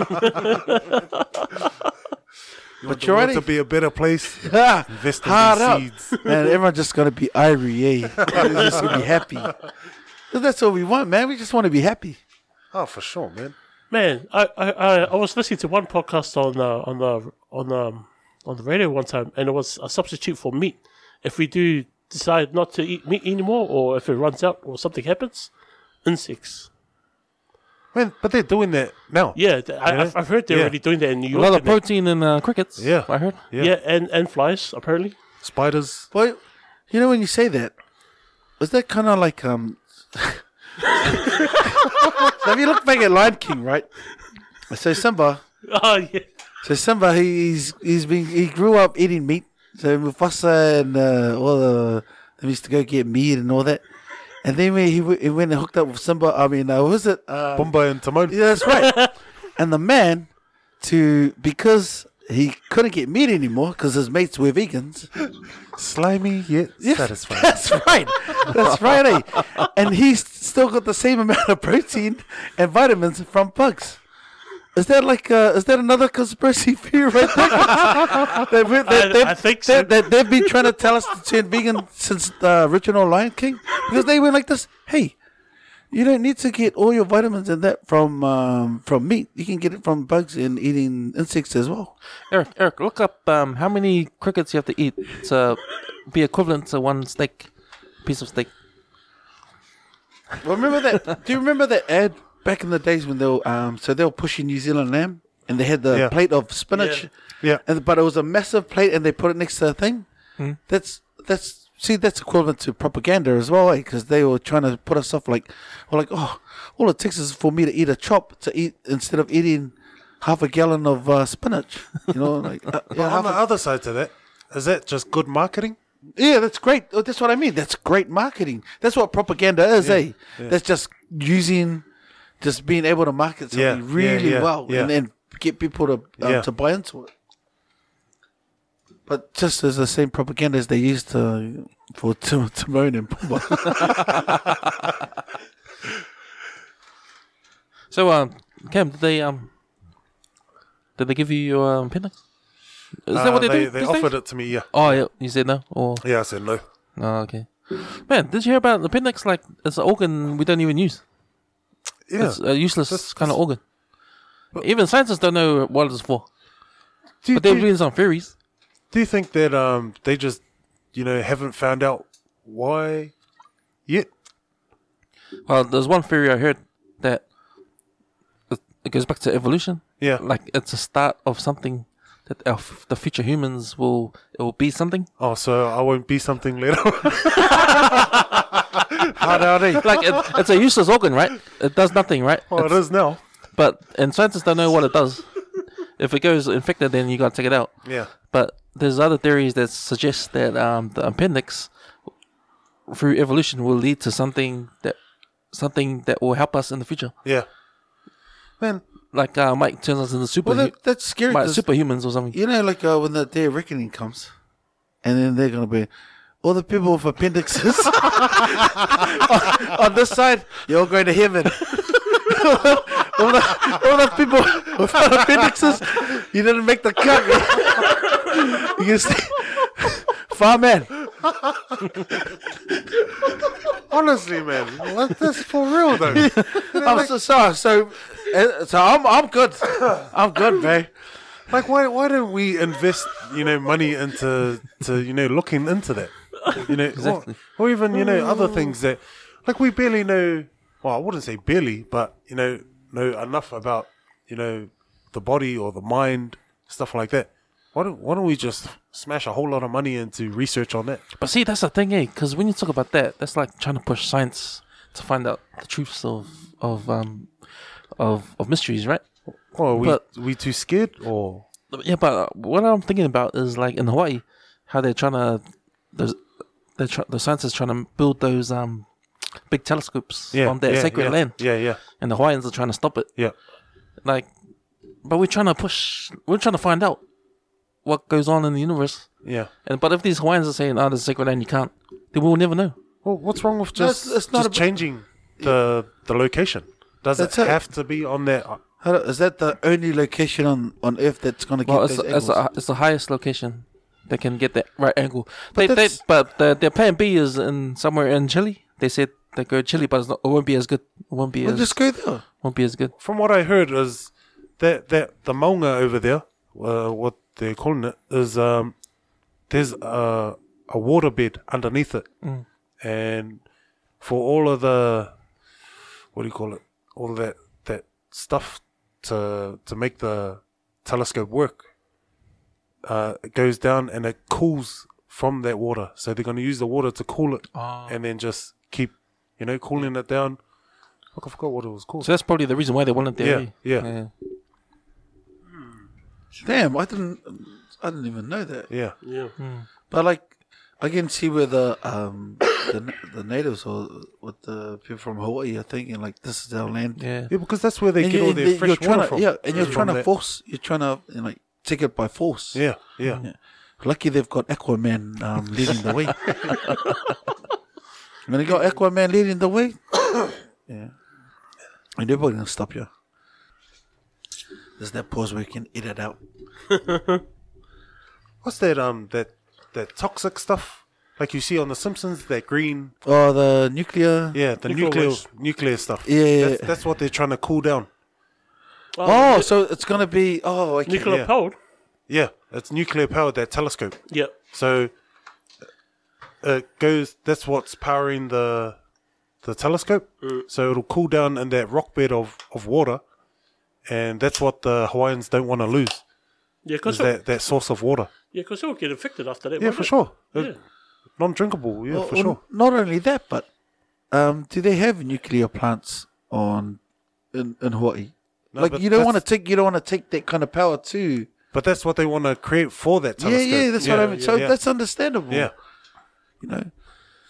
S4: You want the
S1: you're
S4: world
S1: right.
S4: to be a better place.
S1: Ah,
S4: Invest in
S1: hard
S4: these
S1: up. *laughs*
S4: seeds.
S1: Man, everyone's just gonna be irie.
S4: *laughs*
S1: Eh? They're just gonna be happy. 'Cause That's all we want, man. We just want to be happy.
S4: Oh, for sure, man.
S3: Man, I, I, I, I was listening to one podcast on uh, on the on um on the radio one time, and it was a substitute for meat. If we do decide not to eat meat anymore, or if it runs out, or something happens, insects.
S4: Man, but they're doing that now.
S3: Yeah, th- I, I've, I've heard they're
S4: Yeah.
S3: already doing that in New
S2: A
S3: York.
S2: lot of
S3: and that.
S2: protein in uh, crickets.
S4: Yeah.
S2: I heard.
S4: yeah.
S3: yeah, and and flies apparently. *laughs*
S4: Spiders.
S1: Well, you know when you say that, is that kind of like um? *laughs* so if you look back at Lion King, right? So Simba,
S3: Oh yeah,
S1: So Simba, he- he's he's been he grew up eating meat. So Mufasa and uh, all the they used to go get meat and all that. And then when he, w- he went and hooked up with Simba, I mean, uh, who is it? Uh,
S4: Bumba and Timon.
S1: yeah, that's right. and the man, to because he couldn't get meat anymore because his mates were vegans.
S4: *laughs* Slimy yet
S1: Yeah, *laughs*
S4: satisfying.
S1: That's right. That's right. Eh? And he's still got the same amount of protein and vitamins from bugs. Is that like uh, is that another conspiracy theory right there? *laughs* that we- that-
S3: I-
S1: that-
S3: I think so.
S1: That, that they've been trying to tell us to turn vegan since the original Lion King because they went like this. Hey, you don't need to get all your vitamins and that from um, from meat. You can get it from bugs and eating insects as well.
S2: Eric, Eric, look up um, how many crickets you have to eat to be equivalent to one steak, piece of steak.
S1: Well, remember that? do you remember that ad back in the days when they were um, so they were pushing New Zealand lamb and they had the
S4: Yeah.
S1: plate of spinach,
S4: Yeah.
S1: and but it was a massive plate and they put it next to a thing. That's that's see that's equivalent to propaganda as well because they were trying to put us off like, well, like oh, all it takes is for me to eat a chop to eat instead of eating half a gallon of uh, spinach. You know, like uh, yeah,
S4: On
S1: half
S4: the
S1: a,
S4: other side to that, is that just good marketing?
S1: yeah, that's great. Oh, That's what I mean. That's great marketing. That's what propaganda is, eh? That's just using, just being able to market something
S4: Yeah, yeah,
S1: really
S4: yeah,
S1: well
S4: yeah.
S1: and then get people to um,
S4: Yeah.
S1: to buy into it. But just as the same propaganda as they used to for *laughs* Tim- Timon and Pumbaa.
S2: So, um, Cam, did they um, did they give you your um, appendix? Is that
S4: Uh,
S2: what they,
S4: they,
S2: do?
S4: they
S2: these
S4: offered
S2: days?
S4: it to me, yeah.
S2: Oh, yeah. You said no, or
S4: Yeah, I said no.
S2: oh, okay. Man, did you hear about the appendix? Like, it's an organ we don't even use.
S4: Yeah.
S2: It's uh, a useless kind of organ. Even scientists don't know what it's for,
S4: Do, you-
S2: but they're
S4: do, you-
S2: doing some theories.
S4: do you think that um they just, you know, haven't found out why yet?
S2: Well, there's one theory I heard that it, it goes back to evolution.
S4: Yeah.
S2: like it's a start of something that our, f- the future humans will it will be something
S4: Oh, so I won't be something later.
S2: *laughs*
S1: Hard out, eh?
S2: like it, it's a useless organ right it does nothing right
S4: well, it
S2: It's-
S4: is now.
S2: but and scientists don't know what it does if it goes infected then you gotta take it out
S4: Yeah.
S2: but there's other theories that suggest that um, the appendix through evolution will lead to something that something that will help us in the future.
S4: Yeah. Man,
S2: Like uh, Mike turns us into super
S1: Well, that, that's scary.
S2: like
S1: 'cause,
S2: superhumans or something.
S1: You know, like uh, when the day of reckoning comes, and then they're gonna be all the people with appendixes *laughs*
S4: *laughs*
S1: on, on this side. You're all going to heaven. *laughs* all, the, all the people without appendixes, you didn't make the cut. *laughs* you can see, *laughs* fireman.
S4: honestly, man, like, that's for real *laughs* though.
S1: I'm so sorry. So, uh, so I'm I'm good. I'm good, man.
S4: like, why why don't we invest, you know, money into to you know looking into that, you know,
S2: Exactly.
S4: or, or even you know other things that, like, we barely know. Well, I wouldn't say barely, but you know, know enough about you know the body or the mind stuff like that. Why don't why don't we just smash a whole lot of money into research on that?
S2: But see, that's the thing, eh? Because when you talk about that, that's like trying to push science to find out the truths of of um of of mysteries, right?
S4: Or are we
S2: But-
S4: we too scared or
S2: Yeah, but uh, what I'm thinking about is like in Hawaii, how they're trying to those they're try, the scientists trying to build those um big telescopes
S4: yeah
S2: on their
S4: yeah,
S2: sacred
S4: yeah,
S2: land,
S4: Yeah, yeah,
S2: and the Hawaiians are trying to stop it.
S4: yeah.
S2: Like, but we're trying to push, we're trying to find out what goes on in the universe.
S4: Yeah.
S2: And but if these Hawaiians are saying, "Oh, there's a sacred land, you can't," then we'll never know.
S4: Well, what's wrong with
S1: No, it's-
S4: just,
S1: it's not
S4: just
S1: about-
S4: changing the the location? Does it
S1: That's it.
S4: have to be on that? uh,
S1: Hello, Is that the only location on, on Earth that's gonna get
S2: Well, it's
S1: those
S2: the, it's,
S1: angles?
S2: the, it's the highest location they can get that right angle. But they, they,
S1: that's-
S2: but the, their plan B is in somewhere in Chile. They said they go to Chile, but it's not, it won't be as good. It won't be
S1: Well,
S2: as
S1: just go there.
S2: won't be as good.
S4: From what I heard is that that the Maunga over there, uh, what they're calling it, is um, there's a a water bed underneath it, and for all of the what do you call it? All of that that stuff to to make the telescope work. Uh, it goes down and it cools from that water, so they're going to use the water to cool it, and then just keep, you know, cooling it down. Fuck, I forgot what it was called.
S2: So that's probably the reason why they wanted there.
S4: Yeah, yeah.
S1: Damn, I didn't, I didn't even know that.
S4: yeah,
S3: Yeah.
S1: But like, I can see where the um the, the natives or with the people from Hawaii are thinking like, this is our land.
S2: yeah.
S4: Yeah, because that's where they
S1: And
S4: get
S1: you-
S4: all
S1: and
S4: their
S1: you're
S4: fresh
S1: trying
S4: water
S1: to-
S4: from.
S1: Yeah, and you're
S4: From
S1: trying to
S4: that-
S1: force, you're trying to you know, like take it by force.
S4: Yeah, yeah.
S1: Lucky they've got Aquaman um, leading the
S4: *laughs*
S1: way. when they got Aquaman leading the way, *coughs* yeah, and nobody gonna stop you. There's that pause where you can edit out.
S4: What's that? Um, that that toxic stuff like you see on The Simpsons. That green,
S1: Oh, the nuclear.
S4: yeah, the
S3: Nuclear
S4: nuclear
S3: waste.
S4: nuclear stuff.
S1: Yeah, yeah,
S4: that's,
S1: yeah.
S4: that's what they're trying to cool down.
S1: Oh, so it's gonna be. Oh, okay.
S3: Nuclear
S4: Yeah.
S3: powered.
S4: Yeah, it's nuclear powered. That telescope.
S3: Yeah.
S4: So uh, it goes. That's what's powering the the telescope. So it'll cool down in that rock bed of of water, and that's what the Hawaiians don't want to lose.
S3: Yeah, because
S4: Is
S3: yeah,
S4: that that source of water?
S3: because it'll get infected after that.
S4: Yeah, Oh,
S3: won't
S4: for
S3: it?
S4: sure.
S3: Yeah.
S4: Non-drinkable. Yeah,
S1: Well,
S4: for
S1: well,
S4: sure.
S1: Not only that, but um, do they have nuclear plants on in, in Hawaii?
S4: No,
S1: like
S4: but
S1: you don't
S4: that's-
S1: want to take you don't want to take that kind of power too.
S4: But that's what they want to create for that
S1: Yeah,
S4: telescope.
S1: yeah, that's what I mean. so
S4: yeah.
S1: that's understandable.
S4: yeah.
S1: you know.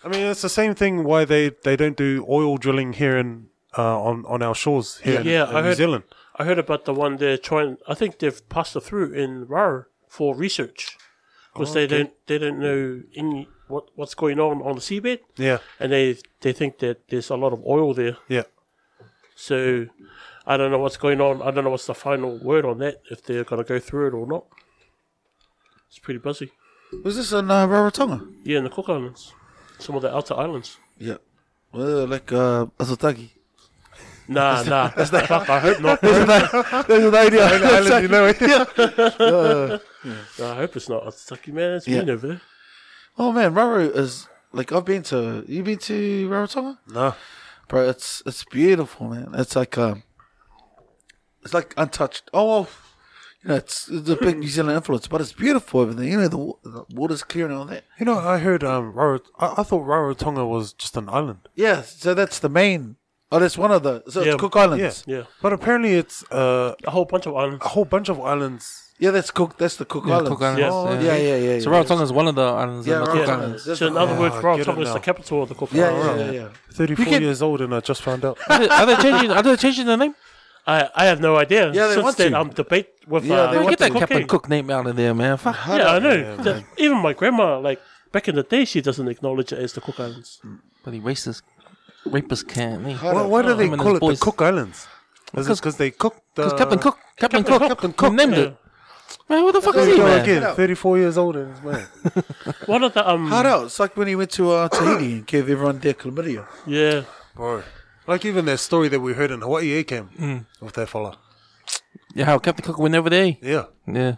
S4: I mean, it's the same thing why they, they don't do oil drilling here in uh, on on our shores here in,
S3: Yeah,
S4: in
S3: I
S4: New
S3: heard-
S4: Zealand.
S3: I heard about the one they're trying. I think they've passed it through in Raro for research because they don't they don't know any what what's going on on the seabed,
S4: Yeah,
S3: and they they think that there's a lot of oil there.
S4: yeah,
S3: So I don't know what's going on. I don't know what's the final word on that if they're going to go through it or not. It's pretty busy.
S1: Was this in uh, Rarotonga?
S3: Yeah, in the Cook Islands, some of the outer islands.
S1: Yeah. Well, like uh, *laughs* Azutagi.
S3: Nah, nah. Fuck, *laughs* I hope not.
S1: There's an idea.
S4: you know it.
S3: Nah, I hope it's not. It's like, man, it's
S1: Yeah.
S3: been over there.
S1: *laughs* Oh man, Raru is like I've been to. You been to Rarotonga?
S4: No,
S1: bro. It's it's beautiful, man. It's like um, it's like untouched. Oh, well, you know, it's, it's a big New Zealand influence, but it's beautiful over there. You know, the, wa- the water's clear and all that.
S4: you know, I heard um, Raro, I, I thought Rarotonga was just an island.
S1: Yeah, so that's the main. Oh, that's one of the. So
S3: Yeah,
S1: it's Cook Islands.
S4: Yeah,
S3: Yeah.
S4: But apparently, it's uh,
S3: A whole bunch of islands.
S4: a whole bunch of islands
S1: Yeah, that's Cook. That's the Cook
S2: Yeah,
S1: Islands.
S2: Cook Islands,
S1: Oh,
S2: yeah.
S1: yeah, yeah, yeah. yeah
S2: So Rarotonga is one of the islands
S1: Yeah,
S2: in the Cook
S1: Rarotonga.
S2: Islands.
S1: That's
S3: So in other
S1: the-
S3: words,
S4: Ah, get
S3: Rarotonga
S4: it
S3: is
S4: now.
S3: the capital of the Cook
S1: Yeah,
S3: Islands.
S1: yeah, yeah, yeah.
S4: 34
S1: We can-
S4: years old and I just found out.
S2: Are they- are they changing? Are they changing the name?
S3: I, I have no idea.
S1: Yeah, they
S3: Since
S1: want
S3: then,
S1: to.
S3: I'm debate with
S1: Yeah,
S3: uh,
S1: they
S2: Man,
S1: want
S2: get that
S3: Captain
S2: Captain
S3: Cook.
S2: Cook name out of there, man. Fuck.
S3: Yeah, I know.
S4: Yeah,
S3: The- even my grandma, like back in the day, she doesn't acknowledge it as the Cook Islands.
S2: Bloody racist, rapist can.
S1: Why,
S2: Because
S1: why do they
S2: Him and
S1: call
S2: his
S1: it the
S2: boys.
S1: Cook Islands?
S4: Is
S2: Because-
S4: it because they cooked? uh,
S2: Captain Cook, Captain Cook,
S4: Captain
S2: Cook
S4: Cook.
S2: named it. Man, what the fuck
S1: There
S2: is he,
S1: you go
S4: Yeah,
S2: man?
S1: Get
S4: again,
S1: out.
S4: 34 years old
S1: *laughs*
S4: and man.
S3: One of the um,
S1: Hard out. It's like when he went to uh, Tahiti and gave everyone their chlamydia.
S3: yeah,
S4: Bro. Like even that story that we heard in Hawaii, eh, Cam?
S1: Mm.
S4: With that fella.
S2: Yeah, how Captain Cook went over there?
S4: Yeah.
S2: Yeah,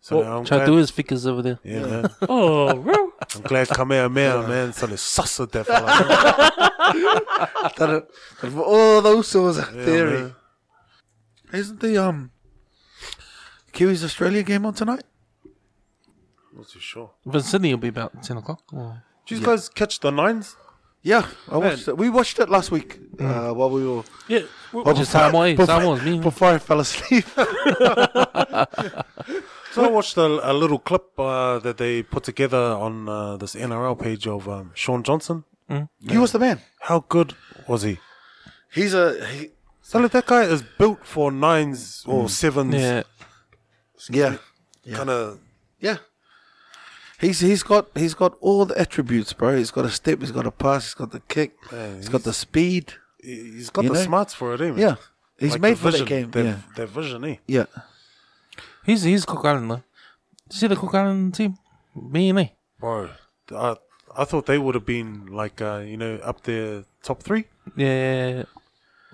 S4: So now I'm
S2: try to
S4: glad,
S2: do his figures over there.
S4: Yeah, man.
S3: oh, real.
S4: I'm glad Kamehameha, man. Son is sus with
S1: *laughs*
S4: that fella.
S1: That, uh, for all those sorts of theory.
S4: man.
S1: eh? Isn't the um Kiwis Australia game on tonight?
S4: Not too sure.
S2: But Sydney will be about ten o'clock. Or
S4: Did you guys catch the nines?
S1: Yeah, I watched it. We watched it last week
S4: Mm.
S1: uh, while we were
S3: yeah. w-
S1: Well,
S2: just
S1: before-
S2: Samoa,
S1: before-
S2: Samoa's me.
S1: before I fell asleep. *laughs*
S4: So I watched a, a little clip uh, that they put together on uh, this NRL page of um, Sean Johnson.
S1: He was the man.
S4: How good was he?
S1: He's a he,
S4: So like, that guy is built for nines or sevens.
S2: Yeah,
S1: Mm. yeah,
S4: Kind of.
S1: yeah. He's he's got he's got all the attributes, bro. He's got a step. He's got a pass. He's got the kick. he's got the speed.
S4: He's got
S1: You
S4: the
S1: know?
S4: smarts for it, eh, man?
S1: Yeah, he's
S4: Like
S1: made
S4: the
S1: for
S4: vision,
S1: that game.
S4: That,
S1: yeah,
S4: that vision, eh?
S1: yeah.
S2: he's he's Cook Island though. Did you see the Cook Island team? Me and me.
S4: Bro, I, I thought they would have been like, uh, you know, up there top three.
S2: Yeah,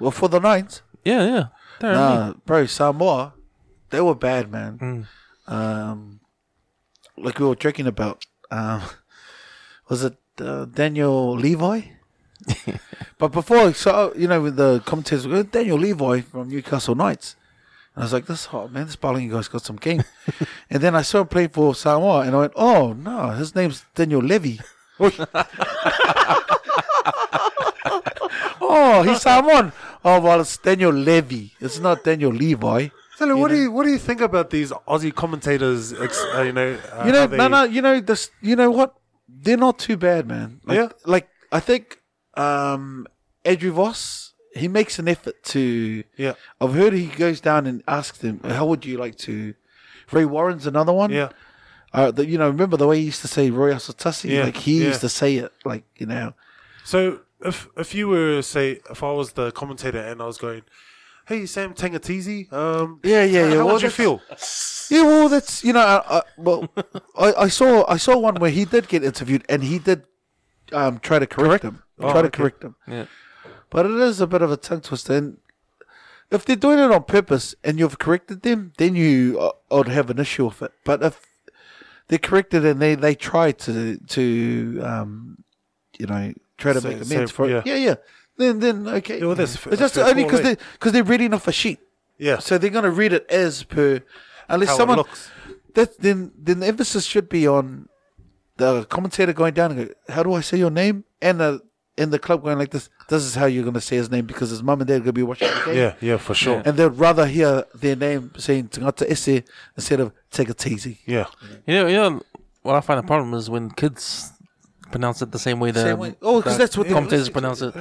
S1: Well, for the nines,
S2: yeah, yeah. They're me.
S1: nah, bro. Samoa, they were bad, man. Um, like we were joking about. Um, *laughs* was it uh, Daniel Levi? but before, so you know, with the commentators, we go, Daniel Levi from Newcastle Knights. And I was like, this hot man, this Balingi guy's got some game. and then I saw him play for Samoa, and I went, oh no, his name's Daniel Levy. oh, he's *laughs* Samoan. Oh well, it's Daniel Levy. It's not Daniel Levi.
S4: So like, what do you what do you think about these Aussie commentators? Ex, uh, you know, uh,
S1: You
S4: how
S1: know,
S4: they,
S1: no, no. You know this. You know what? They're not too bad, man. Like,
S4: Yeah.
S1: Like I think, um, Andrew Voss he makes an effort to.
S4: Yeah.
S1: I've heard he goes down and asks them, "How would you like to?" Ray Warren's another one.
S4: Yeah,
S1: Uh, the, you know, remember the way he used to say Roy Asotasi?
S4: Yeah,
S1: Like he
S4: yeah.
S1: used to say it, like you know.
S4: So if if you were say if I was the commentator and I was going, hey Sam Tangatizi, um,
S1: Yeah, yeah, yeah.
S4: *laughs* how
S1: Well,
S4: would you
S1: that's-
S4: feel?
S1: Yeah, well, that's you know, I, I,
S4: *laughs*
S1: well, I, I saw I saw one where he did get interviewed and he did um, try to correct, him,
S4: Oh,
S1: try to
S4: okay.
S1: correct him.
S2: Yeah.
S1: but it is a bit of a tongue twister. And if they're doing it on purpose and you've corrected them, then you uh, I'd have an issue with it. But if they're corrected and they they try to to um, you know try to
S4: Say-
S1: make
S4: say-
S1: amends for it,
S4: yeah.
S1: yeah, yeah, then then okay,
S4: well, that's f-
S1: it's just
S4: that's
S1: only
S4: cool,
S1: because
S4: eh?
S1: they because they're reading off a sheet.
S4: Yeah.
S1: So they're going to read it as per, unless
S4: How it
S1: someone
S4: looks.
S1: That then then the emphasis should be on the commentator going down and go, "How do I say your name?" and the in the club going like this. This is how you're going to say his name because his mum and dad are going to be watching the game.
S4: yeah, yeah, for sure.
S1: And they'd rather hear their name saying Tangata Ese instead of Take It Easy.
S4: Yeah,
S2: You know, you know what I find a problem is when kids pronounce it the same way the
S1: Same way. Oh, 'cause
S2: the
S1: that's what they-
S2: commentators pronounce it.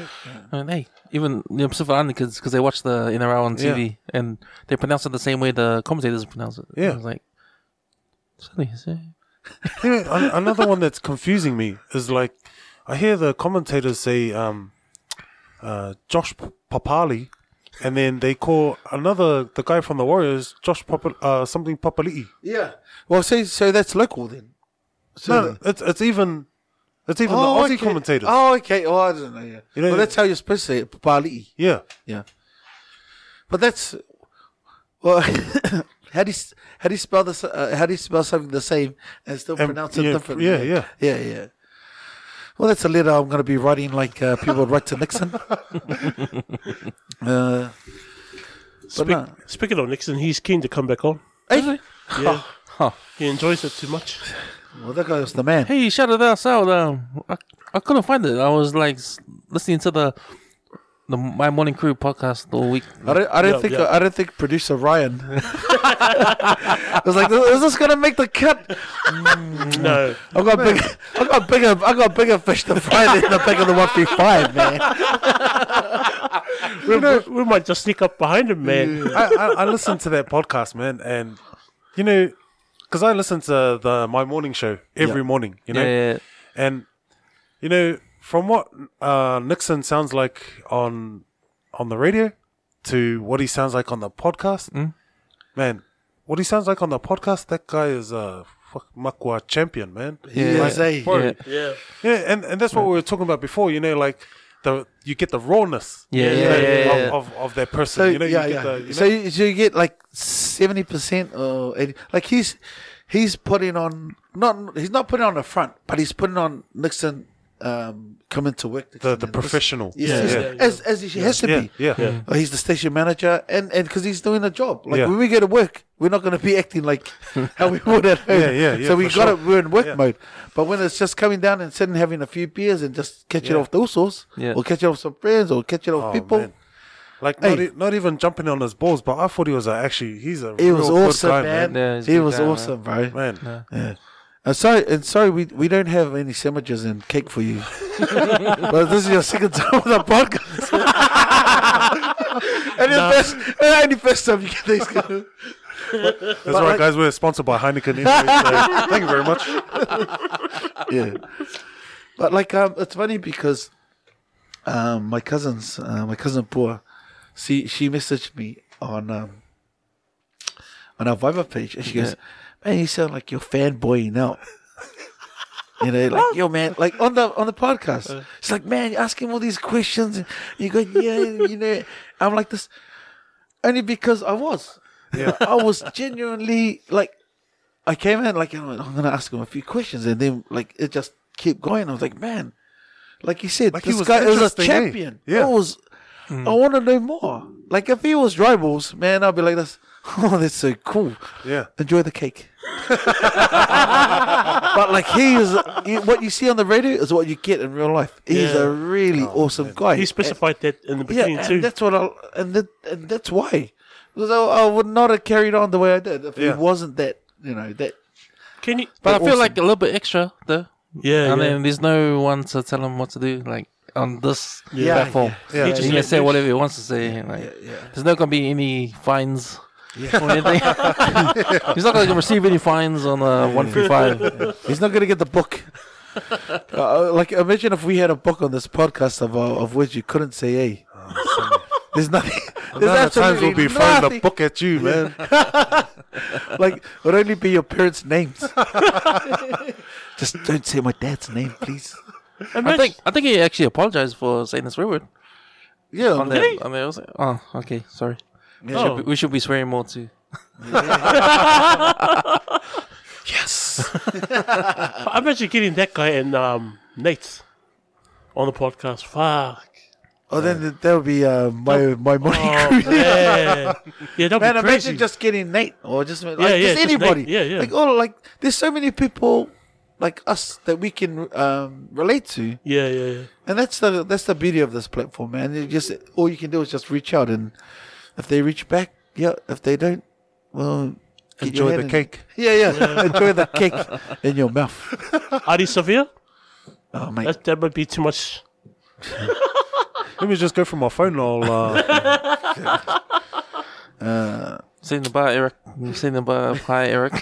S2: I mean, hey, even the Pacific Island kids because they watch the NRL on TV and they pronounce it the same way the commentators pronounce it.
S4: Yeah.
S2: I was like, silly, silly.
S4: You know, an- another one that's confusing me is like I hear the commentators say um, uh, Josh P- Papali, and then they call another the guy from the Warriors Josh Papa, uh, something Papali'i.
S1: Yeah. Well, so so that's local then. So
S4: No, it's it's even it's even
S1: Oh,
S4: the Aussie
S1: okay.
S4: commentators.
S1: Oh, okay. Oh, I don't know. Yeah.
S4: You know-
S1: well, that's how you're supposed to say it. Papali'i.
S4: Yeah,
S1: Yeah. But that's well. *coughs* how do you s- how do you spell this? Uh, how do you spell something the same and still
S4: And,
S1: pronounce it
S4: yeah,
S1: differently?
S4: yeah, yeah.
S1: yeah, yeah. Well, that's a letter I'm going to be writing like uh, people write to Nixon. uh, but
S3: Speak,
S1: no.
S3: Speaking of Nixon, he's keen to come back on.
S1: Hey,
S3: Yeah,
S2: Huh.
S3: he enjoys it too much.
S1: well, that guy was the man.
S2: Hey, you shouted us out. Um, I, I couldn't find it. I was like s- listening to the the My Morning Crew podcast all week.
S1: I don't, I don't
S3: Yeah,
S1: think
S3: yeah.
S1: I don't think producer Ryan. *laughs* I was like, is this gonna make the cut?
S3: No.
S1: I got big, I got bigger, I got bigger fish to fry than the big of the one fifty five, man.
S3: we, might- we might just sneak up behind him, man.
S4: I, I, I listened to that podcast, man, and you know, because I listen to the my morning show every morning, you know,
S2: Yeah, yeah,
S4: and you know, from what uh, Nixon sounds like on on the radio to what he sounds like on the podcast,
S2: Hmm?
S4: man, what he sounds like on the podcast, that guy is a fuck makwa champion, man.
S2: Yeah.
S1: Yes, eh?
S4: Bro,
S2: yeah,
S3: Yeah.
S4: yeah, and, and that's what we were talking about before. You know, like the you get the rawness,
S2: Yeah,
S4: you
S2: yeah,
S4: know,
S2: yeah, yeah, yeah.
S4: Of, of of that person.
S1: So
S4: you know,
S1: yeah,
S4: you
S1: yeah.
S4: get the you
S1: so,
S4: know,
S1: you, so you get like seventy percent or 80, like he's he's putting on not he's not putting on the front, but he's putting on Nixon um, coming to work.
S4: the,
S1: Nixon
S4: the
S1: and-
S4: professional.
S1: Yeah,
S3: Yeah,
S1: yeah, as as he has to
S4: yeah,
S1: be.
S4: yeah.
S1: Oh, he's the station manager, and and because he's doing a job. Like
S4: Yeah.
S1: when we go to work, we're not going to be acting like how we would at home.
S4: Yeah, yeah, yeah,
S1: so we
S4: for
S1: got
S4: sure.
S1: it. We're in work
S4: Yeah.
S1: mode. But when it's just coming down and sitting, having a few beers, and just catching
S4: Yeah.
S1: off the sauce,
S2: Yeah.
S1: or catching off some friends, or catching off
S4: Oh,
S1: people.
S4: man. Like
S1: Hey.
S4: not, e- not even jumping on his balls, but I thought he was a, actually he's a
S1: He
S4: real
S1: was
S4: good
S1: awesome,
S4: guy,
S1: man.
S2: Yeah, he's a
S1: he
S2: good
S1: was
S2: guy, man.
S1: awesome, bro.
S4: man.
S1: Yeah. And sorry, and sorry, we, we don't have any sandwiches and cake for
S2: *laughs*
S1: you. but this is your second time on the
S2: *laughs*
S1: podcast. and the first, and the first time you get
S2: *laughs*
S1: these.
S4: That's right, guys. We're sponsored by Heineken. Anyway,
S1: *laughs*
S4: so thank you very much.
S1: yeah. But like, um, it's funny because um, my cousins, uh, my cousin Pua, she she messaged me on um, on our Viber page, and she goes, "Man, you sound like you're fanboying out." You know, like yo, man, like on the on the podcast,
S4: Uh.
S1: it's like, man, you're asking all these questions, and you go, yeah, you know, I'm like this, only because I was,
S4: Yeah.
S1: I was genuinely like I came in like you know, I'm gonna ask him a few questions, and then like it just kept going. I was like, man, like you said,
S4: Like, he
S1: this
S4: was
S1: guy is a
S4: interesting, eh?
S1: champion.
S4: Yeah.
S1: I was, I
S4: Hmm.
S1: want to know more. Like if he was rivals, man, I'd be like this. Oh, that's *laughs* so cool.
S4: Yeah,
S1: Enjoy the
S4: *laughs*
S1: cake. *laughs* but like he is, you- what you see on the radio is what you get in real life. He's
S3: Yeah.
S1: a really
S4: Oh,
S1: awesome guy.
S3: He specified that in the beginning,
S1: and
S3: too.
S1: That's what I and that and that's why. Because I, I would not have carried on the way I did if
S4: Yeah.
S1: it wasn't that you know that.
S3: Can you?
S2: But I feel like a little bit extra though.
S3: Yeah,
S2: and
S3: yeah.
S2: then there's no one to tell him what to do, like on this
S1: Yeah.
S2: platform.
S4: yeah.
S3: He
S4: yeah.
S3: just
S2: He
S3: let
S2: can say
S3: loose.
S2: whatever he wants to say. like, There's not gonna be any fines or anything. He's not gonna receive any fines on uh, 135.
S1: He's not going to get the book. *laughs* uh, like, imagine if we had a book on this podcast of, uh, of which you couldn't say A.
S4: *laughs*
S1: There's nothing. *laughs* There's
S4: None of the times
S1: absolutely
S4: we'll be throwing
S1: nothing.
S4: the book at you, man.
S1: *laughs* Like, it would only be your parents'
S4: *laughs*
S1: names. Just don't say my dad's name, please.
S2: I think I think he actually apologized for saying this word.
S1: Yeah,
S2: On that, I mean, I was like, oh, okay, sorry. We,
S3: Oh.
S2: should be, we should be swearing more too.
S1: *laughs*
S3: I imagine getting that guy and um, Nate on the podcast. Fuck.
S1: Oh, then th- that would be uh, my my money. *laughs*
S3: Oh, yeah. Yeah, that'd
S1: Man,
S3: be crazy.
S1: imagine just getting Nate or just like,
S3: yeah,
S1: just
S3: just Nate.
S1: anybody.
S3: Yeah, yeah.
S1: Like all like there's so many people like us that we can um, relate to.
S3: yeah, yeah, yeah.
S1: And that's the that's the beauty of this platform, man. You just all you can do is just reach out, and if they reach back, yeah. If they don't, well, get your
S4: Enjoy
S1: hand
S4: the
S1: in-
S4: cake.
S1: Yeah,
S2: *laughs*
S1: yeah, Enjoy the cake in your mouth.
S3: Adi Sevilla?
S1: Oh, mate.
S3: That, that might be too much.
S4: Let me just go from my phone. I'll uh,
S2: Seen the bar, Eric. You've seen the bar. Hi, Eric.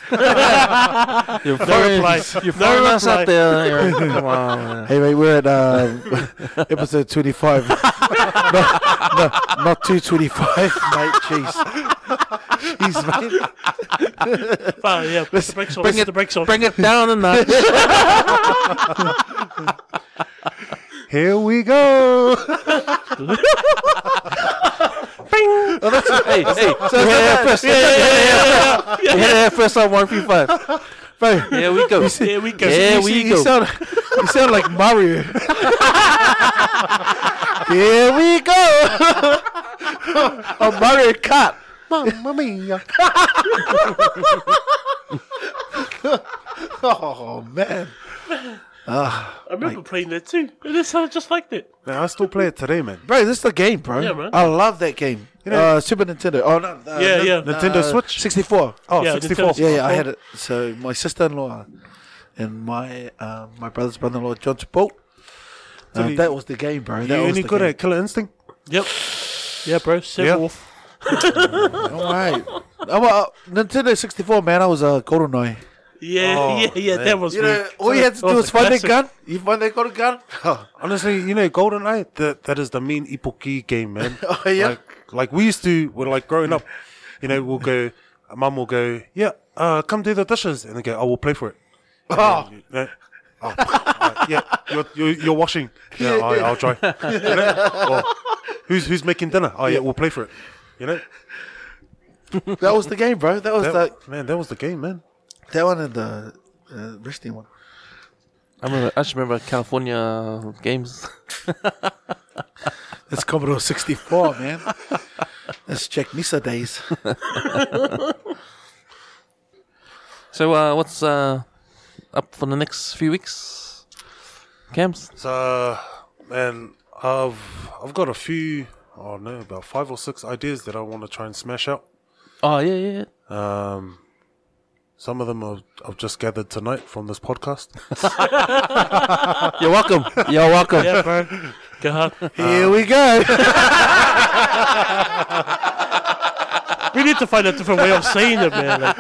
S2: you're
S3: No
S2: throwing,
S3: reply.
S2: you're
S3: no
S2: throwing us
S3: reply.
S2: out there, Eric. Come on.
S1: *laughs*
S2: man.
S1: Hey, mate, we're at
S4: *laughs*
S1: uh, episode twenty-five. *laughs* no, no, not two twenty-five, *laughs* mate. Jeez, jeez, mate.
S3: Fuck, yeah, put the brakes on. Bring
S2: it-
S3: the brakes on.
S2: Bring it down a notch.
S4: here we go. *laughs*
S2: hey, hey, so *laughs* yeah, yeah, first, yeah, yeah, yeah, yeah, yeah, first on one three *laughs* five.
S1: Bro,
S2: Here we go.
S3: There we go.
S2: Yeah,
S1: you,
S2: we
S1: see- you
S2: go.
S1: sound, you sound like Mario. Here we go. A Mario Kart. *laughs*
S4: Mamma mia.
S1: Oh man.
S3: I remember playing that too. And it sounded just like that.
S4: Man, I still play it today, man.
S1: Bro, this is the game, bro.
S3: Yeah, man.
S1: I love that game. uh, Super Nintendo. Oh, no. Uh,
S3: Yeah,
S1: Nin-
S3: yeah.
S4: Nintendo Switch?
S1: 64.
S4: Oh,
S3: Yeah,
S4: 64.
S3: Nintendo
S1: Yeah, yeah, I had it. So my sister-in-law and my um, my brother's brother-in-law, John Chipotle, uh,
S4: Totally.
S1: that was the game, bro. That
S4: You
S1: was
S4: any
S1: the
S4: good
S1: game.
S4: at Killer Instinct?
S3: Yep. Yeah, bro. Seven
S4: Yeah.
S3: Wolf.
S1: All right. *laughs* I'm a- Nintendo 64, man. I was a uh, GoldenEye.
S3: Yeah, yeah, yeah. That was
S1: Oh, You
S3: me.
S1: know, all you had to
S3: That
S1: do was Oh,
S3: a
S1: find that
S3: classic.
S1: gun. You find that golden *laughs* gun.
S4: Honestly, you know, GoldenEye, that, that is the main ipoki game, *laughs* man.
S1: Oh, yeah?
S4: Like, like we used to, when like growing up, you know, we'll go, mum will go, yeah, uh, come do the dishes. And they go, I will play for it. And
S1: Oh.
S4: then, you know, oh, *laughs* like, yeah, you're, you're, you're washing. Yeah, I, I'll *laughs* try. You know? Or, who's, who's making dinner? Oh, yeah, we'll play for it. You know,
S1: That was the game, bro. That was the
S4: that, man, that was the game, man.
S1: that one and the uh, resting one.
S2: I remember. I just remember California games.
S1: That's Commodore 64, man. *laughs* That's Jack Misa days.
S2: So, uh, what's uh, up for the next few weeks? Camps.
S4: So, man, I've I've got a few, oh no, about five or six ideas that I want to try and smash out.
S2: Oh yeah, yeah. yeah.
S4: Um, some of them I've, I've just gathered tonight from this podcast.
S2: You're welcome. You're welcome.
S3: Yeah, bro. Go hard.
S1: *laughs* Here
S4: Um,
S1: we go.
S3: We need to find a different way of saying it, man. Like,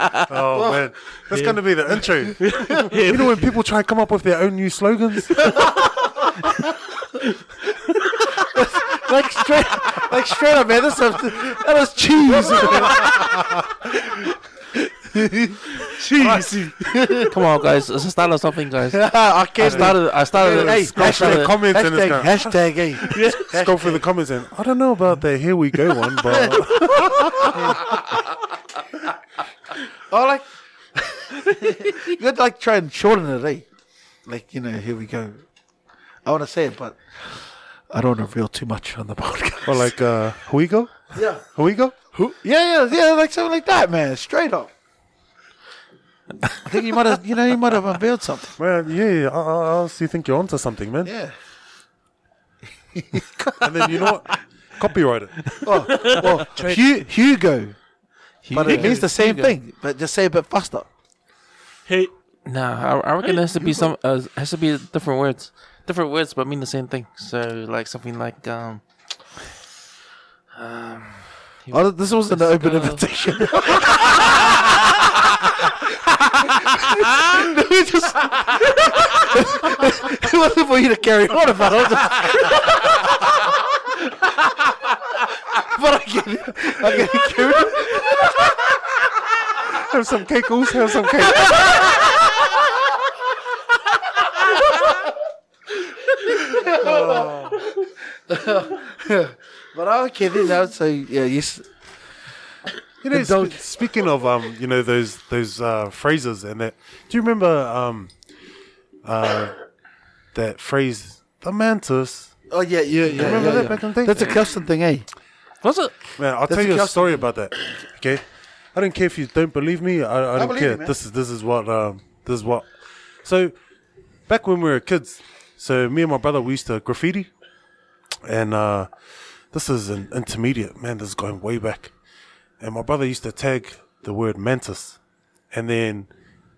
S1: *laughs*
S4: Oh man, that's going to be the intro.
S3: yeah,
S4: you know when people try and come up with their own
S1: *laughs*
S4: new slogans?
S1: *laughs* like straight, like straight up, man. This was, that was *laughs* cheese.
S2: *laughs*
S3: jeez.
S2: Come on, guys. Let's start on something, guys. I
S1: I can't start.
S2: started. I started.
S1: Hey,
S2: scroll through
S1: hashtag
S2: the-
S4: comments and
S1: Hashtag,
S4: it's
S1: hashtag, hey.
S3: Yeah.
S4: Scroll through the comments and I don't know about the here we go one,
S1: *laughs*
S4: but
S1: Oh, *laughs* like you had to like try and shorten it, eh? Like you know, here we go. I want to say it, but I don't want to reveal too much on the *laughs* podcast.
S4: or like uh, here we go,
S1: yeah,
S4: here we go. Who?
S1: yeah, yeah, yeah, like something like that, man. Straight up. I think you might have, you know, you might have unveiled something.
S4: Man, yeah, yeah, I, I I honestly think you're onto something, man.
S1: Yeah.
S4: And then you know
S1: *laughs*
S4: what? Copyright it.
S1: Oh, *laughs* well, Hu- Hugo. But it
S2: Hugo.
S1: means the same
S2: Hugo.
S1: thing, but just say it a bit faster.
S3: Hey,
S2: Nah, I, I reckon there has to be some. Uh, has to be different words, different words, but mean the same thing. So like something like um.
S1: Oh, this wasn't an open invitation. *laughs* No, we just- *laughs* it wasn't for you to carry on about. I was just- *laughs* but I get it. I get it. Kieran.
S4: Have some cackles, have some cake.
S1: But uh, I get it now. So yeah, yes.
S4: You know, sp- speaking of um, you know those those uh, phrases and that. Do you remember um, uh, that phrase, the mantis?
S1: Oh yeah, yeah, yeah.
S4: Remember
S1: yeah,
S4: that
S1: yeah.
S4: back in the day?
S1: That's a custom thing, eh?
S2: Was it?
S4: Man, I'll tell
S1: a
S4: you a
S1: custom-
S4: story about that. Okay, I don't care if you don't believe me. I, I don't
S1: believe you,
S4: care.
S1: man.
S4: this is this is what um, this is what. So, back when we were kids, so me and my brother we used to graffiti, and uh, this is an intermediate man. This is going way back, and my brother used to tag the word mantis, and then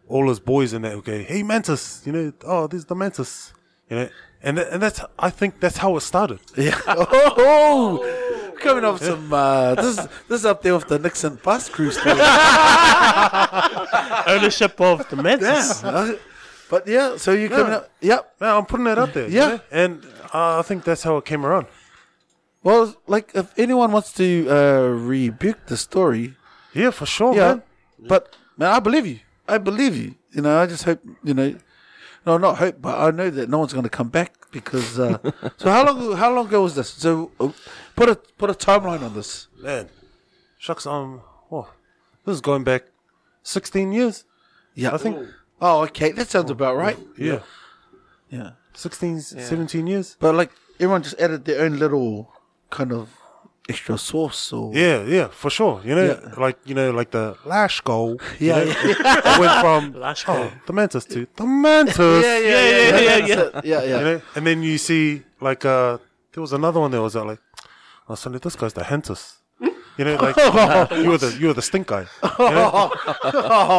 S4: all his boys in that would go, "Hey mantis," you know, "Oh, this is the mantis," you know, and tha- and that's I think that's how it started.
S1: *laughs* Yeah. *laughs* Oh, coming off some. Uh, this is this is up there with the Nixon bus crew *laughs* story.
S3: ownership of the Mantis.
S1: Yeah. *laughs* But yeah, so you coming up? Yep.
S4: No, I'm putting that out there. you
S1: Yeah.
S4: know? And uh, I think that's how it came around.
S1: Well, like if anyone wants to uh, rebuke the story,
S4: Yeah, for sure,
S1: yeah.
S4: Oh, man.
S1: But man, I believe you. I believe you. You know, I just hope you know. No, not hope, but I know that no one's going to come back because. *laughs* Uh, so how long? How long ago was this? So uh, put a put a timeline on this.
S4: Man. Shucks, um, oh, this is going back 16 years.
S1: Yeah,
S4: I think-
S1: Oh, okay, that sounds about right.
S4: Yeah.
S1: Yeah,
S4: 16, 17 years.
S1: but like everyone just added their own little kind of extra sauce or
S4: Yeah, yeah, for sure. You know,
S1: Yeah.
S4: like you know, like the lash
S1: *laughs*
S4: goal. you
S1: Yeah,
S4: know? I went
S1: *laughs*
S4: from
S3: Lash
S4: oh, the mantis to the mantis.
S1: yeah, yeah,
S3: yeah, yeah, yeah,
S1: that's it. yeah, yeah.
S4: You know, and then you see like uh, there was another one that was uh, like, oh, suddenly this guy's the hentus. You
S1: *laughs*
S4: know, like you were the you were the stink guy. You know?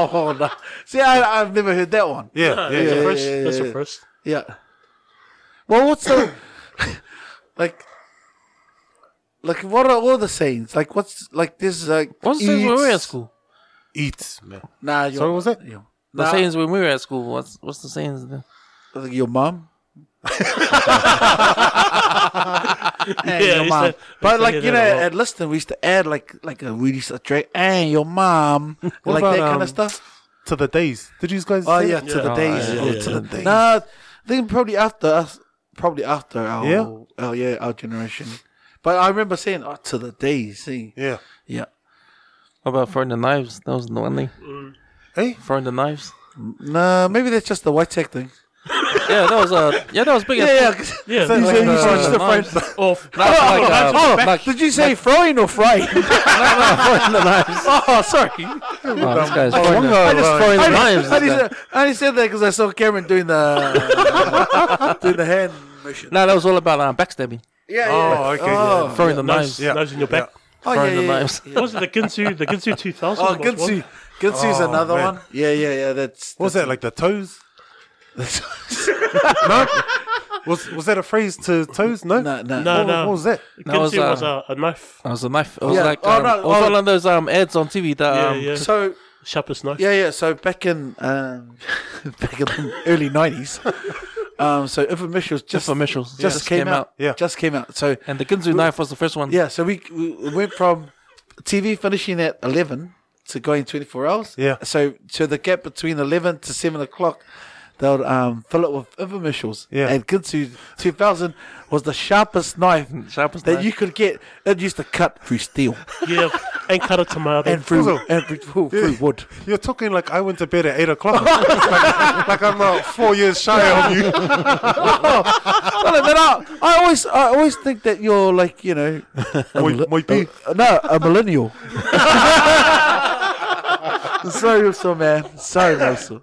S1: oh, *laughs* no. See, I, I've never heard that one.
S4: Yeah, yeah,
S3: That's
S4: yeah.
S3: your first.
S1: yeah,
S3: That's
S1: yeah.
S3: your first.
S1: Yeah. Well, what's the *coughs* like? Like, what are all the sayings? Like, what's like this? Like,
S2: What's the sayings when we were at
S1: eats-
S2: school?
S4: Eats, man.
S1: Nah, your,
S4: Sorry, what was that?
S1: Your,
S2: The
S1: nah,
S2: sayings when we were at school. What's what's the sayings? Then?
S1: your mom. *laughs* and
S3: Yeah,
S1: your
S3: I used
S1: mom.
S3: to- I used
S1: but
S3: to
S1: like
S3: hear
S1: you know,
S3: that a lot.
S1: at Liston, we used to add like like a we used to drink and your *laughs* mom, and like
S4: about,
S1: that kind
S4: um,
S1: of stuff.
S4: To the days. Did you guys?
S1: Oh
S4: say
S1: yeah,
S4: that?
S1: to the
S2: Oh,
S1: days,
S2: yeah,
S1: oh, to
S3: yeah, yeah.
S1: the days. Nah, I think probably after us, probably after our,
S4: Yeah?
S1: our yeah, our generation. But I remember saying, "Oh, to the days." See,
S4: Yeah.
S1: yeah,
S2: What about throwing the knives? That was the one thing.
S1: Mm.
S4: Hey,
S2: Throwing the knives.
S1: nah, maybe that's just the white tech thing.
S2: Yeah, that was uh yeah, that was big.
S1: Yeah,
S2: as-
S1: yeah. 'cause-
S3: Yeah,
S1: you said
S3: like
S1: you
S2: the-
S1: switched
S2: the
S1: the
S2: knives.
S1: *laughs* frame.
S3: off.
S2: Not like, uh,
S1: oh, did you say throwing or
S2: *laughs*
S1: frying? no, no, throwing the knives. *laughs* Oh, sorry.
S2: oh, this guy's throwing the-
S1: I
S4: Wongo,
S1: just
S4: uh,
S1: throwing the
S2: knives
S1: I
S2: is
S1: just, I just said that because I saw Cameron doing the *laughs* doing the hand motion.
S2: No, that was all about uh, backstabbing,
S1: Yeah,
S4: Oh, okay, yeah.
S2: throwing the knives.
S3: Knives,
S4: Yeah.
S3: knives in your back.
S1: oh,
S2: throwing the knives.
S3: What was it the Ginsu? The Ginsu 2000.
S1: Oh,
S3: was one?
S1: Ginsu. Ginsu's
S4: Oh,
S1: another
S4: man.
S1: one. Yeah, yeah, yeah. That's
S4: what was that like the toes? *laughs* no. Was was that a phrase to toes? No.
S1: No, no.
S3: No,
S4: What,
S3: no.
S4: what was that?
S3: Ginsu
S2: That was,
S3: was,
S2: uh,
S3: a, a knife,
S2: That was a knife. It was
S1: Yeah.
S2: like
S1: Oh,
S2: um,
S1: no,
S2: it was
S1: oh.
S2: one of those um ads on TV that
S3: Yeah,
S2: um
S3: yeah.
S2: just-
S1: So
S3: sharpest knife.
S1: yeah, yeah. So back in um, *laughs* back in the early
S4: *laughs*
S1: nineties, um, so infomercials just
S2: Infomercials,
S1: just
S2: yeah.
S1: came, out.
S2: Came out.
S4: Yeah.
S1: just came out. So
S2: and the Ginzu knife was the first one.
S1: yeah, so we, we went from TV finishing at eleven to going twenty four hours.
S4: Yeah.
S1: So so the gap between eleven to seven o'clock. They'll um, fill it with infomercials.
S4: Yeah.
S1: And Ginsu 2000 was the sharpest knife
S2: Sharpest
S1: that
S2: knife.
S1: you could get. It used to cut through steel
S3: yeah. And cut a tomato.
S1: and through,
S4: Also-
S1: and through, through wood.
S4: You're talking like I went to bed at eight o'clock. *laughs* like, like I'm uh, four years shy of
S1: *laughs*
S4: you.
S1: Well, but I, I always, I always think that you're like, you know, a
S4: Muy-
S1: mille-
S4: muy pi.
S1: uh, no, a millennial. *laughs* sorry, Russell, man. Sorry, Russell.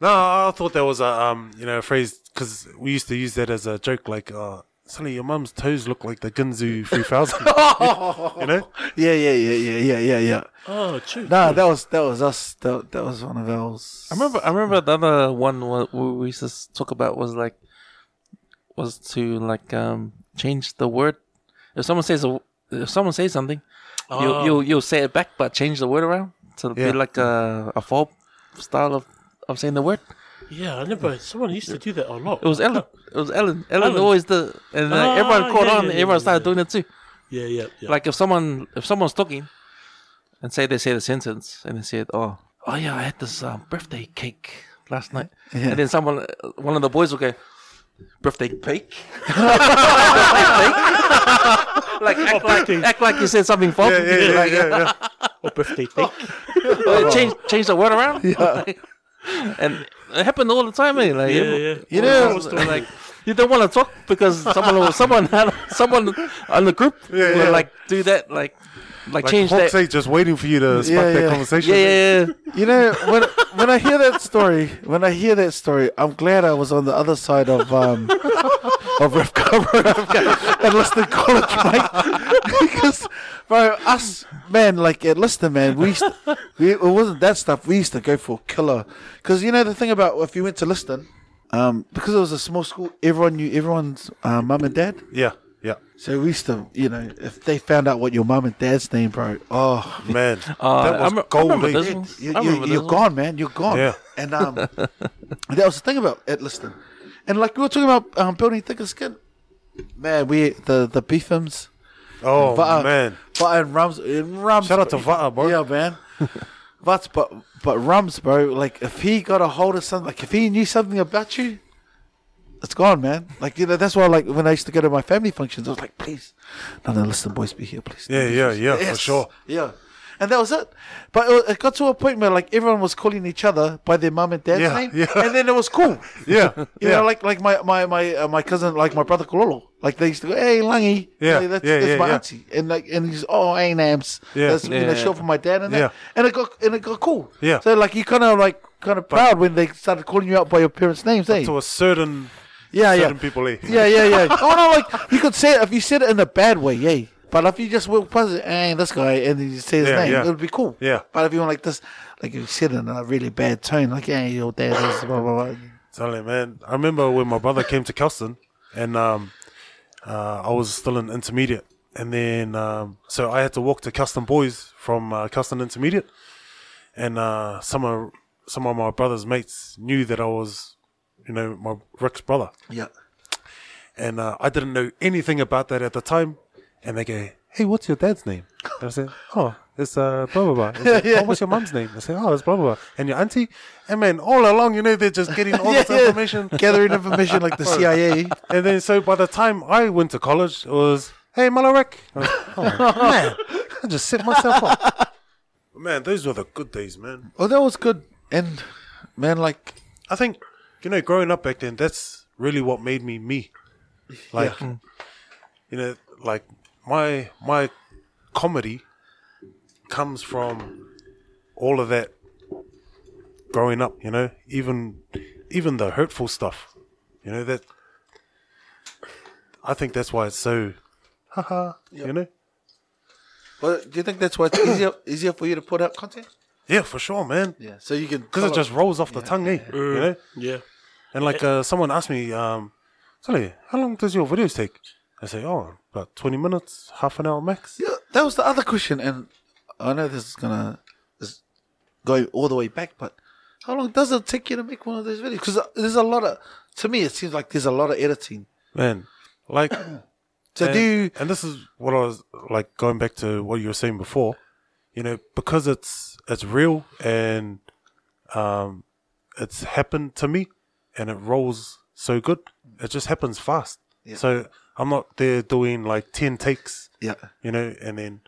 S4: No, I thought that was a um, you know, a phrase because we used to use that as a joke. Like, uh, suddenly your mum's toes look like the Ginzu *laughs* 3000. you know?
S1: Yeah, yeah, yeah, yeah, yeah, yeah, yeah.
S3: oh, true.
S1: No, that was that was us. That, that was one of ours.
S2: I remember. I remember the other one wa- we we used to s- talk about was like was to like um change the word. If someone says a, if someone says something, you'll,
S3: Oh.
S2: you'll you'll say it back, but change the word around to
S4: Yeah.
S2: be like a a fob style of of saying the word.
S3: Yeah, I remember someone used to do that a lot.
S2: It was
S3: *laughs*
S2: Ellen. It was Ellen. Ellen,
S3: Ellen.
S2: always did, and like,
S3: Ah,
S2: everyone caught on.
S3: yeah, yeah,
S2: and
S3: yeah,
S2: everyone
S3: yeah,
S2: started
S3: yeah.
S2: doing it too.
S3: yeah, yeah, yeah.
S2: Like if someone if someone's talking, and say they say the sentence, and they said, "Oh, oh yeah, I had this um, birthday cake last night," and then someone, uh, one of the boys will go, "Birthday cake," *laughs* like act like
S3: Oh, birthday.
S2: act like you said something false.
S4: Yeah, yeah, yeah, yeah, yeah.
S3: or birthday cake.
S2: Uh, change change the word around. *laughs* and it happened all the time, eh? Like,
S3: yeah,
S2: every-
S3: yeah.
S1: You know,
S2: it's like you don't want to talk because someone will, someone had- someone on the group
S4: Yeah,
S2: will
S4: yeah.
S2: like do that like like,
S4: Like
S2: change that
S4: Hawk's eight just waiting for you to spark
S1: Yeah,
S4: that
S1: yeah.
S4: conversation.
S2: yeah yeah, yeah.
S1: You know, when when I hear that story, when I hear that story, I'm glad I was on the other side of um *laughs* of Ref Cover at Lister College, mate. *laughs* because bro, us man, like at Lister, man, we, used we it wasn't that stuff. We used to go for killer because you know the thing about if you went to Liston, um, because it was a small school, everyone knew everyone's uh, mum and dad.
S4: yeah, yeah.
S1: So we used to, you know, if they found out what your mum and dad's name, bro, oh
S4: Man,
S2: *laughs* Uh,
S4: that
S2: I
S4: was
S2: remember- I
S4: gold.
S2: remember
S4: eh?
S2: this
S1: you,
S2: one.
S1: you,
S2: I remember
S1: you, you're
S2: this one.
S1: gone, man. You're gone.
S4: Yeah.
S1: And um, *laughs* that was the thing about it. Listen, and like we were talking about um, building thicker skin. Man, we the the beefums,
S4: Oh
S2: uh,
S1: Va'a,
S4: man,
S2: *laughs*
S1: Va'a and rums and rums.
S4: shout out to Vata, bro.
S1: Yeah,
S4: *laughs*
S1: man. Vats, but but rums, bro. Like if he got a hold of something, like if he knew something about you, it's gone, man. Like you know, that's why. Like when I used to go to my family functions, I was like, please, no, no, listen, boys, be here, please.
S4: Yeah, yeah, yeah, for
S1: Yes.
S4: sure.
S1: Yeah. and that was it. But it, wa- it got to a point where like everyone was calling each other by their mum and dad's
S4: Yeah,
S1: name,
S4: yeah.
S1: and then it was cool.
S4: Yeah, yeah,
S1: You know, like like my my my uh, my cousin, like my brother Kololo, like they used to go, "Hey, Langi,
S4: Yeah,
S1: that's,
S4: yeah,
S1: that's
S4: yeah,
S1: my
S4: yeah.
S1: auntie," and like and he's, "Oh, hey, Nams,
S4: Yeah.
S1: that's you know,
S2: Yeah.
S1: short for my dad," and
S4: Yeah.
S1: that, and it got and it got cool.
S4: Yeah.
S1: So like you kind of like kind of proud when they started calling you out by your parents' names, eh?
S4: to a certain
S2: Ah,
S1: Yeah, yeah,
S4: certain people. Eh?
S1: yeah, yeah, yeah. *laughs* oh no, like you could say it if you said it in a bad way, yeah. But if you just walk past it, hey, this guy, and you say his
S4: Yeah,
S1: name,
S4: yeah.
S1: it would be cool.
S4: Yeah.
S1: But if you want like this, like you said it in a really bad tone, like, hey, your dad is blah blah blah.
S4: Tell you, man. I remember when my brother came to Kelston, and um, uh, I was still in intermediate, and then um, so I had to walk to Kelston Boys from uh, Kelston Intermediate, and uh, some of some of my brother's mates knew that I was, you know, my Rick's brother,
S1: Yeah.
S4: and uh, I didn't know anything about that at the time, and they go, "Hey, what's your dad's name?" And I said, "Oh." It's uh, blah blah blah. It's like,
S1: *laughs* Yeah.
S4: Oh, what's your mum's name? I said, oh, it's blah blah blah. And your auntie, and man, all along, you know, they're just getting
S1: *laughs*
S4: all this information.
S1: gathering information
S4: *laughs*
S1: like the CIA.
S4: And then, so by the time I went to college, it was, hey, Malorek. I was, oh,
S1: *laughs*
S4: man, I just set myself up. Man, those were the good days, man.
S1: Oh, that was good. And man, like,
S4: I think, you know, growing up back then, that's really what made me me. Like, you know, like my my comedy comes from all of that growing up, you know, even even the hurtful stuff. You know, that I think that's why it's so haha, you know?
S1: well, do you think that's why
S4: *coughs*
S1: it's easier easier for you to put out content?
S4: Yeah, for sure, man.
S1: Yeah. So you can
S4: Because it just rolls off the tongue, eh? You know?
S3: Yeah.
S4: And like uh, someone asked me, um, Sully, how long does your videos take? I say, oh, about 20 minutes, half an hour max.
S1: Yeah, that was the other question, and I know this is gonna is go all the way back, but how long does it take you to make one of those videos? Because there's a lot of, to me, it seems like there's a lot of editing.
S4: Man, like, *coughs*
S1: So
S4: and,
S1: do you,
S4: and this is what I was like going back to what you were saying before, you know, because it's it's real and um, it's happened to me and it rolls so good, it just happens fast.
S1: Yeah.
S4: So I'm not there doing like 10 takes.
S1: yeah,
S4: you know, and then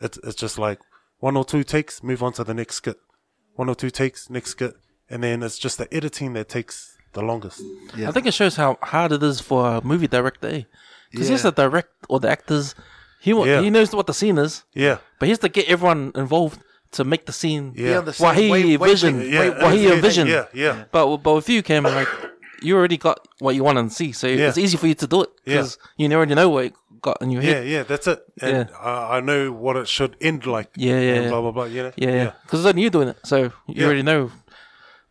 S4: it's it's just like one or two takes, move on to the next skit, one or two takes, next skit, and then it's just the editing that takes the longest.
S2: I think it shows how hard it is for a movie director. Because he has
S1: Yeah.
S2: to direct or the actors. He wa-
S4: Yeah.
S2: he knows what the scene is,
S4: Yeah,
S2: but he has to get everyone involved to make the scene.
S4: Yeah.
S1: Beyond the same
S2: What he
S1: wave- wavelength-
S2: envisioned.
S4: yeah,
S1: wave-
S2: Wait, what he
S4: yeah,
S2: envisioned.
S4: Yeah, yeah,
S2: But but with you, Cam, like you already got what you want to see, so
S4: Yeah.
S2: it's easy for you to do it because you already know what you got in your
S4: yeah, yeah.
S2: head.
S4: that's it. And I, I know what it should end like.
S2: Yeah, yeah,
S4: and
S2: yeah.
S4: blah blah blah. You know.
S2: Yeah, yeah. Because it's only you doing it, so you
S4: Yeah.
S2: already know.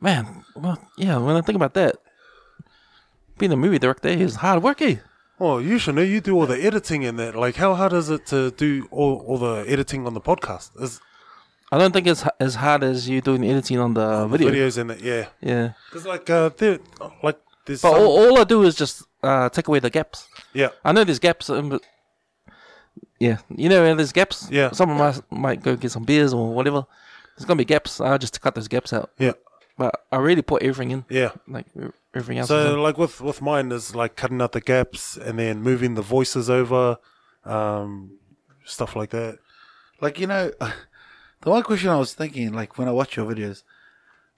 S2: Man, well, yeah. When I think about that, being a movie director is hard work. Eh?
S4: Oh, you should know. You do all the editing and that. Like, how hard is it to do all, all the editing on the podcast? Is
S2: I don't think it's h- as hard as you doing editing on the video.
S4: videos and that? Yeah,
S2: Yeah,
S4: because like uh, there, like there's
S2: but
S4: some-
S2: all, all I do is just uh, take away the gaps.
S4: yeah,
S2: I know there's gaps, um, but yeah, you know, when there's gaps.
S4: Yeah.
S2: someone might might go get some beers or whatever. There's gonna be gaps. I will just cut those gaps out.
S4: yeah,
S2: But I really put everything in.
S4: yeah.
S2: Like e- everything else. is
S4: So
S2: in.
S4: like with with mine is like cutting out the gaps and then moving the voices over, um, stuff like that.
S1: like you know, *laughs* the one question I was thinking, like when I watch your videos,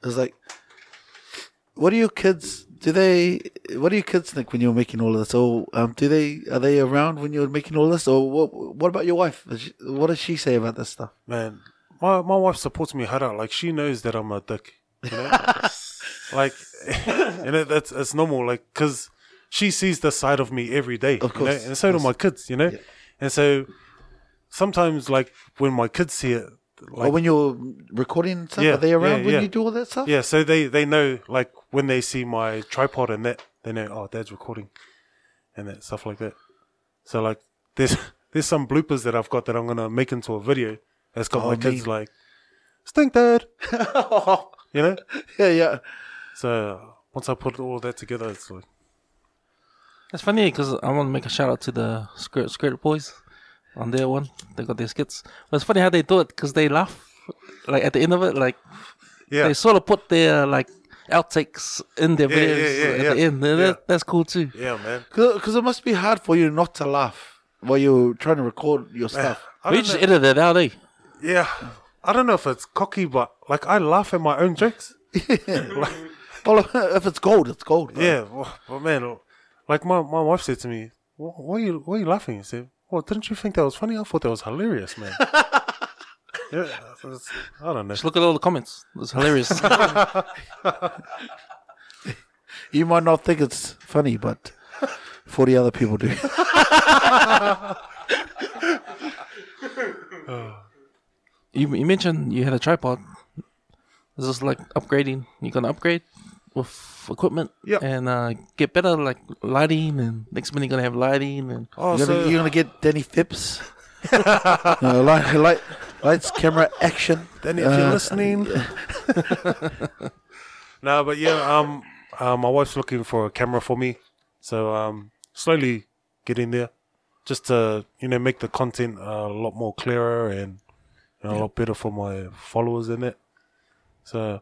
S1: is like, what do your kids? Do they? What do your kids think when you're making all of this? Or um, do they? Are they around when you're making all this? Or what? What about your wife? Is she, what does she say about this stuff?
S4: Man, my my wife supports me hard. Like she knows that I'm a dick. You
S1: *laughs*
S4: know, like *laughs* you know that's it's normal. Like because she sees the side of me every day.
S1: Of
S4: you know,
S1: course,
S4: and so do my kids. You know, and so sometimes like when my kids see it, like
S1: or when you're recording and stuff,
S4: Yeah,
S1: are they around
S4: yeah,
S1: when
S4: yeah.
S1: you do all that stuff?
S4: Yeah, so they they know like when they see my tripod and that they know oh dad's recording, and that stuff like that. So like there's *laughs* there's some bloopers that I've got that I'm gonna make into a video that's got
S1: Oh,
S4: my kids
S1: man.
S4: like, stink dad, you know.
S1: *laughs* yeah, yeah.
S4: So once I put all that together, it's like
S2: That's funny because I want to make a shout out to the Skirt Skirt Boys on their one. They got their skits. But it's funny how they do it because they laugh. Like at the end of it, like
S4: yeah,
S2: they sort of put their like outtakes in their
S4: Yeah,
S2: videos
S4: yeah, yeah,
S2: at
S4: yeah.
S2: the end. And
S4: Yeah.
S2: that, that's cool too.
S4: yeah, man.
S1: Because it must be
S4: *laughs*
S1: hard for you not to laugh while you're trying to record your stuff.
S4: I
S2: we
S4: don't
S2: just
S4: know-
S2: edited it out, eh?
S4: yeah, I don't know if it's cocky, but like I laugh at my own jokes.
S1: Well, *laughs* if it's gold, it's gold. bro.
S4: Yeah, well, but man, uh, like my, my wife said to me, "Wh- "Why are you why are you laughing?" I said, "Well, didn't you think that was funny? I thought that was hilarious, *laughs* man." yeah, it's- I don't know.
S2: Just look at all the comments. It's
S4: *laughs*
S2: hilarious.
S1: You might not think it's funny, but *laughs* 40 other people do.
S2: you, you mentioned you had a tripod. Is this like upgrading? You're gonna upgrade with equipment
S4: Yeah.
S2: and uh, get better, like lighting, and next minute you're gonna have lighting and
S4: Oh,
S1: you're,
S4: so
S1: gonna, you're gonna get Danny Phipps. *laughs* no, light, light, lights, camera, action.
S4: then if you're
S1: Uh,
S4: listening, *laughs* no, but yeah, um, uh, my wife's looking for a camera for me, so um, slowly getting there, just to you know make the content uh, a lot more clearer and you know, a lot better for my followers in it. So,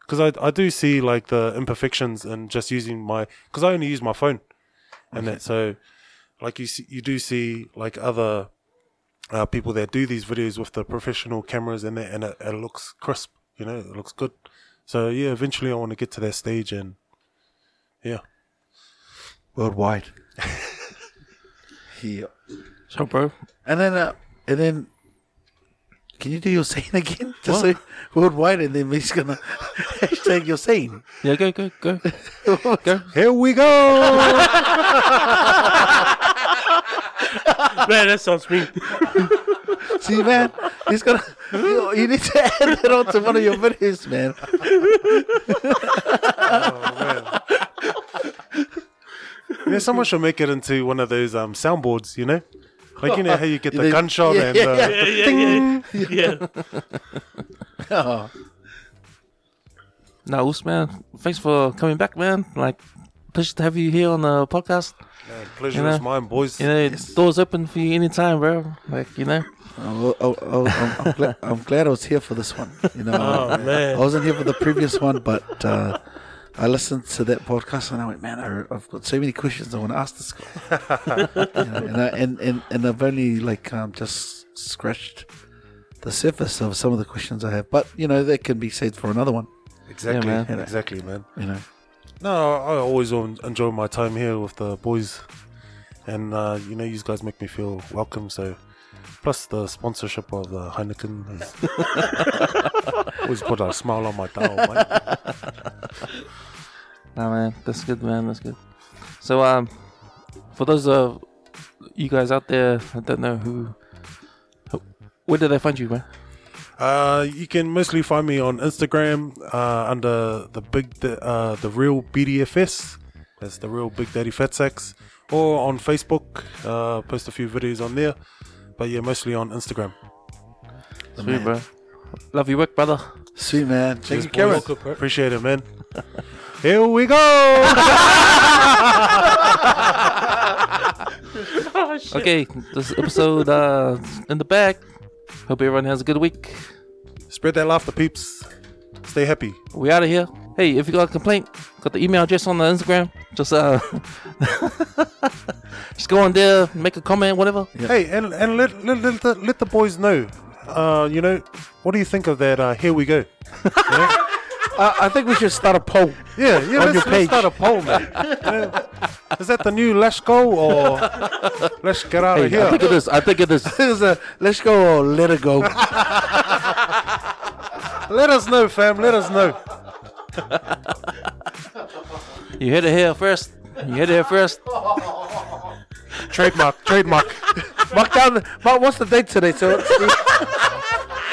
S4: because I I do see like the imperfections and just using my because I only use my phone, and that so like you see, you do see like other uh, people that do these videos with the professional cameras and that, and it, it looks crisp. You know, it looks good. So yeah, eventually I want to get to that stage and yeah, *laughs*
S1: Worldwide. yeah.
S2: so, Oh, bro.
S1: And then, uh, and then, can you do your scene again? *laughs* Just say worldwide, and then he's gonna *laughs* hashtag your scene.
S2: Yeah, go, go,
S4: *laughs*
S2: go.
S4: here we go.
S3: Man, that sounds mean.
S1: See, man, he's gonna. You, you need to *laughs* add that onto one of your videos, man.
S4: yeah, someone should make it into one of those um soundboards. You know, like you know how you
S2: *laughs*
S4: get the
S1: They-
S4: gunshot
S1: yeah,
S4: and
S1: yeah,
S4: uh,
S1: yeah.
S3: Yeah, yeah, yeah. *laughs* yeah.
S1: *laughs* Oh,
S2: Nah, Us, man. Thanks for coming back, man. Like, pleasure to have you here on the podcast.
S4: pleasure
S2: You know,
S4: is mine, boys.
S2: You know, doors open for you anytime, bro. Like, you know,
S1: oh, oh, oh, I'm, I'm, glad, *laughs* I'm glad I was here for this one. You know,
S3: Oh,
S1: I
S3: man.
S1: wasn't here for the previous one, but uh, I listened to that podcast and I went, man, I, I've got so many questions I want to ask this guy. you know, and, I, and and and I've only like um, just scratched the surface of some of the questions I have, but you know that can be saved for another one.
S4: exactly,
S2: Yeah, man.
S4: exactly, man.
S1: You know,
S4: No, I always en- enjoy my time here with the boys, and uh, you know, you guys make me feel welcome. So, plus the sponsorship of the Heineken has *laughs* always put a smile on my dial. mate.
S2: nah, man. That's good, man. That's good. So, um, for those of you guys out there, I don't know who, who- where did they find you, man?
S4: Uh, you can mostly find me on Instagram uh, under the big Da- uh, the real BDFS. That's the real Big Daddy Fat Sacks, or on Facebook. Uh, post a few videos on there, but yeah, mostly on Instagram.
S2: Sweet, bro. Love your work, brother.
S1: sweet man.
S4: Cheers,
S1: Thank you, Karen.
S4: boys. Appreciate it, man. *laughs* Here we go. *laughs*
S3: Oh,
S2: Okay, this episode uh in the back. Hope everyone has a good week.
S4: Spread that laughter, peeps. Stay happy.
S2: We out of here. Hey, if you got a complaint, got the email address on the Instagram. Just uh, *laughs* just go on there, make a comment, whatever.
S4: Hey, and, and let, let, let, the, let the boys know. Uh, you know, what do you think of that? Uh, here we go.
S1: I, I think we should start a poll.
S4: *laughs* Yeah, yeah.
S1: On
S4: let's,
S1: your page.
S4: let's start a poll, man. Yeah. Is that the new Let's Go *laughs* or Let's Get Out
S2: Hey,
S4: of Here? *laughs*
S2: I think it is. I think it is.
S1: There's a let's go or let it go.
S4: Let us know, fam. Let us know.
S2: You hit it here first. You hit it
S1: *laughs*
S2: here first.
S4: Trademark, trademark.
S1: Mark down. the- Mark, what's the date today? So it's-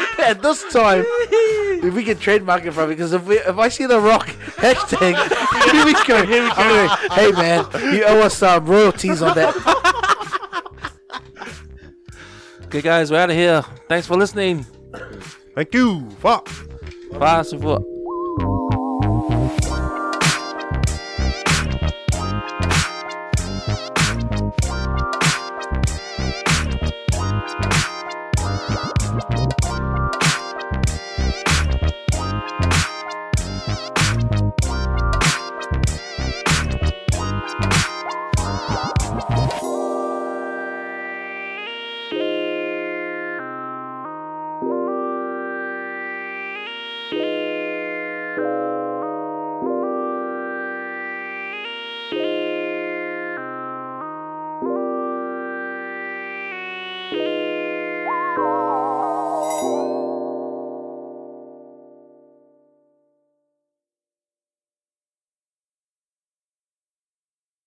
S1: *laughs* at this time, if we can trademark it from it, because if we, if I see the Rock hashtag, *laughs* here we go. I'm like, hey man, you owe us some royalties on that.
S2: *laughs* Okay, guys, we're out of here. Thanks for listening.
S4: Thank you. Fuck.
S2: Bye. support.